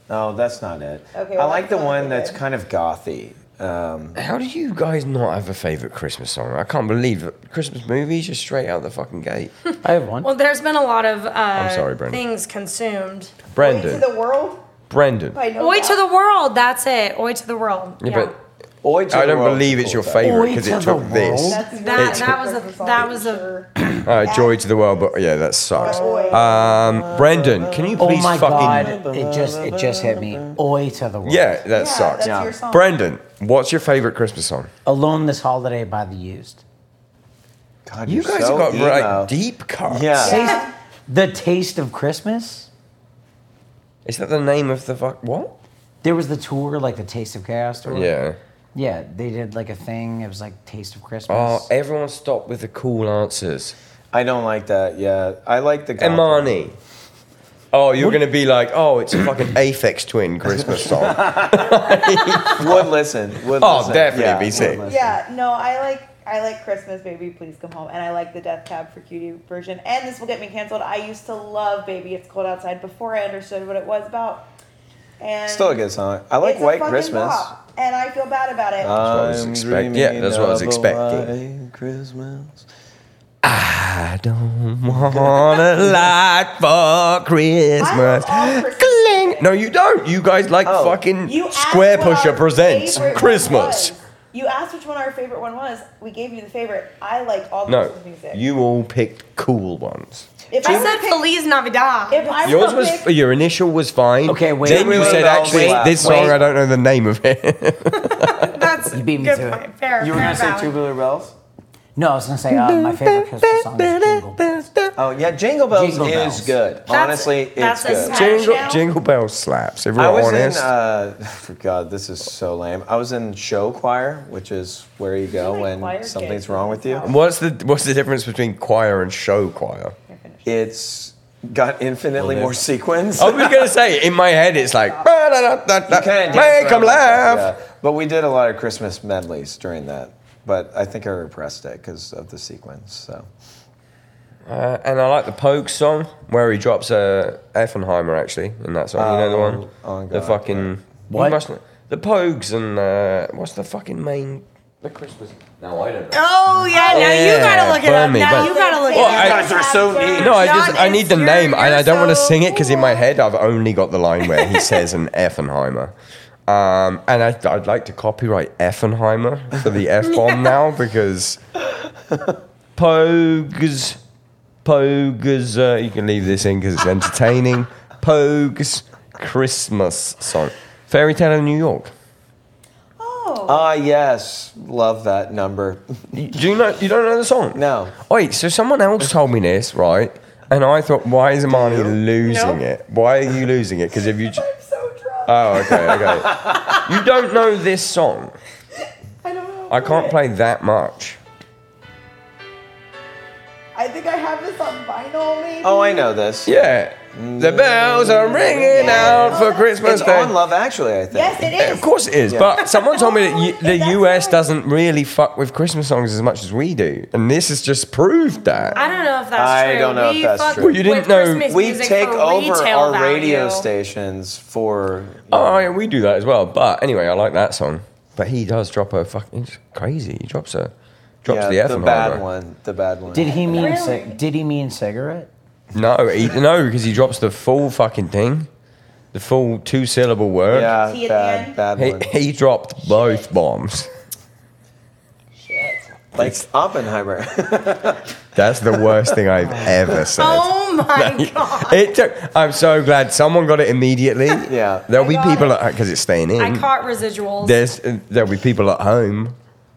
Speaker 4: No, that's not it.
Speaker 7: Okay,
Speaker 4: I
Speaker 7: well,
Speaker 4: like the
Speaker 7: that's not
Speaker 4: one
Speaker 7: good.
Speaker 4: that's kind of gothy. Um,
Speaker 1: How do you guys not have a favorite Christmas song? I can't believe it. Christmas movies are straight out the fucking gate.
Speaker 3: I have one.
Speaker 5: Well, there's been a lot of uh,
Speaker 1: sorry, Brandon.
Speaker 5: things consumed.
Speaker 7: Way to
Speaker 1: Brendan,
Speaker 7: the world.
Speaker 1: Brendan.
Speaker 7: I know
Speaker 5: Oi
Speaker 7: that.
Speaker 5: to the world. That's it. Oi to the world.
Speaker 1: Yeah,
Speaker 5: Yeah.
Speaker 1: but
Speaker 4: Oi to
Speaker 1: I
Speaker 4: the
Speaker 1: don't
Speaker 4: World's
Speaker 1: believe
Speaker 4: a
Speaker 1: it's
Speaker 4: cool
Speaker 1: your
Speaker 7: Oh,
Speaker 4: song.
Speaker 1: favorite
Speaker 3: Oi
Speaker 1: because
Speaker 3: to
Speaker 1: it
Speaker 3: the
Speaker 1: took this.
Speaker 3: world.
Speaker 7: That's
Speaker 5: That-
Speaker 7: very
Speaker 5: that was a-
Speaker 7: Christmas song,
Speaker 5: that
Speaker 7: for
Speaker 5: was a-
Speaker 7: sure.
Speaker 1: Uh, joy to the world, but yeah, that sucks.
Speaker 7: Boy.
Speaker 1: Um, Brendan, can you
Speaker 3: Oh
Speaker 1: please
Speaker 3: my
Speaker 1: fucking
Speaker 3: god! It just it just hit me. Oi to the world.
Speaker 1: yeah, that
Speaker 7: Yeah,
Speaker 1: sucks.
Speaker 7: That's
Speaker 4: Yeah.
Speaker 7: your song.
Speaker 1: Brendan, what's your favorite Christmas song?
Speaker 3: Alone this holiday by the used.
Speaker 4: God,
Speaker 1: You
Speaker 4: you're
Speaker 1: guys
Speaker 4: so
Speaker 1: have got
Speaker 4: emo.
Speaker 1: right deep cuts.
Speaker 4: Yeah.
Speaker 7: Yeah.
Speaker 3: The taste of Christmas.
Speaker 1: Is that the name of the fuck? What?
Speaker 3: There was the tour, like the Taste of Chaos tour.
Speaker 1: Yeah.
Speaker 3: Yeah, they did like a thing. It was like Taste of Christmas.
Speaker 1: Oh, everyone stop with the cool answers.
Speaker 4: I don't like that. Yeah, I like the. goth one.
Speaker 1: Imani. Oh, you're going to be like, oh, it's a fucking Aphex Twin Christmas song.
Speaker 4: Would listen. Would
Speaker 1: Oh,
Speaker 4: listen.
Speaker 1: definitely be
Speaker 4: would
Speaker 1: sick.
Speaker 4: listen.
Speaker 7: Yeah, no, I like I like Christmas, baby, please come home, and I like the Death Cab for Cutie version. And this will get me canceled. I used to love Baby It's Cold Outside before I understood what it was about. And
Speaker 4: Still a good song. I like
Speaker 7: it's a
Speaker 4: White
Speaker 7: fucking
Speaker 4: Christmas.
Speaker 7: bop, and I feel bad about it.
Speaker 4: That's
Speaker 1: what I was expect- yeah, that's what I was expecting.
Speaker 4: Christmas.
Speaker 1: I don't want a light for Christmas.
Speaker 7: I love all Christmas
Speaker 1: Cling.
Speaker 7: music.
Speaker 1: No, you don't. You guys like
Speaker 4: Oh.
Speaker 1: fucking
Speaker 7: you asked
Speaker 1: Square
Speaker 7: what our
Speaker 1: Pusher Presents
Speaker 7: favorite one
Speaker 1: Christmas.
Speaker 7: was. You asked which one our favorite one was. We gave you the favorite. I like all
Speaker 1: No,
Speaker 7: Christmas music.
Speaker 1: you all picked cool ones.
Speaker 7: if
Speaker 5: I
Speaker 7: were
Speaker 5: said
Speaker 7: to pick-
Speaker 5: Feliz Navidad.
Speaker 7: If I were
Speaker 1: Yours
Speaker 7: to
Speaker 1: was
Speaker 7: pick-
Speaker 1: your initial was fine.
Speaker 3: Okay, wait.
Speaker 1: Then you
Speaker 4: Wait,
Speaker 1: said
Speaker 4: wait,
Speaker 1: actually
Speaker 4: wait,
Speaker 1: this
Speaker 4: wait.
Speaker 1: song I don't know the name of it.
Speaker 5: That's
Speaker 3: You beat me
Speaker 5: good
Speaker 3: to it.
Speaker 5: point. Fair.
Speaker 4: You were
Speaker 5: fair
Speaker 4: gonna say
Speaker 5: valid.
Speaker 4: Tubular Bells?
Speaker 3: No, I was gonna say uh, my favorite Christmas song is Jingle. Bells.
Speaker 4: Oh yeah, Jingle Bells
Speaker 3: Jingle
Speaker 4: is
Speaker 3: Bells.
Speaker 4: good. Honestly,
Speaker 5: that's
Speaker 4: it's
Speaker 5: a
Speaker 4: good.
Speaker 5: smash.
Speaker 1: jingle,
Speaker 5: Now-
Speaker 1: jingle bell slaps. If we're
Speaker 4: I was
Speaker 1: honest,
Speaker 4: in. Uh, for God, this is so lame. I was in show choir, which is where you go
Speaker 7: like choir
Speaker 4: when
Speaker 7: kids.
Speaker 4: something's wrong with you.
Speaker 1: what's the what's the difference between choir and show choir?
Speaker 4: It's got infinitely more sequins.
Speaker 1: I was gonna say in my head it's like "Bah, da, da, da, da,
Speaker 4: You kinda dance
Speaker 1: make
Speaker 4: around
Speaker 1: them
Speaker 4: with that,
Speaker 1: laugh.
Speaker 4: yeah. But we did a lot of Christmas medleys during that. But I think I repressed it because of the sequins. So
Speaker 1: Uh, and I like the Pogue song where he drops a Effenheimer actually in that song. you know the one,
Speaker 4: Oh, oh,
Speaker 1: the
Speaker 4: God,
Speaker 1: fucking
Speaker 3: What?
Speaker 1: You must- the Pogues and uh, what's the fucking main the Christmas? No, I don't know.
Speaker 5: Oh yeah, now you gotta look it
Speaker 1: burn
Speaker 5: up.
Speaker 1: me,
Speaker 5: now
Speaker 1: burn-
Speaker 5: you gotta look
Speaker 1: Well,
Speaker 5: it
Speaker 1: I-
Speaker 5: up.
Speaker 1: guys
Speaker 4: are so neat.
Speaker 1: No, I
Speaker 5: John,
Speaker 1: just I
Speaker 5: it's
Speaker 1: need the
Speaker 5: your-
Speaker 1: name, and I
Speaker 5: you're
Speaker 1: don't want to
Speaker 5: so
Speaker 1: sing it because in my
Speaker 5: cool.
Speaker 1: head I've only got the line where he says an Effenheimer, um, and I, I'd like to copyright Effenheimer for the F bomb now because Pogues Pogues. Uh, you can leave this in because it's entertaining. Pogues Christmas song. Fairy Tale of New York.
Speaker 7: Oh,
Speaker 4: Ah, yes. Love that number.
Speaker 1: You- Do you know? You don't know the song?
Speaker 4: No.
Speaker 1: Wait. So someone else told me this, right? And I thought, why is Imani losing
Speaker 7: No.
Speaker 1: it? Why are you losing it? Because if you, j-
Speaker 7: I'm so drunk.
Speaker 1: oh, okay, okay. you don't know this song.
Speaker 7: I don't know.
Speaker 1: I can't play that much.
Speaker 7: I think I have this on vinyl, maybe.
Speaker 4: Oh, I know this.
Speaker 1: Yeah. The bells are ringing out for Christmas
Speaker 4: It's
Speaker 1: Day.
Speaker 4: on Love Actually, I think.
Speaker 7: Yes, it
Speaker 1: Yeah,
Speaker 7: is.
Speaker 1: Of course it is,
Speaker 4: Yeah.
Speaker 1: but someone told me that y- the
Speaker 7: That's
Speaker 1: US
Speaker 7: right.
Speaker 1: doesn't really fuck with Christmas songs as much as we do, and this has just proved that.
Speaker 5: I don't know if that's
Speaker 4: I
Speaker 5: true.
Speaker 4: don't know if
Speaker 5: we
Speaker 4: that's
Speaker 5: fuck
Speaker 4: true. Well,
Speaker 1: you didn't
Speaker 5: with
Speaker 1: know-
Speaker 5: Christmas
Speaker 4: We
Speaker 5: music
Speaker 4: take
Speaker 5: for
Speaker 4: over
Speaker 5: retail
Speaker 4: our
Speaker 5: value.
Speaker 4: radio stations for.
Speaker 1: Oh, yeah, we do that as well. But anyway, I like that song. But he does drop a fucking he's crazy. He drops a drops
Speaker 4: yeah,
Speaker 1: the F
Speaker 4: the
Speaker 1: and
Speaker 4: bad one. The bad one.
Speaker 3: Did he mean
Speaker 7: Really?
Speaker 3: cig- did he mean cigarette?
Speaker 1: No, he, no, because he drops the full fucking thing, the full two syllable word.
Speaker 4: Yeah,
Speaker 7: T at the
Speaker 4: bad,
Speaker 7: end?
Speaker 4: bad
Speaker 1: He,
Speaker 4: one.
Speaker 1: he dropped both bombs.
Speaker 7: Shit.
Speaker 4: Like Oppenheimer.
Speaker 1: That's the worst thing I've ever said.
Speaker 5: Oh my god!
Speaker 1: It took. I'm so glad someone got it immediately.
Speaker 4: Yeah.
Speaker 1: There'll be
Speaker 7: I got
Speaker 1: people
Speaker 7: it.
Speaker 1: because it's staying in.
Speaker 5: I caught residuals.
Speaker 1: There's there'll be people at home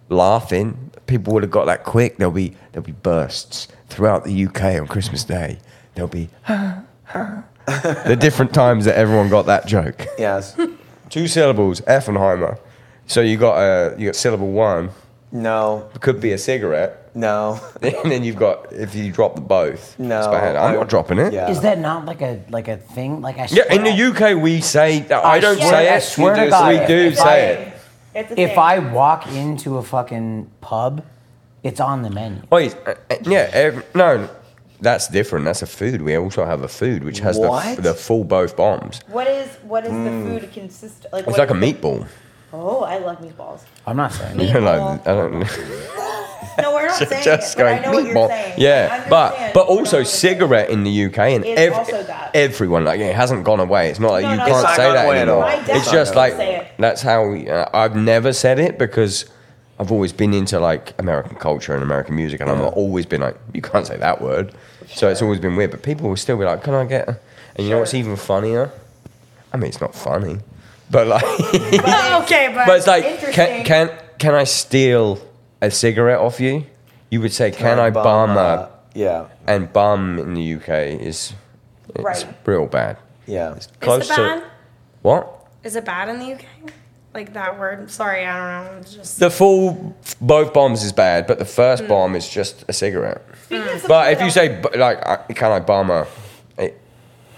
Speaker 1: laughing. People would have got that quick. There'll be there'll be bursts throughout the UK on Christmas Day. There'll be the different times that everyone got that joke.
Speaker 4: yes.
Speaker 1: Two syllables, Effenheimer. So you got uh, you got syllable one.
Speaker 4: No.
Speaker 1: Could be a cigarette.
Speaker 4: No.
Speaker 1: And then you've got if you drop the both.
Speaker 4: No,
Speaker 1: it's bad. I'm
Speaker 4: I-
Speaker 1: not dropping it.
Speaker 4: Yeah.
Speaker 3: Is that not like a like a thing? Like I
Speaker 1: Yeah,
Speaker 3: swear,
Speaker 1: in the UK we say that. I, don't
Speaker 3: swear-
Speaker 1: say it.
Speaker 3: I swear
Speaker 4: do
Speaker 3: to God,
Speaker 4: say
Speaker 1: we
Speaker 4: it.
Speaker 1: do
Speaker 7: It's a
Speaker 1: say it.
Speaker 7: thing. It's a
Speaker 3: if
Speaker 7: thing.
Speaker 3: I walk into a fucking pub, it's on the menu.
Speaker 1: Wait, uh, uh, yeah, ev- no, that's different. That's a food. We also have a food which has the, f-
Speaker 4: What?
Speaker 1: the full both bombs.
Speaker 7: What is what is the food consist like?
Speaker 1: Hmm. It's
Speaker 7: what
Speaker 1: like a
Speaker 7: is it-
Speaker 1: meatball.
Speaker 7: Oh, I love meatballs.
Speaker 3: I'm not saying
Speaker 1: You know, like, I don't know.
Speaker 7: No, we're not saying
Speaker 1: Just
Speaker 7: it, but
Speaker 1: going
Speaker 7: I know what you're saying.
Speaker 1: meatball. Yeah,
Speaker 7: I
Speaker 1: but
Speaker 7: understand.
Speaker 1: but
Speaker 7: We're
Speaker 1: also
Speaker 7: not saying-
Speaker 1: cigarette in the UK and
Speaker 7: Is
Speaker 1: ev-
Speaker 7: also that.
Speaker 1: everyone like it hasn't gone away. It's not like
Speaker 7: No,
Speaker 1: you
Speaker 7: no, it's
Speaker 1: can't
Speaker 4: not
Speaker 1: say
Speaker 4: gone
Speaker 1: that
Speaker 4: away at all.
Speaker 1: anymore.
Speaker 7: My dad
Speaker 1: It's just
Speaker 7: doesn't
Speaker 1: like
Speaker 7: say it.
Speaker 1: that's how we, uh, I've never said it because. I've always been into like American culture and American music, and I've always been like, you can't say that word. So it's always been weird. But people will still be like, can I get. a-" And you know what's
Speaker 7: Sure.
Speaker 1: even funnier? I mean, it's not funny, but like,
Speaker 5: Oh, okay, but,
Speaker 1: but it's like,
Speaker 7: Interesting.
Speaker 1: can, can can I steal a cigarette off you? You would say, can, I bum
Speaker 4: uh,
Speaker 1: a
Speaker 4: Yeah.
Speaker 1: and bum in the UK is it's
Speaker 7: Right.
Speaker 1: real bad.
Speaker 4: Yeah.
Speaker 5: is it bad?
Speaker 1: what?
Speaker 5: Is it bad in the UK? Like that word? Sorry, I don't know. It's just
Speaker 1: The full both bombs is bad, but the first bomb is just a cigarette.
Speaker 7: Hmm. Speaking of
Speaker 1: But
Speaker 7: something
Speaker 1: if you
Speaker 7: that
Speaker 1: say bu- like I- can I bum a it,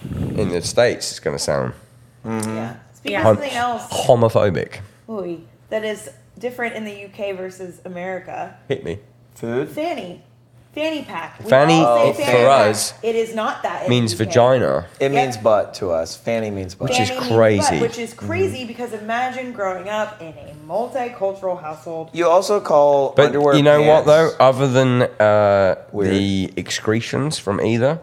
Speaker 1: in the states, it's gonna sound
Speaker 7: else-
Speaker 1: Hmm.
Speaker 7: yeah. Speaking
Speaker 5: Yeah.
Speaker 1: Um,
Speaker 7: of something else,
Speaker 1: homophobic.
Speaker 7: ooh, that is different in the UK versus America.
Speaker 1: Hit me.
Speaker 4: Food?
Speaker 7: Fanny, fanny pack. We
Speaker 1: Fanny,
Speaker 7: all
Speaker 1: it-
Speaker 7: say
Speaker 1: for
Speaker 7: fanny pack.
Speaker 1: us,
Speaker 7: it is not that. in
Speaker 1: Means
Speaker 7: the UK.
Speaker 1: vagina.
Speaker 4: It
Speaker 7: Yeah.
Speaker 4: means butt to us. Fanny means butt.
Speaker 1: Which is
Speaker 7: Fanny means
Speaker 1: crazy. Mm-hmm.
Speaker 7: butt, which is crazy because imagine growing up in a multicultural household.
Speaker 4: you also call
Speaker 1: But
Speaker 4: underwear.
Speaker 1: you know what though?
Speaker 4: pants.
Speaker 1: Other than uh,
Speaker 4: Weird.
Speaker 1: the excretions from either,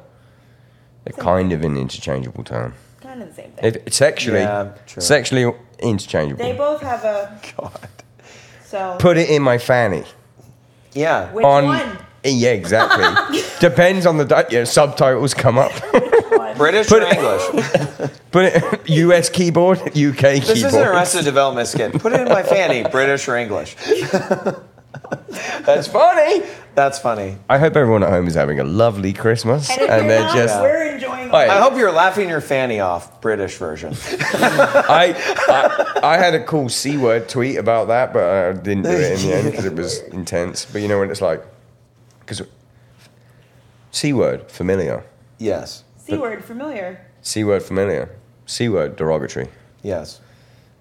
Speaker 1: they're kind of an interchangeable term.
Speaker 7: Kind of the same thing.
Speaker 1: If it's sexually,
Speaker 4: Yeah, true.
Speaker 1: sexually interchangeable.
Speaker 7: They both have a
Speaker 4: God.
Speaker 7: so.
Speaker 1: Put it in my fanny.
Speaker 4: Yeah.
Speaker 7: which
Speaker 1: on
Speaker 7: one?
Speaker 1: yeah, exactly. Depends on the di- yeah, subtitles come up.
Speaker 7: One.
Speaker 4: British
Speaker 1: Put
Speaker 4: or
Speaker 1: it-
Speaker 4: English?
Speaker 1: But it, U.S. keyboard, U.K.
Speaker 4: This is an
Speaker 1: keyboard.
Speaker 4: Arrested Development skit. Put it in my fanny. British or English?
Speaker 1: That's funny.
Speaker 4: That's funny.
Speaker 1: I hope everyone at home is having a lovely Christmas
Speaker 7: And
Speaker 1: and,
Speaker 7: if you're
Speaker 1: they're
Speaker 7: not,
Speaker 1: just.
Speaker 7: we're enjoying.
Speaker 1: Wait.
Speaker 4: I hope you're laughing your fanny off. British version.
Speaker 1: I, I I had a cool C word tweet about that, but I didn't do it in the end because it was intense. But you know when it's like, because C word familiar,
Speaker 4: Yes.
Speaker 7: C word familiar.
Speaker 1: C word familiar, C word derogatory.
Speaker 4: Yes.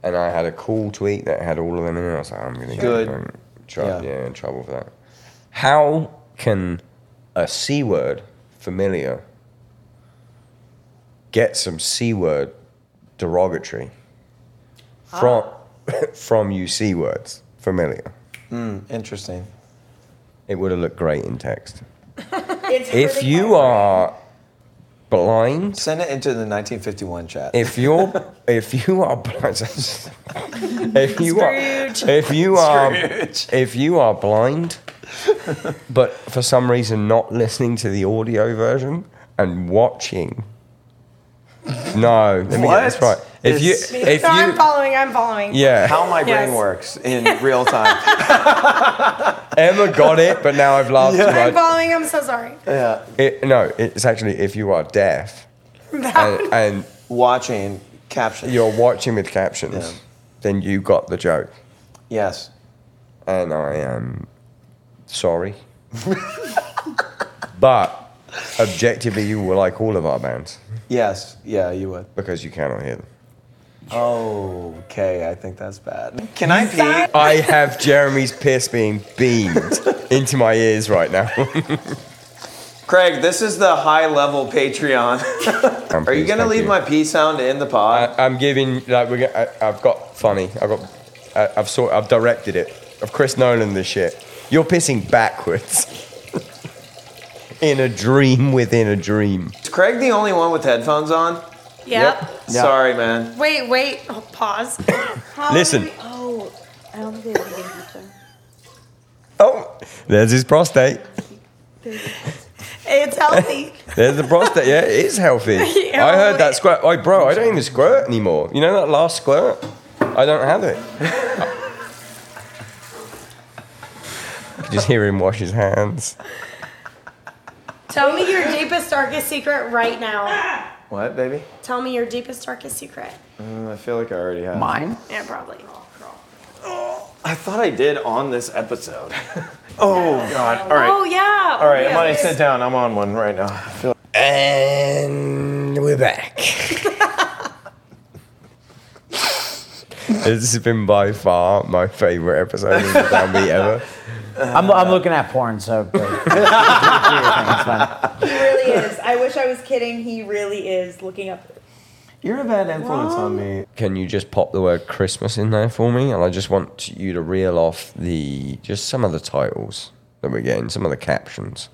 Speaker 1: and I had a cool tweet that had all of them in it. I was like, I'm gonna
Speaker 4: Good.
Speaker 1: get in trouble.
Speaker 4: Yeah.
Speaker 1: Yeah. in trouble for that. How can a c word familiar get some c word derogatory from from you c words familiar?
Speaker 4: Interesting.
Speaker 1: It would have looked great in text.
Speaker 7: It's
Speaker 1: If
Speaker 7: really
Speaker 1: you
Speaker 7: hard.
Speaker 1: are blind
Speaker 4: Send it into the 1951 chat.
Speaker 1: if you're if you are blind if you are
Speaker 5: Scrooge.
Speaker 1: if you are
Speaker 4: Scrooge.
Speaker 1: if you are blind but for some reason not listening to the audio version and watching. No, let me get this
Speaker 4: What?
Speaker 1: right. If you,
Speaker 4: It's-
Speaker 5: no,
Speaker 1: if
Speaker 5: I'm
Speaker 1: you,
Speaker 5: following. I'm following.
Speaker 1: yeah,
Speaker 4: How my brain
Speaker 5: Yes.
Speaker 4: works in real time.
Speaker 1: Emma got it, but now I've laughed too
Speaker 5: I'm
Speaker 1: much.
Speaker 5: following. I'm so sorry.
Speaker 4: yeah.
Speaker 1: It, no, it's actually if you are deaf and, and
Speaker 4: Watching captions.
Speaker 1: you're watching with captions,
Speaker 4: Yeah.
Speaker 1: then you got the joke.
Speaker 4: Yes.
Speaker 1: And I am sorry. but objectively, you were like all of our bands
Speaker 4: Yes. Yeah, you would.
Speaker 1: because you cannot hear them.
Speaker 4: Oh, okay. I think that's bad. Can I pee?
Speaker 1: I have Jeremy's piss being beamed into my ears right now.
Speaker 4: Craig, this is the high level Patreon.
Speaker 1: I'm
Speaker 4: Are you
Speaker 1: pleased,
Speaker 4: going to
Speaker 1: thank
Speaker 4: leave
Speaker 1: you. Uh,
Speaker 4: my pee sound in the pod?
Speaker 1: I, I'm giving like we're. go- I, I've got funny. I've got. I, I've sort. I've directed it. Of Chris Nolan, this shit. You're pissing backwards. In a dream within a dream.
Speaker 4: Is Craig the only one with headphones on?
Speaker 5: Yep.
Speaker 4: Sorry, man.
Speaker 5: Wait, wait. Oh, pause. How
Speaker 1: Listen.
Speaker 5: do we-
Speaker 7: Oh, I don't think they have anything up there.
Speaker 1: Oh, there's his prostate.
Speaker 5: It's healthy.
Speaker 1: There's the prostate. Yeah, it is healthy. I heard that squirt. I bro, I don't even squirt anymore. You know that last squirt? I don't have it. You Just hear him wash his hands.
Speaker 5: Tell me your deepest, darkest secret right now.
Speaker 4: What, baby?
Speaker 5: Tell me your deepest, darkest secret.
Speaker 4: Mm, I feel like I already have.
Speaker 3: Mine?
Speaker 5: Yeah, probably.
Speaker 4: I thought I did on this episode. oh, God. All right.
Speaker 5: Oh yeah.
Speaker 4: All right,
Speaker 5: yeah.
Speaker 4: Money, sit down. I'm on one right now. I feel-
Speaker 1: And we're back. this has been by far my favorite episode of the Downbeat ever.
Speaker 3: I'm, I'm looking at porn, so.
Speaker 7: He really is. I wish I was kidding. He really is looking up.
Speaker 4: You're a bad influence on me.
Speaker 1: Can you just pop the word Christmas in there for me? And I just want you to reel off the just some of the titles that we're getting, some of the captions.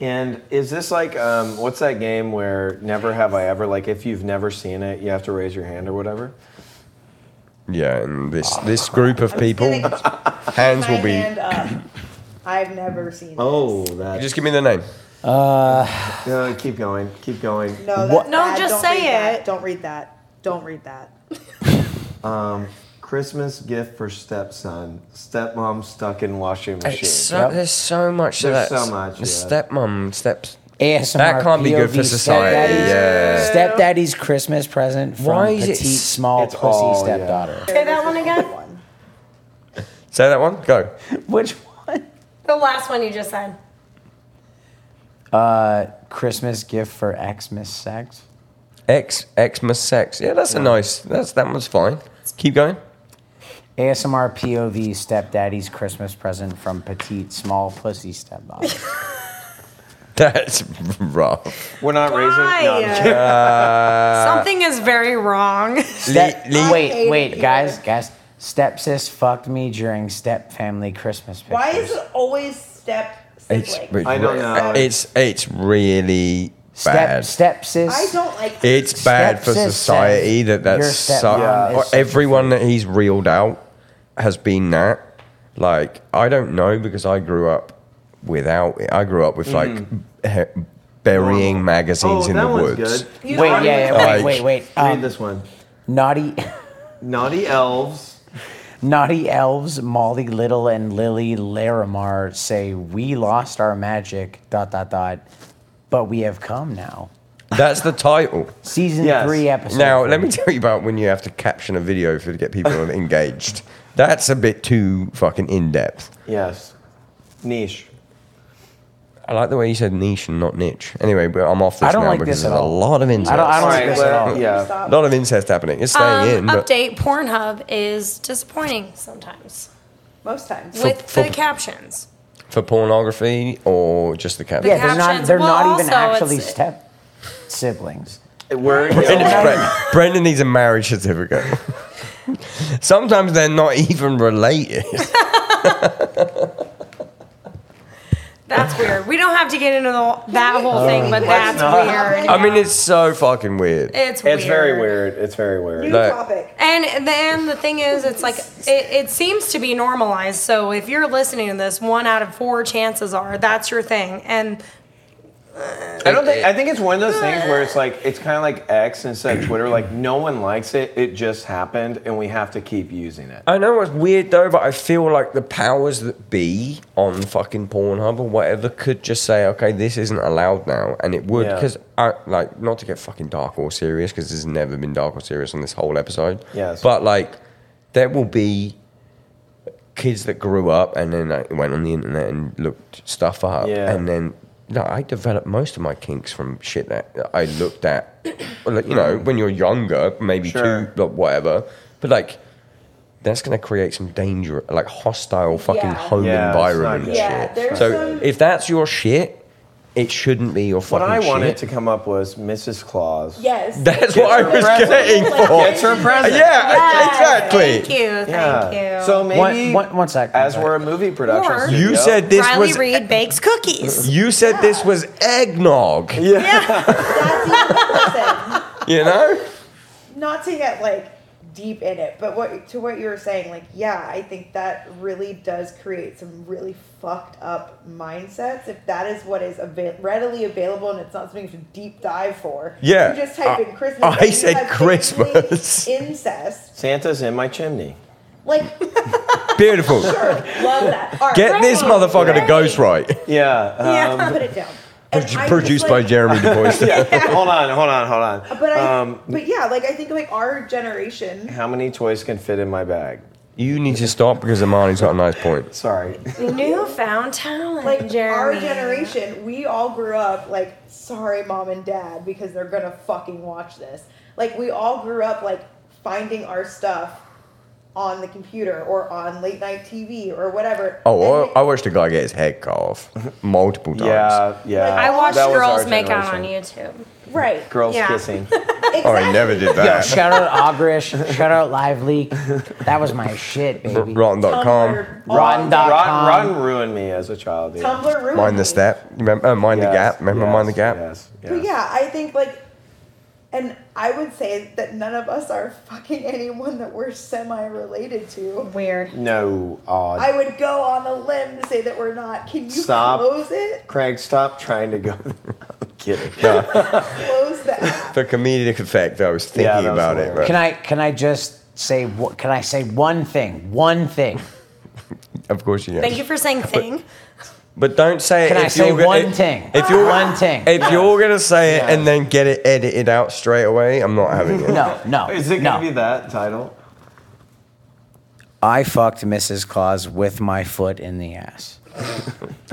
Speaker 4: And is this like, um, what's that game where never have I ever, like if you've never seen it, you have to raise your hand or whatever?
Speaker 1: Yeah, and this this group of people,
Speaker 7: Gonna
Speaker 1: hands
Speaker 7: my
Speaker 1: will be.
Speaker 7: hand up. I've never seen.
Speaker 4: Oh, that.
Speaker 1: Just give me the name.
Speaker 4: No, keep going. Keep going.
Speaker 7: this. no,
Speaker 3: What-
Speaker 7: that's
Speaker 5: No,
Speaker 7: bad.
Speaker 5: just
Speaker 7: Don't
Speaker 5: say
Speaker 7: read that.
Speaker 5: it.
Speaker 7: Don't read that. Don't read that.
Speaker 4: Christmas gift for stepson. Stepmom stuck in washing machine.
Speaker 1: It's so, There's so much. to
Speaker 4: There's
Speaker 1: that.
Speaker 4: so much,
Speaker 1: The
Speaker 4: yeah.
Speaker 1: stepmom steps.
Speaker 3: ASMR
Speaker 1: That can't be good
Speaker 3: POV
Speaker 1: for society.
Speaker 3: stepdaddies.
Speaker 1: Yeah.
Speaker 3: Stepdaddy's Christmas present from
Speaker 1: Why is it
Speaker 3: petite,
Speaker 1: s-
Speaker 3: small,
Speaker 4: it's
Speaker 3: pussy
Speaker 4: all-
Speaker 3: stepdaughter.
Speaker 5: Say that one again.
Speaker 7: One.
Speaker 1: Say that one. Go.
Speaker 3: Which one?
Speaker 5: The last one you just said.
Speaker 3: Christmas gift for Xmas sex.
Speaker 1: X Xmas sex. Yeah, that's a nice. That's that one's fine. Keep going.
Speaker 3: ASMR POV stepdaddy's Christmas present from petite, small, pussy stepdaughter.
Speaker 1: That's rough.
Speaker 4: We're not raising. No, I'm
Speaker 5: Why?
Speaker 4: kidding.
Speaker 5: Something is very wrong.
Speaker 3: Step-
Speaker 1: Le- le-
Speaker 3: wait, wait,
Speaker 7: Peter.
Speaker 3: guys, guys. Stepsis fucked me during step family Christmas pictures.
Speaker 7: Why is it always step
Speaker 1: It's, re-
Speaker 7: sibling?
Speaker 4: I don't know.
Speaker 1: It's it's really
Speaker 3: step
Speaker 1: bad.
Speaker 3: stepsis?
Speaker 7: I don't like.
Speaker 1: It's bad for
Speaker 3: Stepsis
Speaker 1: society that
Speaker 3: says your
Speaker 1: that's
Speaker 3: stepmom
Speaker 1: so,
Speaker 3: is
Speaker 1: or
Speaker 3: such a
Speaker 1: everyone that he's reeled out has been that. Like I don't know because I grew up without. it. I grew up with like he- burying magazines
Speaker 4: Mm. Oh,
Speaker 1: in
Speaker 4: that
Speaker 1: the
Speaker 4: one's
Speaker 1: woods.
Speaker 4: good.
Speaker 7: You
Speaker 3: Wait, yeah,
Speaker 7: don't
Speaker 3: yeah,
Speaker 7: like-
Speaker 3: wait,
Speaker 1: Like-
Speaker 3: wait, wait.
Speaker 4: Read
Speaker 3: Um,
Speaker 4: this one.
Speaker 3: Naughty,
Speaker 4: Naughty elves.
Speaker 3: naughty elves. Molly Little and Lily Larimar say we lost our magic. Dot dot dot. But we have come now.
Speaker 1: That's the title.
Speaker 3: Season
Speaker 4: Yes.
Speaker 3: three episode.
Speaker 1: Now,
Speaker 3: three.
Speaker 1: let me tell you about when you have to caption a video for to get people engaged. That's a bit too fucking in depth.
Speaker 4: Yes. Niche.
Speaker 1: I like the way you said niche and not niche. Anyway, but I'm off this
Speaker 3: I don't
Speaker 1: now
Speaker 3: like
Speaker 1: because
Speaker 3: this at
Speaker 1: there's a
Speaker 3: all.
Speaker 1: lot of incest.
Speaker 3: I don't. I don't
Speaker 4: Alright,
Speaker 3: like this at
Speaker 4: well,
Speaker 3: all.
Speaker 4: yeah.
Speaker 7: Stop.
Speaker 1: a lot of incest happening. It's
Speaker 5: Um,
Speaker 1: staying in. But
Speaker 5: update: Pornhub is disappointing sometimes
Speaker 7: Most times.
Speaker 5: with
Speaker 1: for-
Speaker 5: the captions.
Speaker 1: for pornography or just the caption?
Speaker 3: Yeah, they're not.
Speaker 5: captions.
Speaker 3: They're
Speaker 5: Well,
Speaker 3: not even
Speaker 5: also,
Speaker 3: actually
Speaker 5: it's-
Speaker 3: step siblings.
Speaker 4: We're
Speaker 1: Brendan's Brendan, Brendan needs a marriage certificate. Sometimes they're not even related.
Speaker 5: That's weird. We don't have to get into the, that whole thing, but that's
Speaker 4: not.
Speaker 5: weird.
Speaker 1: I mean, it's so fucking weird.
Speaker 5: It's weird.
Speaker 4: It's very weird. It's very weird.
Speaker 7: New
Speaker 1: Like-
Speaker 7: topic.
Speaker 5: And then the thing is, it's like it, it seems to be normalized. So if you're listening to this, one out of four chances are that's your thing. And
Speaker 4: I don't think. I think it's one of those things where it's like it's kind of like X instead of Twitter. Like no one likes it. It just happened, and we have to keep using it.
Speaker 1: I know it's weird though, but I feel like the powers that be on fucking Pornhub or whatever could just say, okay, this isn't allowed now, and it would
Speaker 4: Yeah.
Speaker 1: because I like not to get fucking dark or serious because there's never been dark or serious on this whole episode.
Speaker 4: Yes.
Speaker 1: but like there will be kids that grew up and then like, went on the internet and looked stuff up,
Speaker 4: Yeah.
Speaker 1: and then. No, I developed most of my kinks from shit that that I looked at. Well, like, you know, when you're younger, maybe
Speaker 4: Sure.
Speaker 1: two, like, whatever. But like, that's going to create some danger, like hostile fucking
Speaker 7: Yeah.
Speaker 1: home
Speaker 4: Yeah, it's
Speaker 1: environment
Speaker 4: not
Speaker 1: and
Speaker 4: good.
Speaker 7: Yeah,
Speaker 1: shit.
Speaker 7: there's
Speaker 1: So
Speaker 7: some-
Speaker 1: if that's your shit, it shouldn't be your
Speaker 4: What
Speaker 1: fucking
Speaker 4: I wanted
Speaker 1: shit.
Speaker 4: to come up was Mrs. Claus.
Speaker 7: Yes.
Speaker 1: That's what I
Speaker 4: her
Speaker 1: was
Speaker 4: present.
Speaker 1: getting
Speaker 7: Like,
Speaker 1: for.
Speaker 4: It's her present.
Speaker 1: Yeah, e- exactly.
Speaker 5: Thank you.
Speaker 4: Yeah.
Speaker 5: Thank you.
Speaker 4: So maybe
Speaker 3: One- one- one sec.
Speaker 4: As we're a movie production,
Speaker 5: Or-
Speaker 4: studio,
Speaker 1: You said this
Speaker 5: Riley
Speaker 1: was.
Speaker 5: Reed bakes cookies.
Speaker 1: You said this was eggnog.
Speaker 7: That's even listen,
Speaker 1: You know.
Speaker 7: Not to get like deep in it, but what to what you were saying, like yeah, I think that really does create some really fucked up mindsets if that is what is avail- readily available and it's not something to deep dive for.
Speaker 1: Yeah.
Speaker 7: you just type
Speaker 1: I-
Speaker 7: in Christmas.
Speaker 1: I
Speaker 7: and you
Speaker 1: said
Speaker 7: have things like
Speaker 1: Christmas.
Speaker 7: incest,
Speaker 4: Santa's in my chimney.
Speaker 7: like love
Speaker 1: Beautiful.
Speaker 7: that. All right,
Speaker 1: Get this
Speaker 7: Grandma,
Speaker 1: motherfucker to
Speaker 7: right?
Speaker 1: Ghost Right.
Speaker 4: Yeah. um,
Speaker 7: Put it down. And I'm just
Speaker 1: Produced by
Speaker 7: like-
Speaker 1: Jeremy DeVois.
Speaker 4: hold on, hold on, hold on.
Speaker 7: But I,
Speaker 4: um,
Speaker 7: but yeah, like I think like our generation.
Speaker 4: how many toys can fit in my bag?
Speaker 1: You need to stop because Amani's got a nice point.
Speaker 4: Sorry.
Speaker 5: Newfound talent,
Speaker 7: Like
Speaker 5: Jeremy.
Speaker 7: our generation, we all grew up like sorry mom and dad because they're gonna fucking watch this. Like we all grew up like finding our stuff on the computer or on late night TV or whatever.
Speaker 1: Oh,
Speaker 7: And
Speaker 1: I, I watched a guy get his head cut off multiple times.
Speaker 4: Yeah, yeah.
Speaker 5: I watched
Speaker 4: that was
Speaker 5: girls
Speaker 4: our
Speaker 5: make out on
Speaker 4: generation.
Speaker 5: YouTube.
Speaker 7: right.
Speaker 4: Girls
Speaker 5: Yeah.
Speaker 4: kissing.
Speaker 1: Oh, I never did that.
Speaker 3: Shout out Ogrish. Shout out Live Leak. That was my shit,
Speaker 1: R-
Speaker 3: baby.
Speaker 1: Rotten.com.
Speaker 7: Tumblr, all-
Speaker 3: Rotten.com.
Speaker 4: Rotten, Rotten ruined me as a child. Yeah.
Speaker 7: Tumblr ruined
Speaker 1: Mind
Speaker 7: me.
Speaker 1: the step. Remember, uh, mind the gap. Remember, mind the gap.
Speaker 4: Yes. yes.
Speaker 7: But yeah, I think like, and I would say that none of us are fucking anyone that we're semi related to.
Speaker 5: Weird.
Speaker 4: No. uh, Odd.
Speaker 7: I would go on a limb to say that we're not. Can you
Speaker 4: Stop.
Speaker 7: close it?
Speaker 4: Craig, stop trying to go. I'm kidding.
Speaker 7: Close the app.
Speaker 1: For comedic effect, I was thinking
Speaker 4: Yeah, that was
Speaker 1: about it.
Speaker 4: hilarious.
Speaker 1: but
Speaker 3: Can I can I just say wh- can I say one thing? One thing.
Speaker 1: of course you can.
Speaker 5: Thank you for saying thing.
Speaker 1: But don't say it.
Speaker 3: Can I
Speaker 1: if
Speaker 3: say
Speaker 1: you're gonna-
Speaker 3: one
Speaker 1: if-
Speaker 3: thing? Ah,
Speaker 1: If you're
Speaker 3: one thing.
Speaker 1: if you're gonna say it and then get it edited out straight away, I'm not having it.
Speaker 3: no, no.
Speaker 4: Is it
Speaker 3: no.
Speaker 4: gonna be that title?
Speaker 3: I fucked Mrs. Claus with my foot in the ass.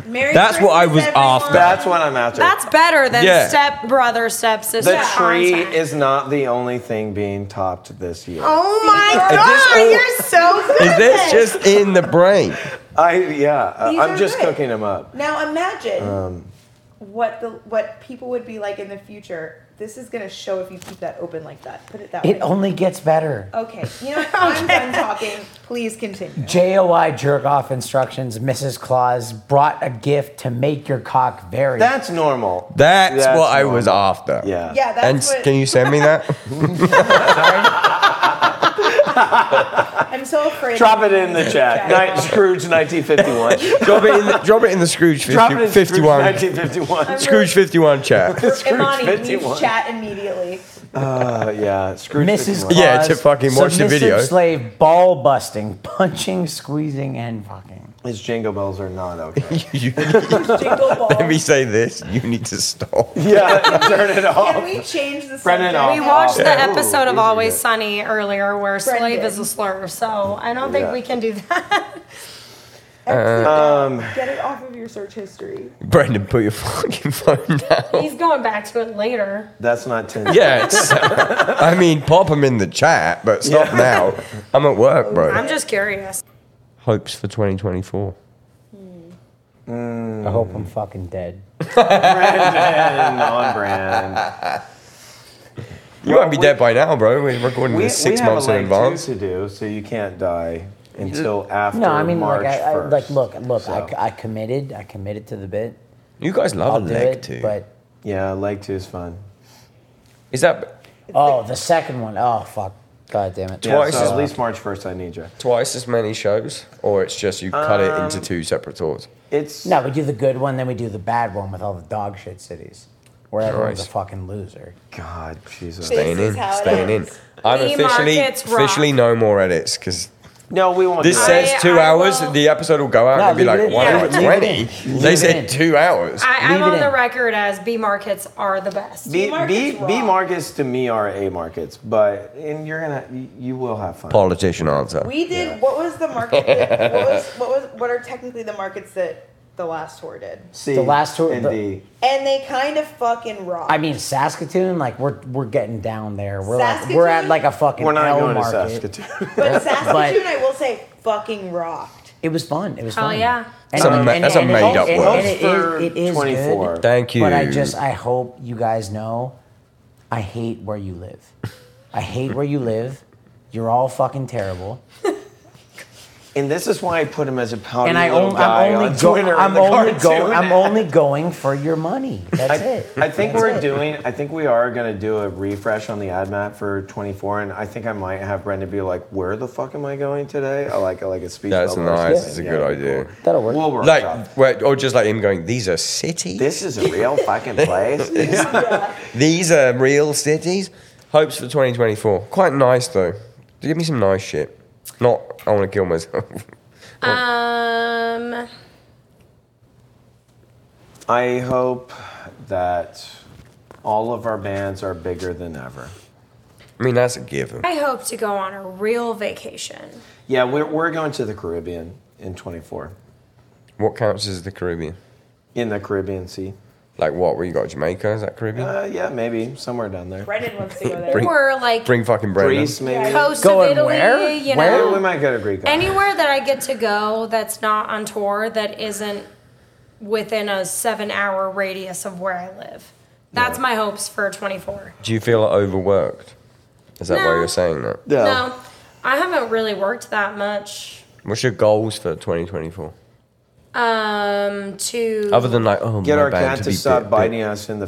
Speaker 7: Merry
Speaker 1: That's what I was
Speaker 7: Christmas, everyone.
Speaker 1: after.
Speaker 4: That's what I'm after.
Speaker 5: That's better than
Speaker 1: Yeah.
Speaker 5: step brother, step sister.
Speaker 4: the tree
Speaker 5: content.
Speaker 4: is not the only thing being topped this year.
Speaker 5: Oh my
Speaker 1: Is this
Speaker 5: god,
Speaker 1: all-
Speaker 5: you're so good.
Speaker 1: Is this just in the brain?
Speaker 4: I yeah. uh,
Speaker 7: These
Speaker 4: I'm
Speaker 7: are
Speaker 4: just
Speaker 7: good.
Speaker 4: cooking them up.
Speaker 7: Now imagine
Speaker 1: Um,
Speaker 7: what the what people would be like in the future. This is gonna show if you keep that open like that. Put it that
Speaker 3: It
Speaker 7: way.
Speaker 3: only gets better.
Speaker 7: okay. You know what? I'm done talking. Please continue.
Speaker 3: JOI jerk off instructions. Mrs. Claus brought a gift to make your cock very.
Speaker 4: That's normal.
Speaker 1: That's,
Speaker 4: That's
Speaker 1: what I was
Speaker 4: normal.
Speaker 1: after.
Speaker 4: yeah.
Speaker 7: Yeah, that's
Speaker 1: And s-
Speaker 7: what
Speaker 1: can you send me that?
Speaker 7: I'm so afraid.
Speaker 4: Drop it in the chat. Night, Scrooge 1951.
Speaker 1: drop it in. The, drop it in the Scrooge 50,
Speaker 4: Drop it in Scrooge
Speaker 1: 51.
Speaker 4: 1951.
Speaker 1: Scrooge 51 chat.
Speaker 7: Imani
Speaker 4: Scrooge
Speaker 7: leave
Speaker 4: 51.
Speaker 7: chat immediately.
Speaker 4: Uh, yeah, Scrooge
Speaker 3: Mrs.
Speaker 4: 51.
Speaker 3: Claus.
Speaker 1: Yeah, to fucking watch the
Speaker 3: submissive
Speaker 1: video.
Speaker 3: Slave ball busting, punching, squeezing, and fucking.
Speaker 4: His jingle bells are not okay.
Speaker 1: You-
Speaker 7: Jingle ball.
Speaker 1: let me say this. You need to stop.
Speaker 4: yeah, turn it
Speaker 7: Can
Speaker 4: off.
Speaker 7: we change the subject?
Speaker 4: Brennan off.
Speaker 5: We watched the
Speaker 4: Yeah.
Speaker 5: episode of
Speaker 4: Ooh,
Speaker 5: Always
Speaker 4: easy.
Speaker 5: Sunny earlier where slave
Speaker 7: Brendan.
Speaker 5: is a slur, so I don't think
Speaker 4: Yeah.
Speaker 5: we can do that.
Speaker 7: Um, Get it off of your search history.
Speaker 1: Brendan, put your fucking phone down.
Speaker 5: He's going back to it later.
Speaker 4: That's not Tinder.
Speaker 1: Yeah, it's, I mean, pop them in the chat, but stop
Speaker 4: Yeah.
Speaker 1: now. I'm at work, bro.
Speaker 5: I'm just curious.
Speaker 1: Hopes for 2024.
Speaker 3: I hope I'm fucking dead.
Speaker 4: Brandon, on brand.
Speaker 1: You won't be dead by now, bro. We're recording
Speaker 4: We,
Speaker 1: this six
Speaker 4: we have
Speaker 1: months
Speaker 4: a
Speaker 1: in
Speaker 4: leg two
Speaker 1: advance.
Speaker 4: to do, so you can't die until after
Speaker 3: No, I mean,
Speaker 4: March
Speaker 3: like, I, I,
Speaker 4: 1st.
Speaker 3: like, look, look, I
Speaker 4: So,
Speaker 3: c I I, committed. I committed to the bit.
Speaker 1: You guys love
Speaker 3: I'll
Speaker 1: a
Speaker 3: do
Speaker 1: leg
Speaker 3: it,
Speaker 1: too.
Speaker 3: but
Speaker 4: yeah, leg two is fun.
Speaker 1: Is that
Speaker 3: oh, the second one. Oh, fuck. God damn it.
Speaker 4: Yeah,
Speaker 1: Twice
Speaker 4: so
Speaker 1: is-
Speaker 4: at least March 1st, I need you.
Speaker 1: twice as many shows, or it's just you cut it
Speaker 5: Um,
Speaker 1: into two separate tours?
Speaker 4: It's
Speaker 3: No, we do the good one, then we do the bad one with all the dog shit cities, where everyone's a
Speaker 1: Nice.
Speaker 3: fucking loser.
Speaker 4: God, Jesus.
Speaker 1: Staying
Speaker 7: This is
Speaker 1: in,
Speaker 7: how it
Speaker 1: staying in.
Speaker 7: ends.
Speaker 1: I'm
Speaker 5: Flea
Speaker 1: officially
Speaker 5: markets rock.
Speaker 1: officially no more edits because
Speaker 4: No, we won't.
Speaker 1: this
Speaker 4: do that.
Speaker 1: says
Speaker 5: I-
Speaker 1: two
Speaker 5: I
Speaker 1: hours.
Speaker 5: will-
Speaker 1: The episode will go out
Speaker 3: No,
Speaker 1: and be
Speaker 3: leave it
Speaker 1: like
Speaker 3: in.
Speaker 1: one
Speaker 5: Yeah,
Speaker 1: hour
Speaker 5: leave it
Speaker 1: twenty.
Speaker 3: in.
Speaker 1: They
Speaker 3: Leave it
Speaker 1: said
Speaker 3: in.
Speaker 1: two hours.
Speaker 5: I, I'm
Speaker 3: Leave it
Speaker 5: on the
Speaker 3: in.
Speaker 5: record as B markets are the best.
Speaker 4: B, B,
Speaker 7: markets rock.
Speaker 4: B markets to me are A markets, but and you're gonna you- you will have fun.
Speaker 1: Politician answer.
Speaker 7: We did. What was the market? That, what was what was what are technically the markets that the last tour did?
Speaker 4: C
Speaker 3: The last tour-
Speaker 4: and
Speaker 3: the-
Speaker 4: D.
Speaker 7: And they kind of fucking rock.
Speaker 3: I mean, Saskatoon, like we're we're getting down there. We're like
Speaker 7: Saskatoon?
Speaker 3: we're at like a fucking
Speaker 4: We're not
Speaker 3: L
Speaker 4: going
Speaker 3: market.
Speaker 4: to Saskatoon.
Speaker 7: but Saskatoon, I will say, fucking rocked.
Speaker 3: It was fun. It was
Speaker 5: Hell
Speaker 3: fun.
Speaker 5: yeah.
Speaker 3: And
Speaker 1: That's a
Speaker 3: it-
Speaker 1: ma-
Speaker 3: and-
Speaker 1: that's a
Speaker 3: and it-
Speaker 1: made-up
Speaker 3: and-
Speaker 1: word.
Speaker 3: and it is- it is
Speaker 4: 24.
Speaker 3: good,
Speaker 1: Thank you.
Speaker 3: But I just I hope you guys know I hate where you live. I hate where you live. You're all fucking terrible.
Speaker 4: and this is why I put him as a pouty
Speaker 3: And I
Speaker 4: little
Speaker 3: only,
Speaker 4: guy
Speaker 3: I'm only
Speaker 4: on
Speaker 3: go,
Speaker 4: Twitter in
Speaker 3: I'm
Speaker 4: the
Speaker 3: only
Speaker 4: cartoon.
Speaker 3: going I'm only going for your money. That's
Speaker 4: I,
Speaker 3: it.
Speaker 4: I think
Speaker 3: That's
Speaker 4: we're
Speaker 3: it.
Speaker 4: doing. I think we are going to do a refresh on the ad map for 24, and I think I might have Brendan be like, "Where the fuck am I going today?" I like I like a speech.
Speaker 1: That's
Speaker 4: bubble or
Speaker 1: nice.
Speaker 4: something.
Speaker 1: It's a
Speaker 4: Yeah,
Speaker 1: good
Speaker 4: it'd be
Speaker 1: idea.
Speaker 4: cool.
Speaker 3: That'll work.
Speaker 4: We'll work
Speaker 1: Like,
Speaker 4: out.
Speaker 1: where- or just like him going, these are cities.
Speaker 4: This is a real fucking place.
Speaker 1: These are real cities. Hopes for 2024. Quite nice though. Give me some nice shit. Not I want to kill myself.
Speaker 5: Um,
Speaker 4: I hope that all of our bands are bigger than ever.
Speaker 1: I mean that's a given.
Speaker 5: I hope to go on a real vacation.
Speaker 4: Yeah, we're, we're going to the Caribbean in 24,
Speaker 1: What counts as the Caribbean?
Speaker 4: in the Caribbean Sea.
Speaker 1: Like what? Where you got Jamaica? Is that Caribbean?
Speaker 4: Uh, yeah, maybe somewhere down there.
Speaker 7: Brendan wants to go there.
Speaker 1: Bring-
Speaker 5: Or like
Speaker 1: Bring fucking Brendan.
Speaker 4: Greece, maybe.
Speaker 5: coast
Speaker 3: Going
Speaker 5: of Italy,
Speaker 3: where?
Speaker 5: you
Speaker 3: Where?
Speaker 5: know.
Speaker 4: Yeah, we might go to Greek.
Speaker 5: Anywhere that I get to go that's not on tour that isn't within a seven hour radius of where I live. That's my hopes for 24.
Speaker 1: Do you feel overworked? Is that why
Speaker 5: No.
Speaker 1: you're saying that?
Speaker 3: Oh.
Speaker 4: No.
Speaker 5: No, I haven't really worked that much.
Speaker 1: What's your goals for 2024?
Speaker 5: Um, to
Speaker 1: Other than like, oh,
Speaker 4: Get
Speaker 1: my
Speaker 4: our
Speaker 1: band
Speaker 4: cat
Speaker 1: to,
Speaker 4: to,
Speaker 1: be bit-
Speaker 4: stop
Speaker 1: bit-
Speaker 4: biting us in the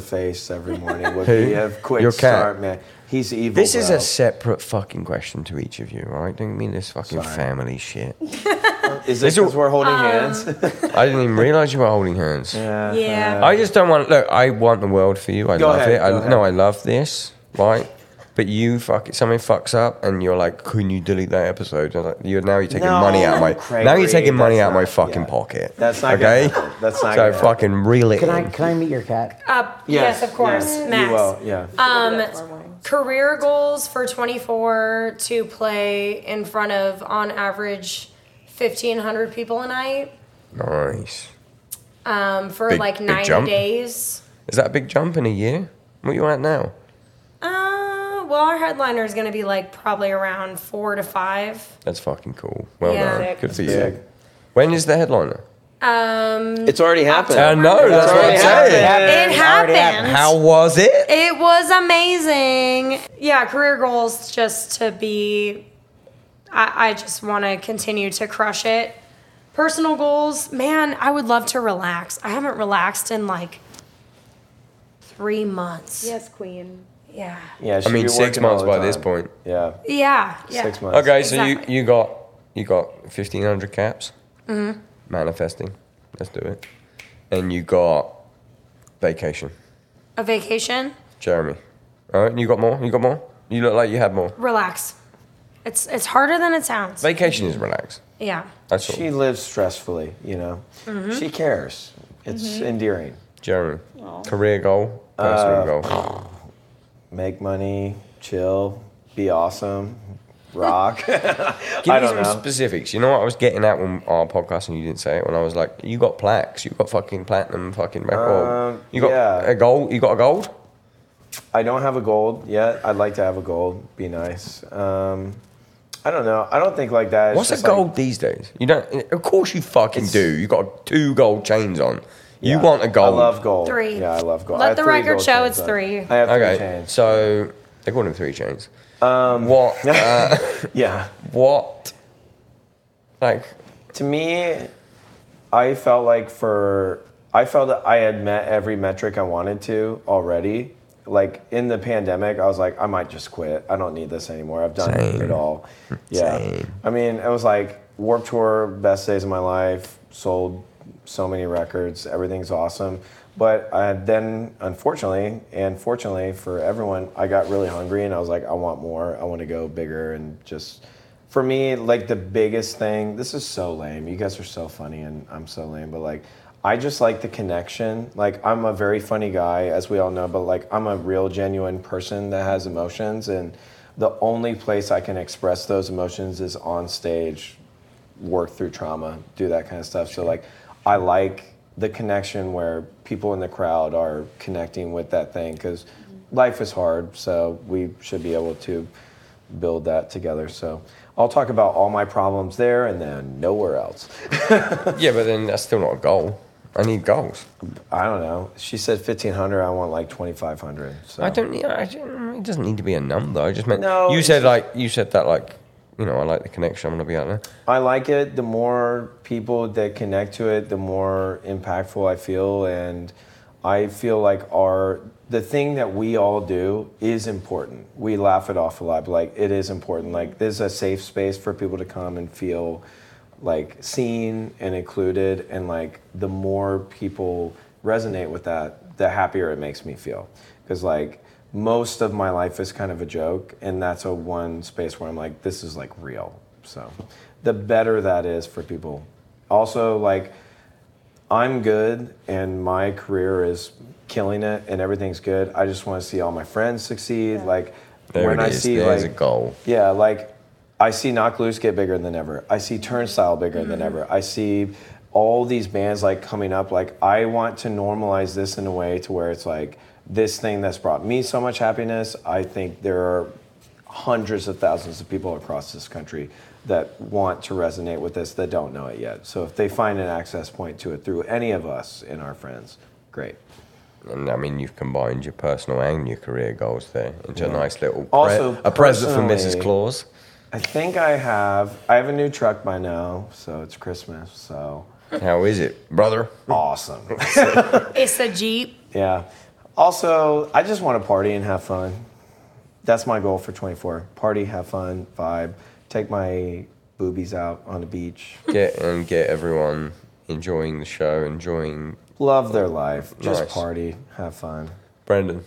Speaker 4: face every morning. Would
Speaker 1: Who?
Speaker 4: be a quick
Speaker 1: Your cat?
Speaker 4: start, man. He's evil.
Speaker 1: This is
Speaker 4: bro.
Speaker 1: a separate fucking question to each of you, all right? Don't mean this fucking
Speaker 4: Sorry.
Speaker 1: family shit.
Speaker 4: Is this
Speaker 1: This is-
Speaker 4: because we're holding
Speaker 5: Um,
Speaker 4: hands?
Speaker 1: I didn't even realize you were holding hands.
Speaker 4: yeah.
Speaker 5: Yeah.
Speaker 1: I just don't want. Look, I want the world for you. I
Speaker 4: Go
Speaker 1: love
Speaker 4: ahead,
Speaker 1: it. I,
Speaker 4: go ahead.
Speaker 1: No, I love this. Right. But you fuck it. Something fucks up, and you're like, "Can you delete that episode?" And I'm like, you're now you're taking
Speaker 4: No,
Speaker 1: money out of my now you're
Speaker 4: Gregory,
Speaker 1: taking money
Speaker 4: that's
Speaker 1: out of my
Speaker 4: not-
Speaker 1: fucking
Speaker 4: yeah.
Speaker 1: pocket.
Speaker 4: That's not gonna
Speaker 1: okay.
Speaker 4: happen. That's not
Speaker 1: so
Speaker 4: gonna
Speaker 1: fucking reel it.
Speaker 3: Can I
Speaker 1: in.
Speaker 3: can I meet your cat?
Speaker 5: Uh, yes, of course,
Speaker 4: yes,
Speaker 5: Max.
Speaker 4: You will. Yeah.
Speaker 5: Um, career goals for 24 to play in front of, on average, 1,500 people a night
Speaker 1: Nice.
Speaker 5: um, for
Speaker 1: Big-
Speaker 5: like
Speaker 1: big
Speaker 5: 90
Speaker 1: jump.
Speaker 5: days.
Speaker 1: Is that a big jump in a year? What you at now?
Speaker 5: Uh, well, our headliner is going to be like probably around four to five.
Speaker 1: That's fucking cool. Well
Speaker 5: Yeah.
Speaker 1: done. Good for you.
Speaker 4: big.
Speaker 1: When is the headliner?
Speaker 5: Um,
Speaker 4: It's already happened.
Speaker 1: I know. That's what I'm
Speaker 4: already
Speaker 1: saying.
Speaker 5: it
Speaker 3: already
Speaker 5: happened.
Speaker 1: How was it?
Speaker 5: It was amazing. Yeah, career goals just to be. I, I just want to continue to crush it. Personal goals, man, I would love to relax. I haven't relaxed in like three months.
Speaker 7: Yes, Queen.
Speaker 5: Yeah.
Speaker 4: Yeah,
Speaker 1: I mean,
Speaker 4: she's
Speaker 1: six
Speaker 4: working all
Speaker 1: months
Speaker 4: the
Speaker 1: by this
Speaker 4: time.
Speaker 1: point.
Speaker 4: Yeah.
Speaker 5: Yeah. yeah.
Speaker 4: Six months.
Speaker 1: Okay, so
Speaker 5: Exactly.
Speaker 1: you, you got you got fifteen hundred caps. Manifesting. Let's do it. And you got vacation.
Speaker 5: A vacation,
Speaker 1: Jeremy. All right, you got more. You got more. You look like you had more.
Speaker 5: relax. It's it's harder than it sounds.
Speaker 1: Vacation is relax.
Speaker 5: yeah.
Speaker 1: That's all.
Speaker 4: She lives stressfully, you know.
Speaker 5: Mm-hmm.
Speaker 4: She cares. It's endearing.
Speaker 1: Jeremy. Career goal. Personal
Speaker 4: Uh,
Speaker 1: goal.
Speaker 4: Make money, chill, be awesome, rock.
Speaker 1: Give
Speaker 4: I
Speaker 1: me
Speaker 4: don't
Speaker 1: some
Speaker 4: know.
Speaker 1: specifics. You know what I was getting at when our podcast and you didn't say it when I was like, you got plaques, you got fucking platinum, fucking record.
Speaker 4: Um,
Speaker 1: you got
Speaker 4: yeah.
Speaker 1: a gold. You got a gold.
Speaker 4: I don't have a gold yet. I'd like to have a gold. Be nice. Um, I don't know. I don't think like that. It's
Speaker 1: What's a
Speaker 4: just like-
Speaker 1: gold these days? You don't. Of course you fucking
Speaker 4: It's-
Speaker 1: do. You got two gold chains on.
Speaker 4: Yeah.
Speaker 1: You want a gold?
Speaker 4: I love gold.
Speaker 5: Three.
Speaker 4: Yeah, I love gold.
Speaker 5: Let
Speaker 4: I have
Speaker 5: the
Speaker 4: three
Speaker 5: record
Speaker 4: gold
Speaker 5: show
Speaker 4: chains
Speaker 5: it's
Speaker 4: on.
Speaker 5: three.
Speaker 4: I have
Speaker 1: Okay,
Speaker 4: three chains.
Speaker 1: so they're calling them three chains. Um, what? uh,
Speaker 4: yeah.
Speaker 1: what? Like,
Speaker 4: to me, I felt like for I felt that I had met every metric I wanted to already. Like in the pandemic, I was like, I might just quit. I don't need this anymore. I've done it all. Yeah. I mean, it was like Warp Tour, best days of my life. Sold so many records. Everything's awesome. But I then, unfortunately, and fortunately for everyone, I got really hungry and I was like, I want more. I want to go bigger and just for me, like the biggest thing, this is so lame. You guys are so funny and I'm so lame, but like I just like the connection. Like I'm a very funny guy, as we all know, but like I'm a real genuine person that has emotions and the only place I can express those emotions is on stage, work through trauma, do that kind of stuff. So like I like the connection where people in the crowd are connecting with that thing cuz life is hard, so we should be able to build that together. So I'll talk about all my problems there and then nowhere else.
Speaker 1: yeah, but then that's still not a goal. I need goals.
Speaker 4: I don't know. She said 1500. I want like 2500. So
Speaker 1: I don't need. I don't, it doesn't need to be a number. I just meant.
Speaker 4: No,
Speaker 1: You
Speaker 4: it's
Speaker 1: said
Speaker 4: just-
Speaker 1: like you said that like. You know, I like the connection. I'm gonna be out there.
Speaker 4: I like it. The more people that connect to it, the more impactful I feel. And I feel like our the thing that we all do is important. We laugh it off a lot, but like it is important. Like there's a safe space for people to come and feel like seen and included and like the more people resonate with that, the happier it makes me feel. Cause like most of my life is kind of a joke and that's a one space where i'm like this is like real so the better that is for people also like i'm good and my career is killing it and everything's good i just want to see all my friends succeed like
Speaker 1: There
Speaker 4: when
Speaker 1: it
Speaker 4: i
Speaker 1: is.
Speaker 4: see
Speaker 1: There's
Speaker 4: like
Speaker 1: a goal.
Speaker 4: yeah, like I see Knock Loose get bigger than ever. I see Turnstile bigger than ever. I see all these bands like coming up. Like I want to normalize this in a way to where it's like this thing that's brought me so much happiness. I think there are hundreds of thousands of people across this country that want to resonate with this that don't know it yet. So if they find an access point to it through any of us and our friends, great.
Speaker 1: And I mean, you've combined your personal and your career goals there into a nice little pre-
Speaker 4: Also,
Speaker 1: a present for Mrs.
Speaker 4: personally-
Speaker 1: Claus.
Speaker 4: I think I have I have a new truck by now, so it's Christmas, so
Speaker 1: How is it, brother?
Speaker 4: awesome.
Speaker 5: It's a Jeep.
Speaker 4: Yeah. Also, I just want to party and have fun. That's my goal for 24. Party, have fun, vibe, take my boobies out on the beach.
Speaker 1: Get and get everyone enjoying the show, enjoying
Speaker 4: Love their life. Just
Speaker 1: Nice.
Speaker 4: party, have fun.
Speaker 1: Brendan.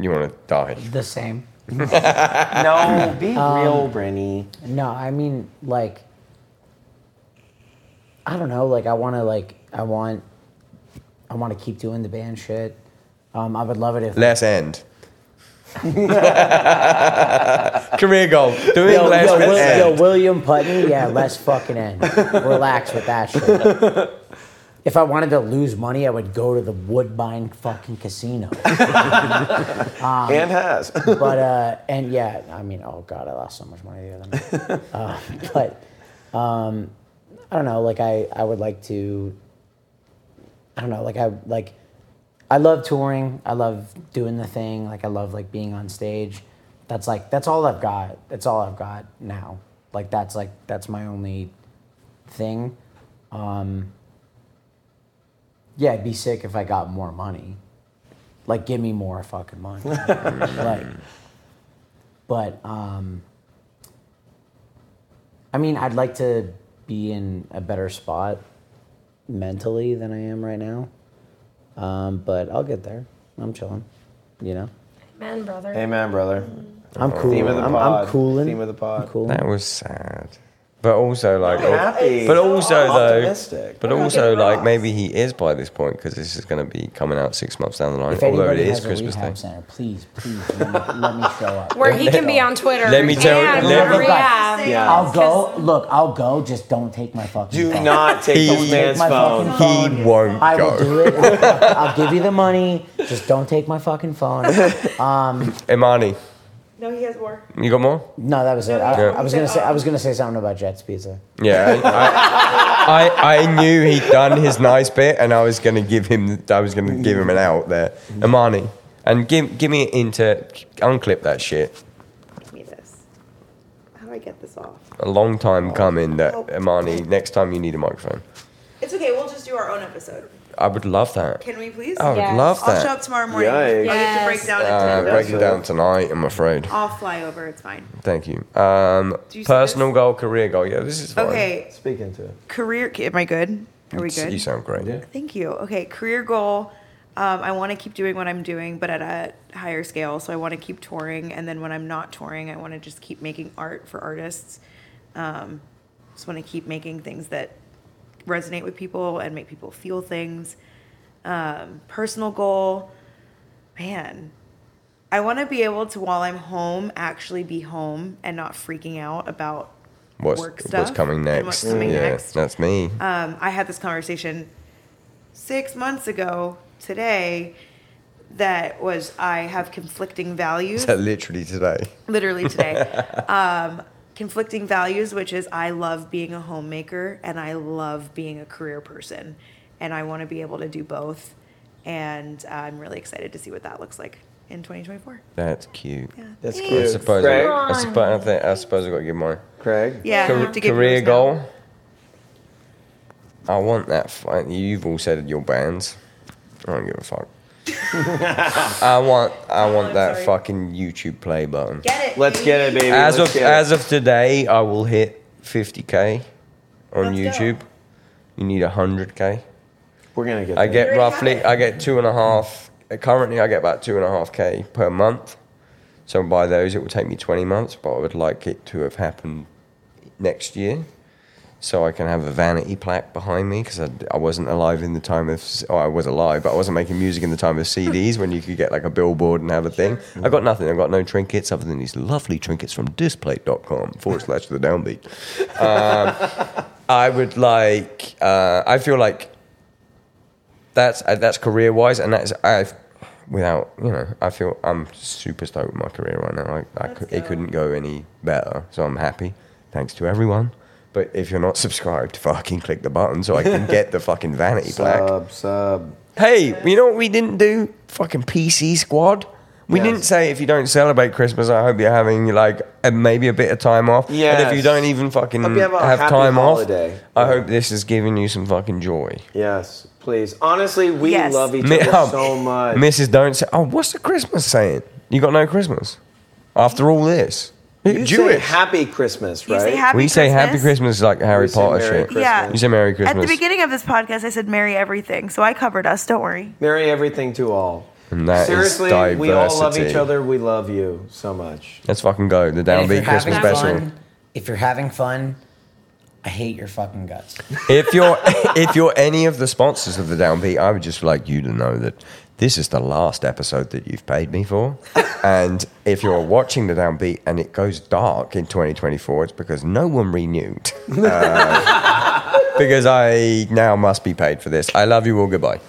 Speaker 1: You want to die?
Speaker 3: The same.
Speaker 4: No, be
Speaker 3: Um,
Speaker 4: real, Brenny.
Speaker 3: No, I mean like I don't know, like I want to like I want I want to keep doing the band shit. Um, I would love it if
Speaker 1: Less end. Career goal. Doing
Speaker 3: yo,
Speaker 1: less
Speaker 3: yo,
Speaker 1: end.
Speaker 3: Wil- yo, William Putney, yeah, less fucking end. Relax with that shit. If I wanted to lose money, I would go to the Woodbine fucking casino.
Speaker 4: and has.
Speaker 3: But uh, and yeah, I mean, oh god, I lost so much money the other night. Uh, but um, I don't know. Like I, I would like to. I don't know. Like I like, I love touring. I love doing the thing. Like I love like being on stage. That's like that's all I've got. That's all I've got now. Like that's like that's my only thing. Um, yeah, it'd be sick if I got more money. Like, give me more fucking money. like, but um, I mean, I'd like to be in a better spot mentally than I am right now. Um, but I'll get there. I'm chilling. You know,
Speaker 5: Man, brother.
Speaker 4: Amen, brother.
Speaker 3: I'm cool.
Speaker 4: Theme of the
Speaker 3: I'm,
Speaker 4: pod.
Speaker 3: I'm cooling.
Speaker 4: Theme of the pod.
Speaker 3: I'm cooling.
Speaker 1: That was sad. But also, like, oh,
Speaker 4: I'm happy.
Speaker 1: but also
Speaker 4: I'm
Speaker 1: though,
Speaker 4: optimistic.
Speaker 1: but also like maybe he is by this point because this is going to be coming out six months down the line.
Speaker 3: If
Speaker 1: Although it
Speaker 3: anybody
Speaker 1: is
Speaker 3: has a
Speaker 1: Christmas Day.
Speaker 3: rehab center, please, please let me, let me show up.
Speaker 5: Where he can be on Twitter.
Speaker 1: Let me tell-
Speaker 5: and
Speaker 1: let me-
Speaker 5: a rehab.
Speaker 4: Yeah.
Speaker 3: I'll go. Look, I'll go. Just don't take my fucking.
Speaker 4: Do
Speaker 3: phone.
Speaker 4: not take
Speaker 1: He-
Speaker 4: this man's
Speaker 3: my
Speaker 4: phone.
Speaker 3: fucking
Speaker 1: He won't
Speaker 3: I
Speaker 1: go.
Speaker 3: will do it. I'll give you the money. Just don't take my fucking phone.
Speaker 1: Imani,
Speaker 7: No, he has more.
Speaker 1: you got more?
Speaker 3: No, that was it. I,
Speaker 1: Yeah.
Speaker 3: I was gonna say I was gonna say something about Jets Pizza.
Speaker 1: Yeah, I, I, I, I knew he'd done his nice bit, and I was going to give him. I was going to give him an out there, Imani, and give give me into unclip that shit.
Speaker 7: Give me this. How do I get this off?
Speaker 1: A long time coming that
Speaker 7: Oh.
Speaker 1: Imani, next time you need a microphone.
Speaker 7: It's okay. We'll just do our own episode.
Speaker 1: I would love that.
Speaker 7: Can we please?
Speaker 1: I would
Speaker 5: Yes.
Speaker 1: love
Speaker 7: I'll show up
Speaker 1: that.
Speaker 7: tomorrow morning.
Speaker 4: Yikes.
Speaker 7: I'll get to
Speaker 5: Yes.
Speaker 7: break down
Speaker 1: Uh,
Speaker 7: into
Speaker 1: break it
Speaker 4: That's
Speaker 1: down
Speaker 4: it.
Speaker 1: tonight, I'm afraid.
Speaker 7: I'll fly over. It's fine.
Speaker 1: Thank you. Um,
Speaker 7: Do you see
Speaker 1: personal goal, career goal. Yeah, this is fine.
Speaker 7: Okay.
Speaker 4: Speak into it.
Speaker 7: Career. Am I good? Are we
Speaker 1: You
Speaker 7: good?
Speaker 1: sound great.
Speaker 7: Thank you. Okay. Career goal. Um, I want to keep doing what I'm doing, but at a higher scale. So I want to keep touring, and then when I'm not touring, I want to just keep making art for artists. Um, just want to keep making things that resonate with people and make people feel things. Um, personal goal, man. I want to be able to, while I'm home, actually be home and not freaking out about
Speaker 1: What's,
Speaker 7: work stuff.
Speaker 1: what's coming
Speaker 7: and
Speaker 1: next?
Speaker 7: What's coming
Speaker 1: yeah,
Speaker 7: next?
Speaker 1: that's me.
Speaker 7: um, I had this conversation six months ago today that was I have conflicting values,
Speaker 1: Is that literally today?
Speaker 7: literally today. um, conflicting values, which is I love being a homemaker and I love being a career person. And I want to be able to do both. And uh, I'm really excited to see what that looks like in 2024.
Speaker 1: That's cute.
Speaker 7: Yeah.
Speaker 4: That's
Speaker 1: I
Speaker 4: cute.
Speaker 1: suppose. I,
Speaker 4: Craig.
Speaker 1: I suppose. I, think, I suppose I got to give mine.
Speaker 4: Craig.
Speaker 7: Yeah.
Speaker 1: Car-
Speaker 7: to give
Speaker 1: career
Speaker 7: yours now.
Speaker 1: goal. I want that. Fi- you've all said your bands. I don't give a fuck. I want. I want
Speaker 7: Oh, I'm
Speaker 1: that
Speaker 7: sorry.
Speaker 1: fucking YouTube play button.
Speaker 7: Get it.
Speaker 4: Let's get it, baby.
Speaker 1: as
Speaker 4: Let's
Speaker 1: of
Speaker 4: get it.
Speaker 1: as of today, I will hit 50k on
Speaker 7: Let's go.
Speaker 1: YouTube. You need 100k.
Speaker 4: We're gonna get.
Speaker 1: I
Speaker 4: there.
Speaker 1: get
Speaker 7: already have
Speaker 1: roughly.
Speaker 7: it.
Speaker 1: I get two and a half. Currently, I get about two and a half k per month. So by those, it will take me 20 months, but I would like it to have happened next year. So I can have a vanity plaque behind me because I, I wasn't alive in the time of, oh, I was alive, but I wasn't making music in the time of CDs when you could get like a billboard and have a thing. I got nothing. I got no trinkets other than these lovely trinkets from displate.com forward slash the downbeat. Um, I would like, uh, I feel like that's uh, that's career wise, and that's I, without you know, I feel I'm super stoked with my career right now. I, I
Speaker 7: Let's
Speaker 1: cou- it
Speaker 7: go.
Speaker 1: couldn't go any better, so I'm happy. Thanks to everyone. But if you're not subscribed, fucking click the button so I can get the fucking vanity plaque.
Speaker 4: Sub sub.
Speaker 1: Hey, you know what we didn't do? Fucking PC squad. We
Speaker 4: Yes.
Speaker 1: didn't say if you don't celebrate Christmas, I hope you're having like a, maybe a bit of time off. And if you
Speaker 4: Yes.
Speaker 1: don't even fucking
Speaker 4: Hope you
Speaker 1: have,
Speaker 4: have a happy
Speaker 1: time
Speaker 4: holiday.
Speaker 1: off, I
Speaker 4: Yeah.
Speaker 1: hope this is giving you some fucking joy.
Speaker 4: Yes, please. Honestly, we
Speaker 7: Yes.
Speaker 4: love each
Speaker 1: Mi-
Speaker 4: other
Speaker 1: um,
Speaker 4: so much.
Speaker 1: Mrs. Don't say, oh, what's the Christmas saying? You got no Christmas. After all this,
Speaker 4: you
Speaker 1: you Jewish.
Speaker 4: say happy Christmas,
Speaker 7: You
Speaker 4: right?
Speaker 7: say happy
Speaker 1: we say Happy Christmas like Harry
Speaker 4: We say
Speaker 1: Potter
Speaker 4: Merry
Speaker 1: shit.
Speaker 4: Christmas.
Speaker 7: Yeah.
Speaker 1: You say Merry
Speaker 7: At
Speaker 1: Christmas.
Speaker 7: the beginning of this podcast, I said marry everything, so I covered us. Don't worry.
Speaker 4: Merry everything to all.
Speaker 1: And that is
Speaker 4: Seriously, we all love each
Speaker 1: diversity.
Speaker 4: other. We love you so much.
Speaker 1: Let's fucking go. The
Speaker 3: And if
Speaker 1: Downbeat
Speaker 3: you're having
Speaker 1: Christmas special.
Speaker 3: fun, if you're having fun, I hate your fucking guts.
Speaker 1: if you're if you're any of the sponsors of the downbeat, I would just like you to know that this is the last episode that you've paid me for. and if you're watching the downbeat and it goes dark in 2024, it's because no one renewed. Uh, because I now must be paid for this. I love you all. Goodbye.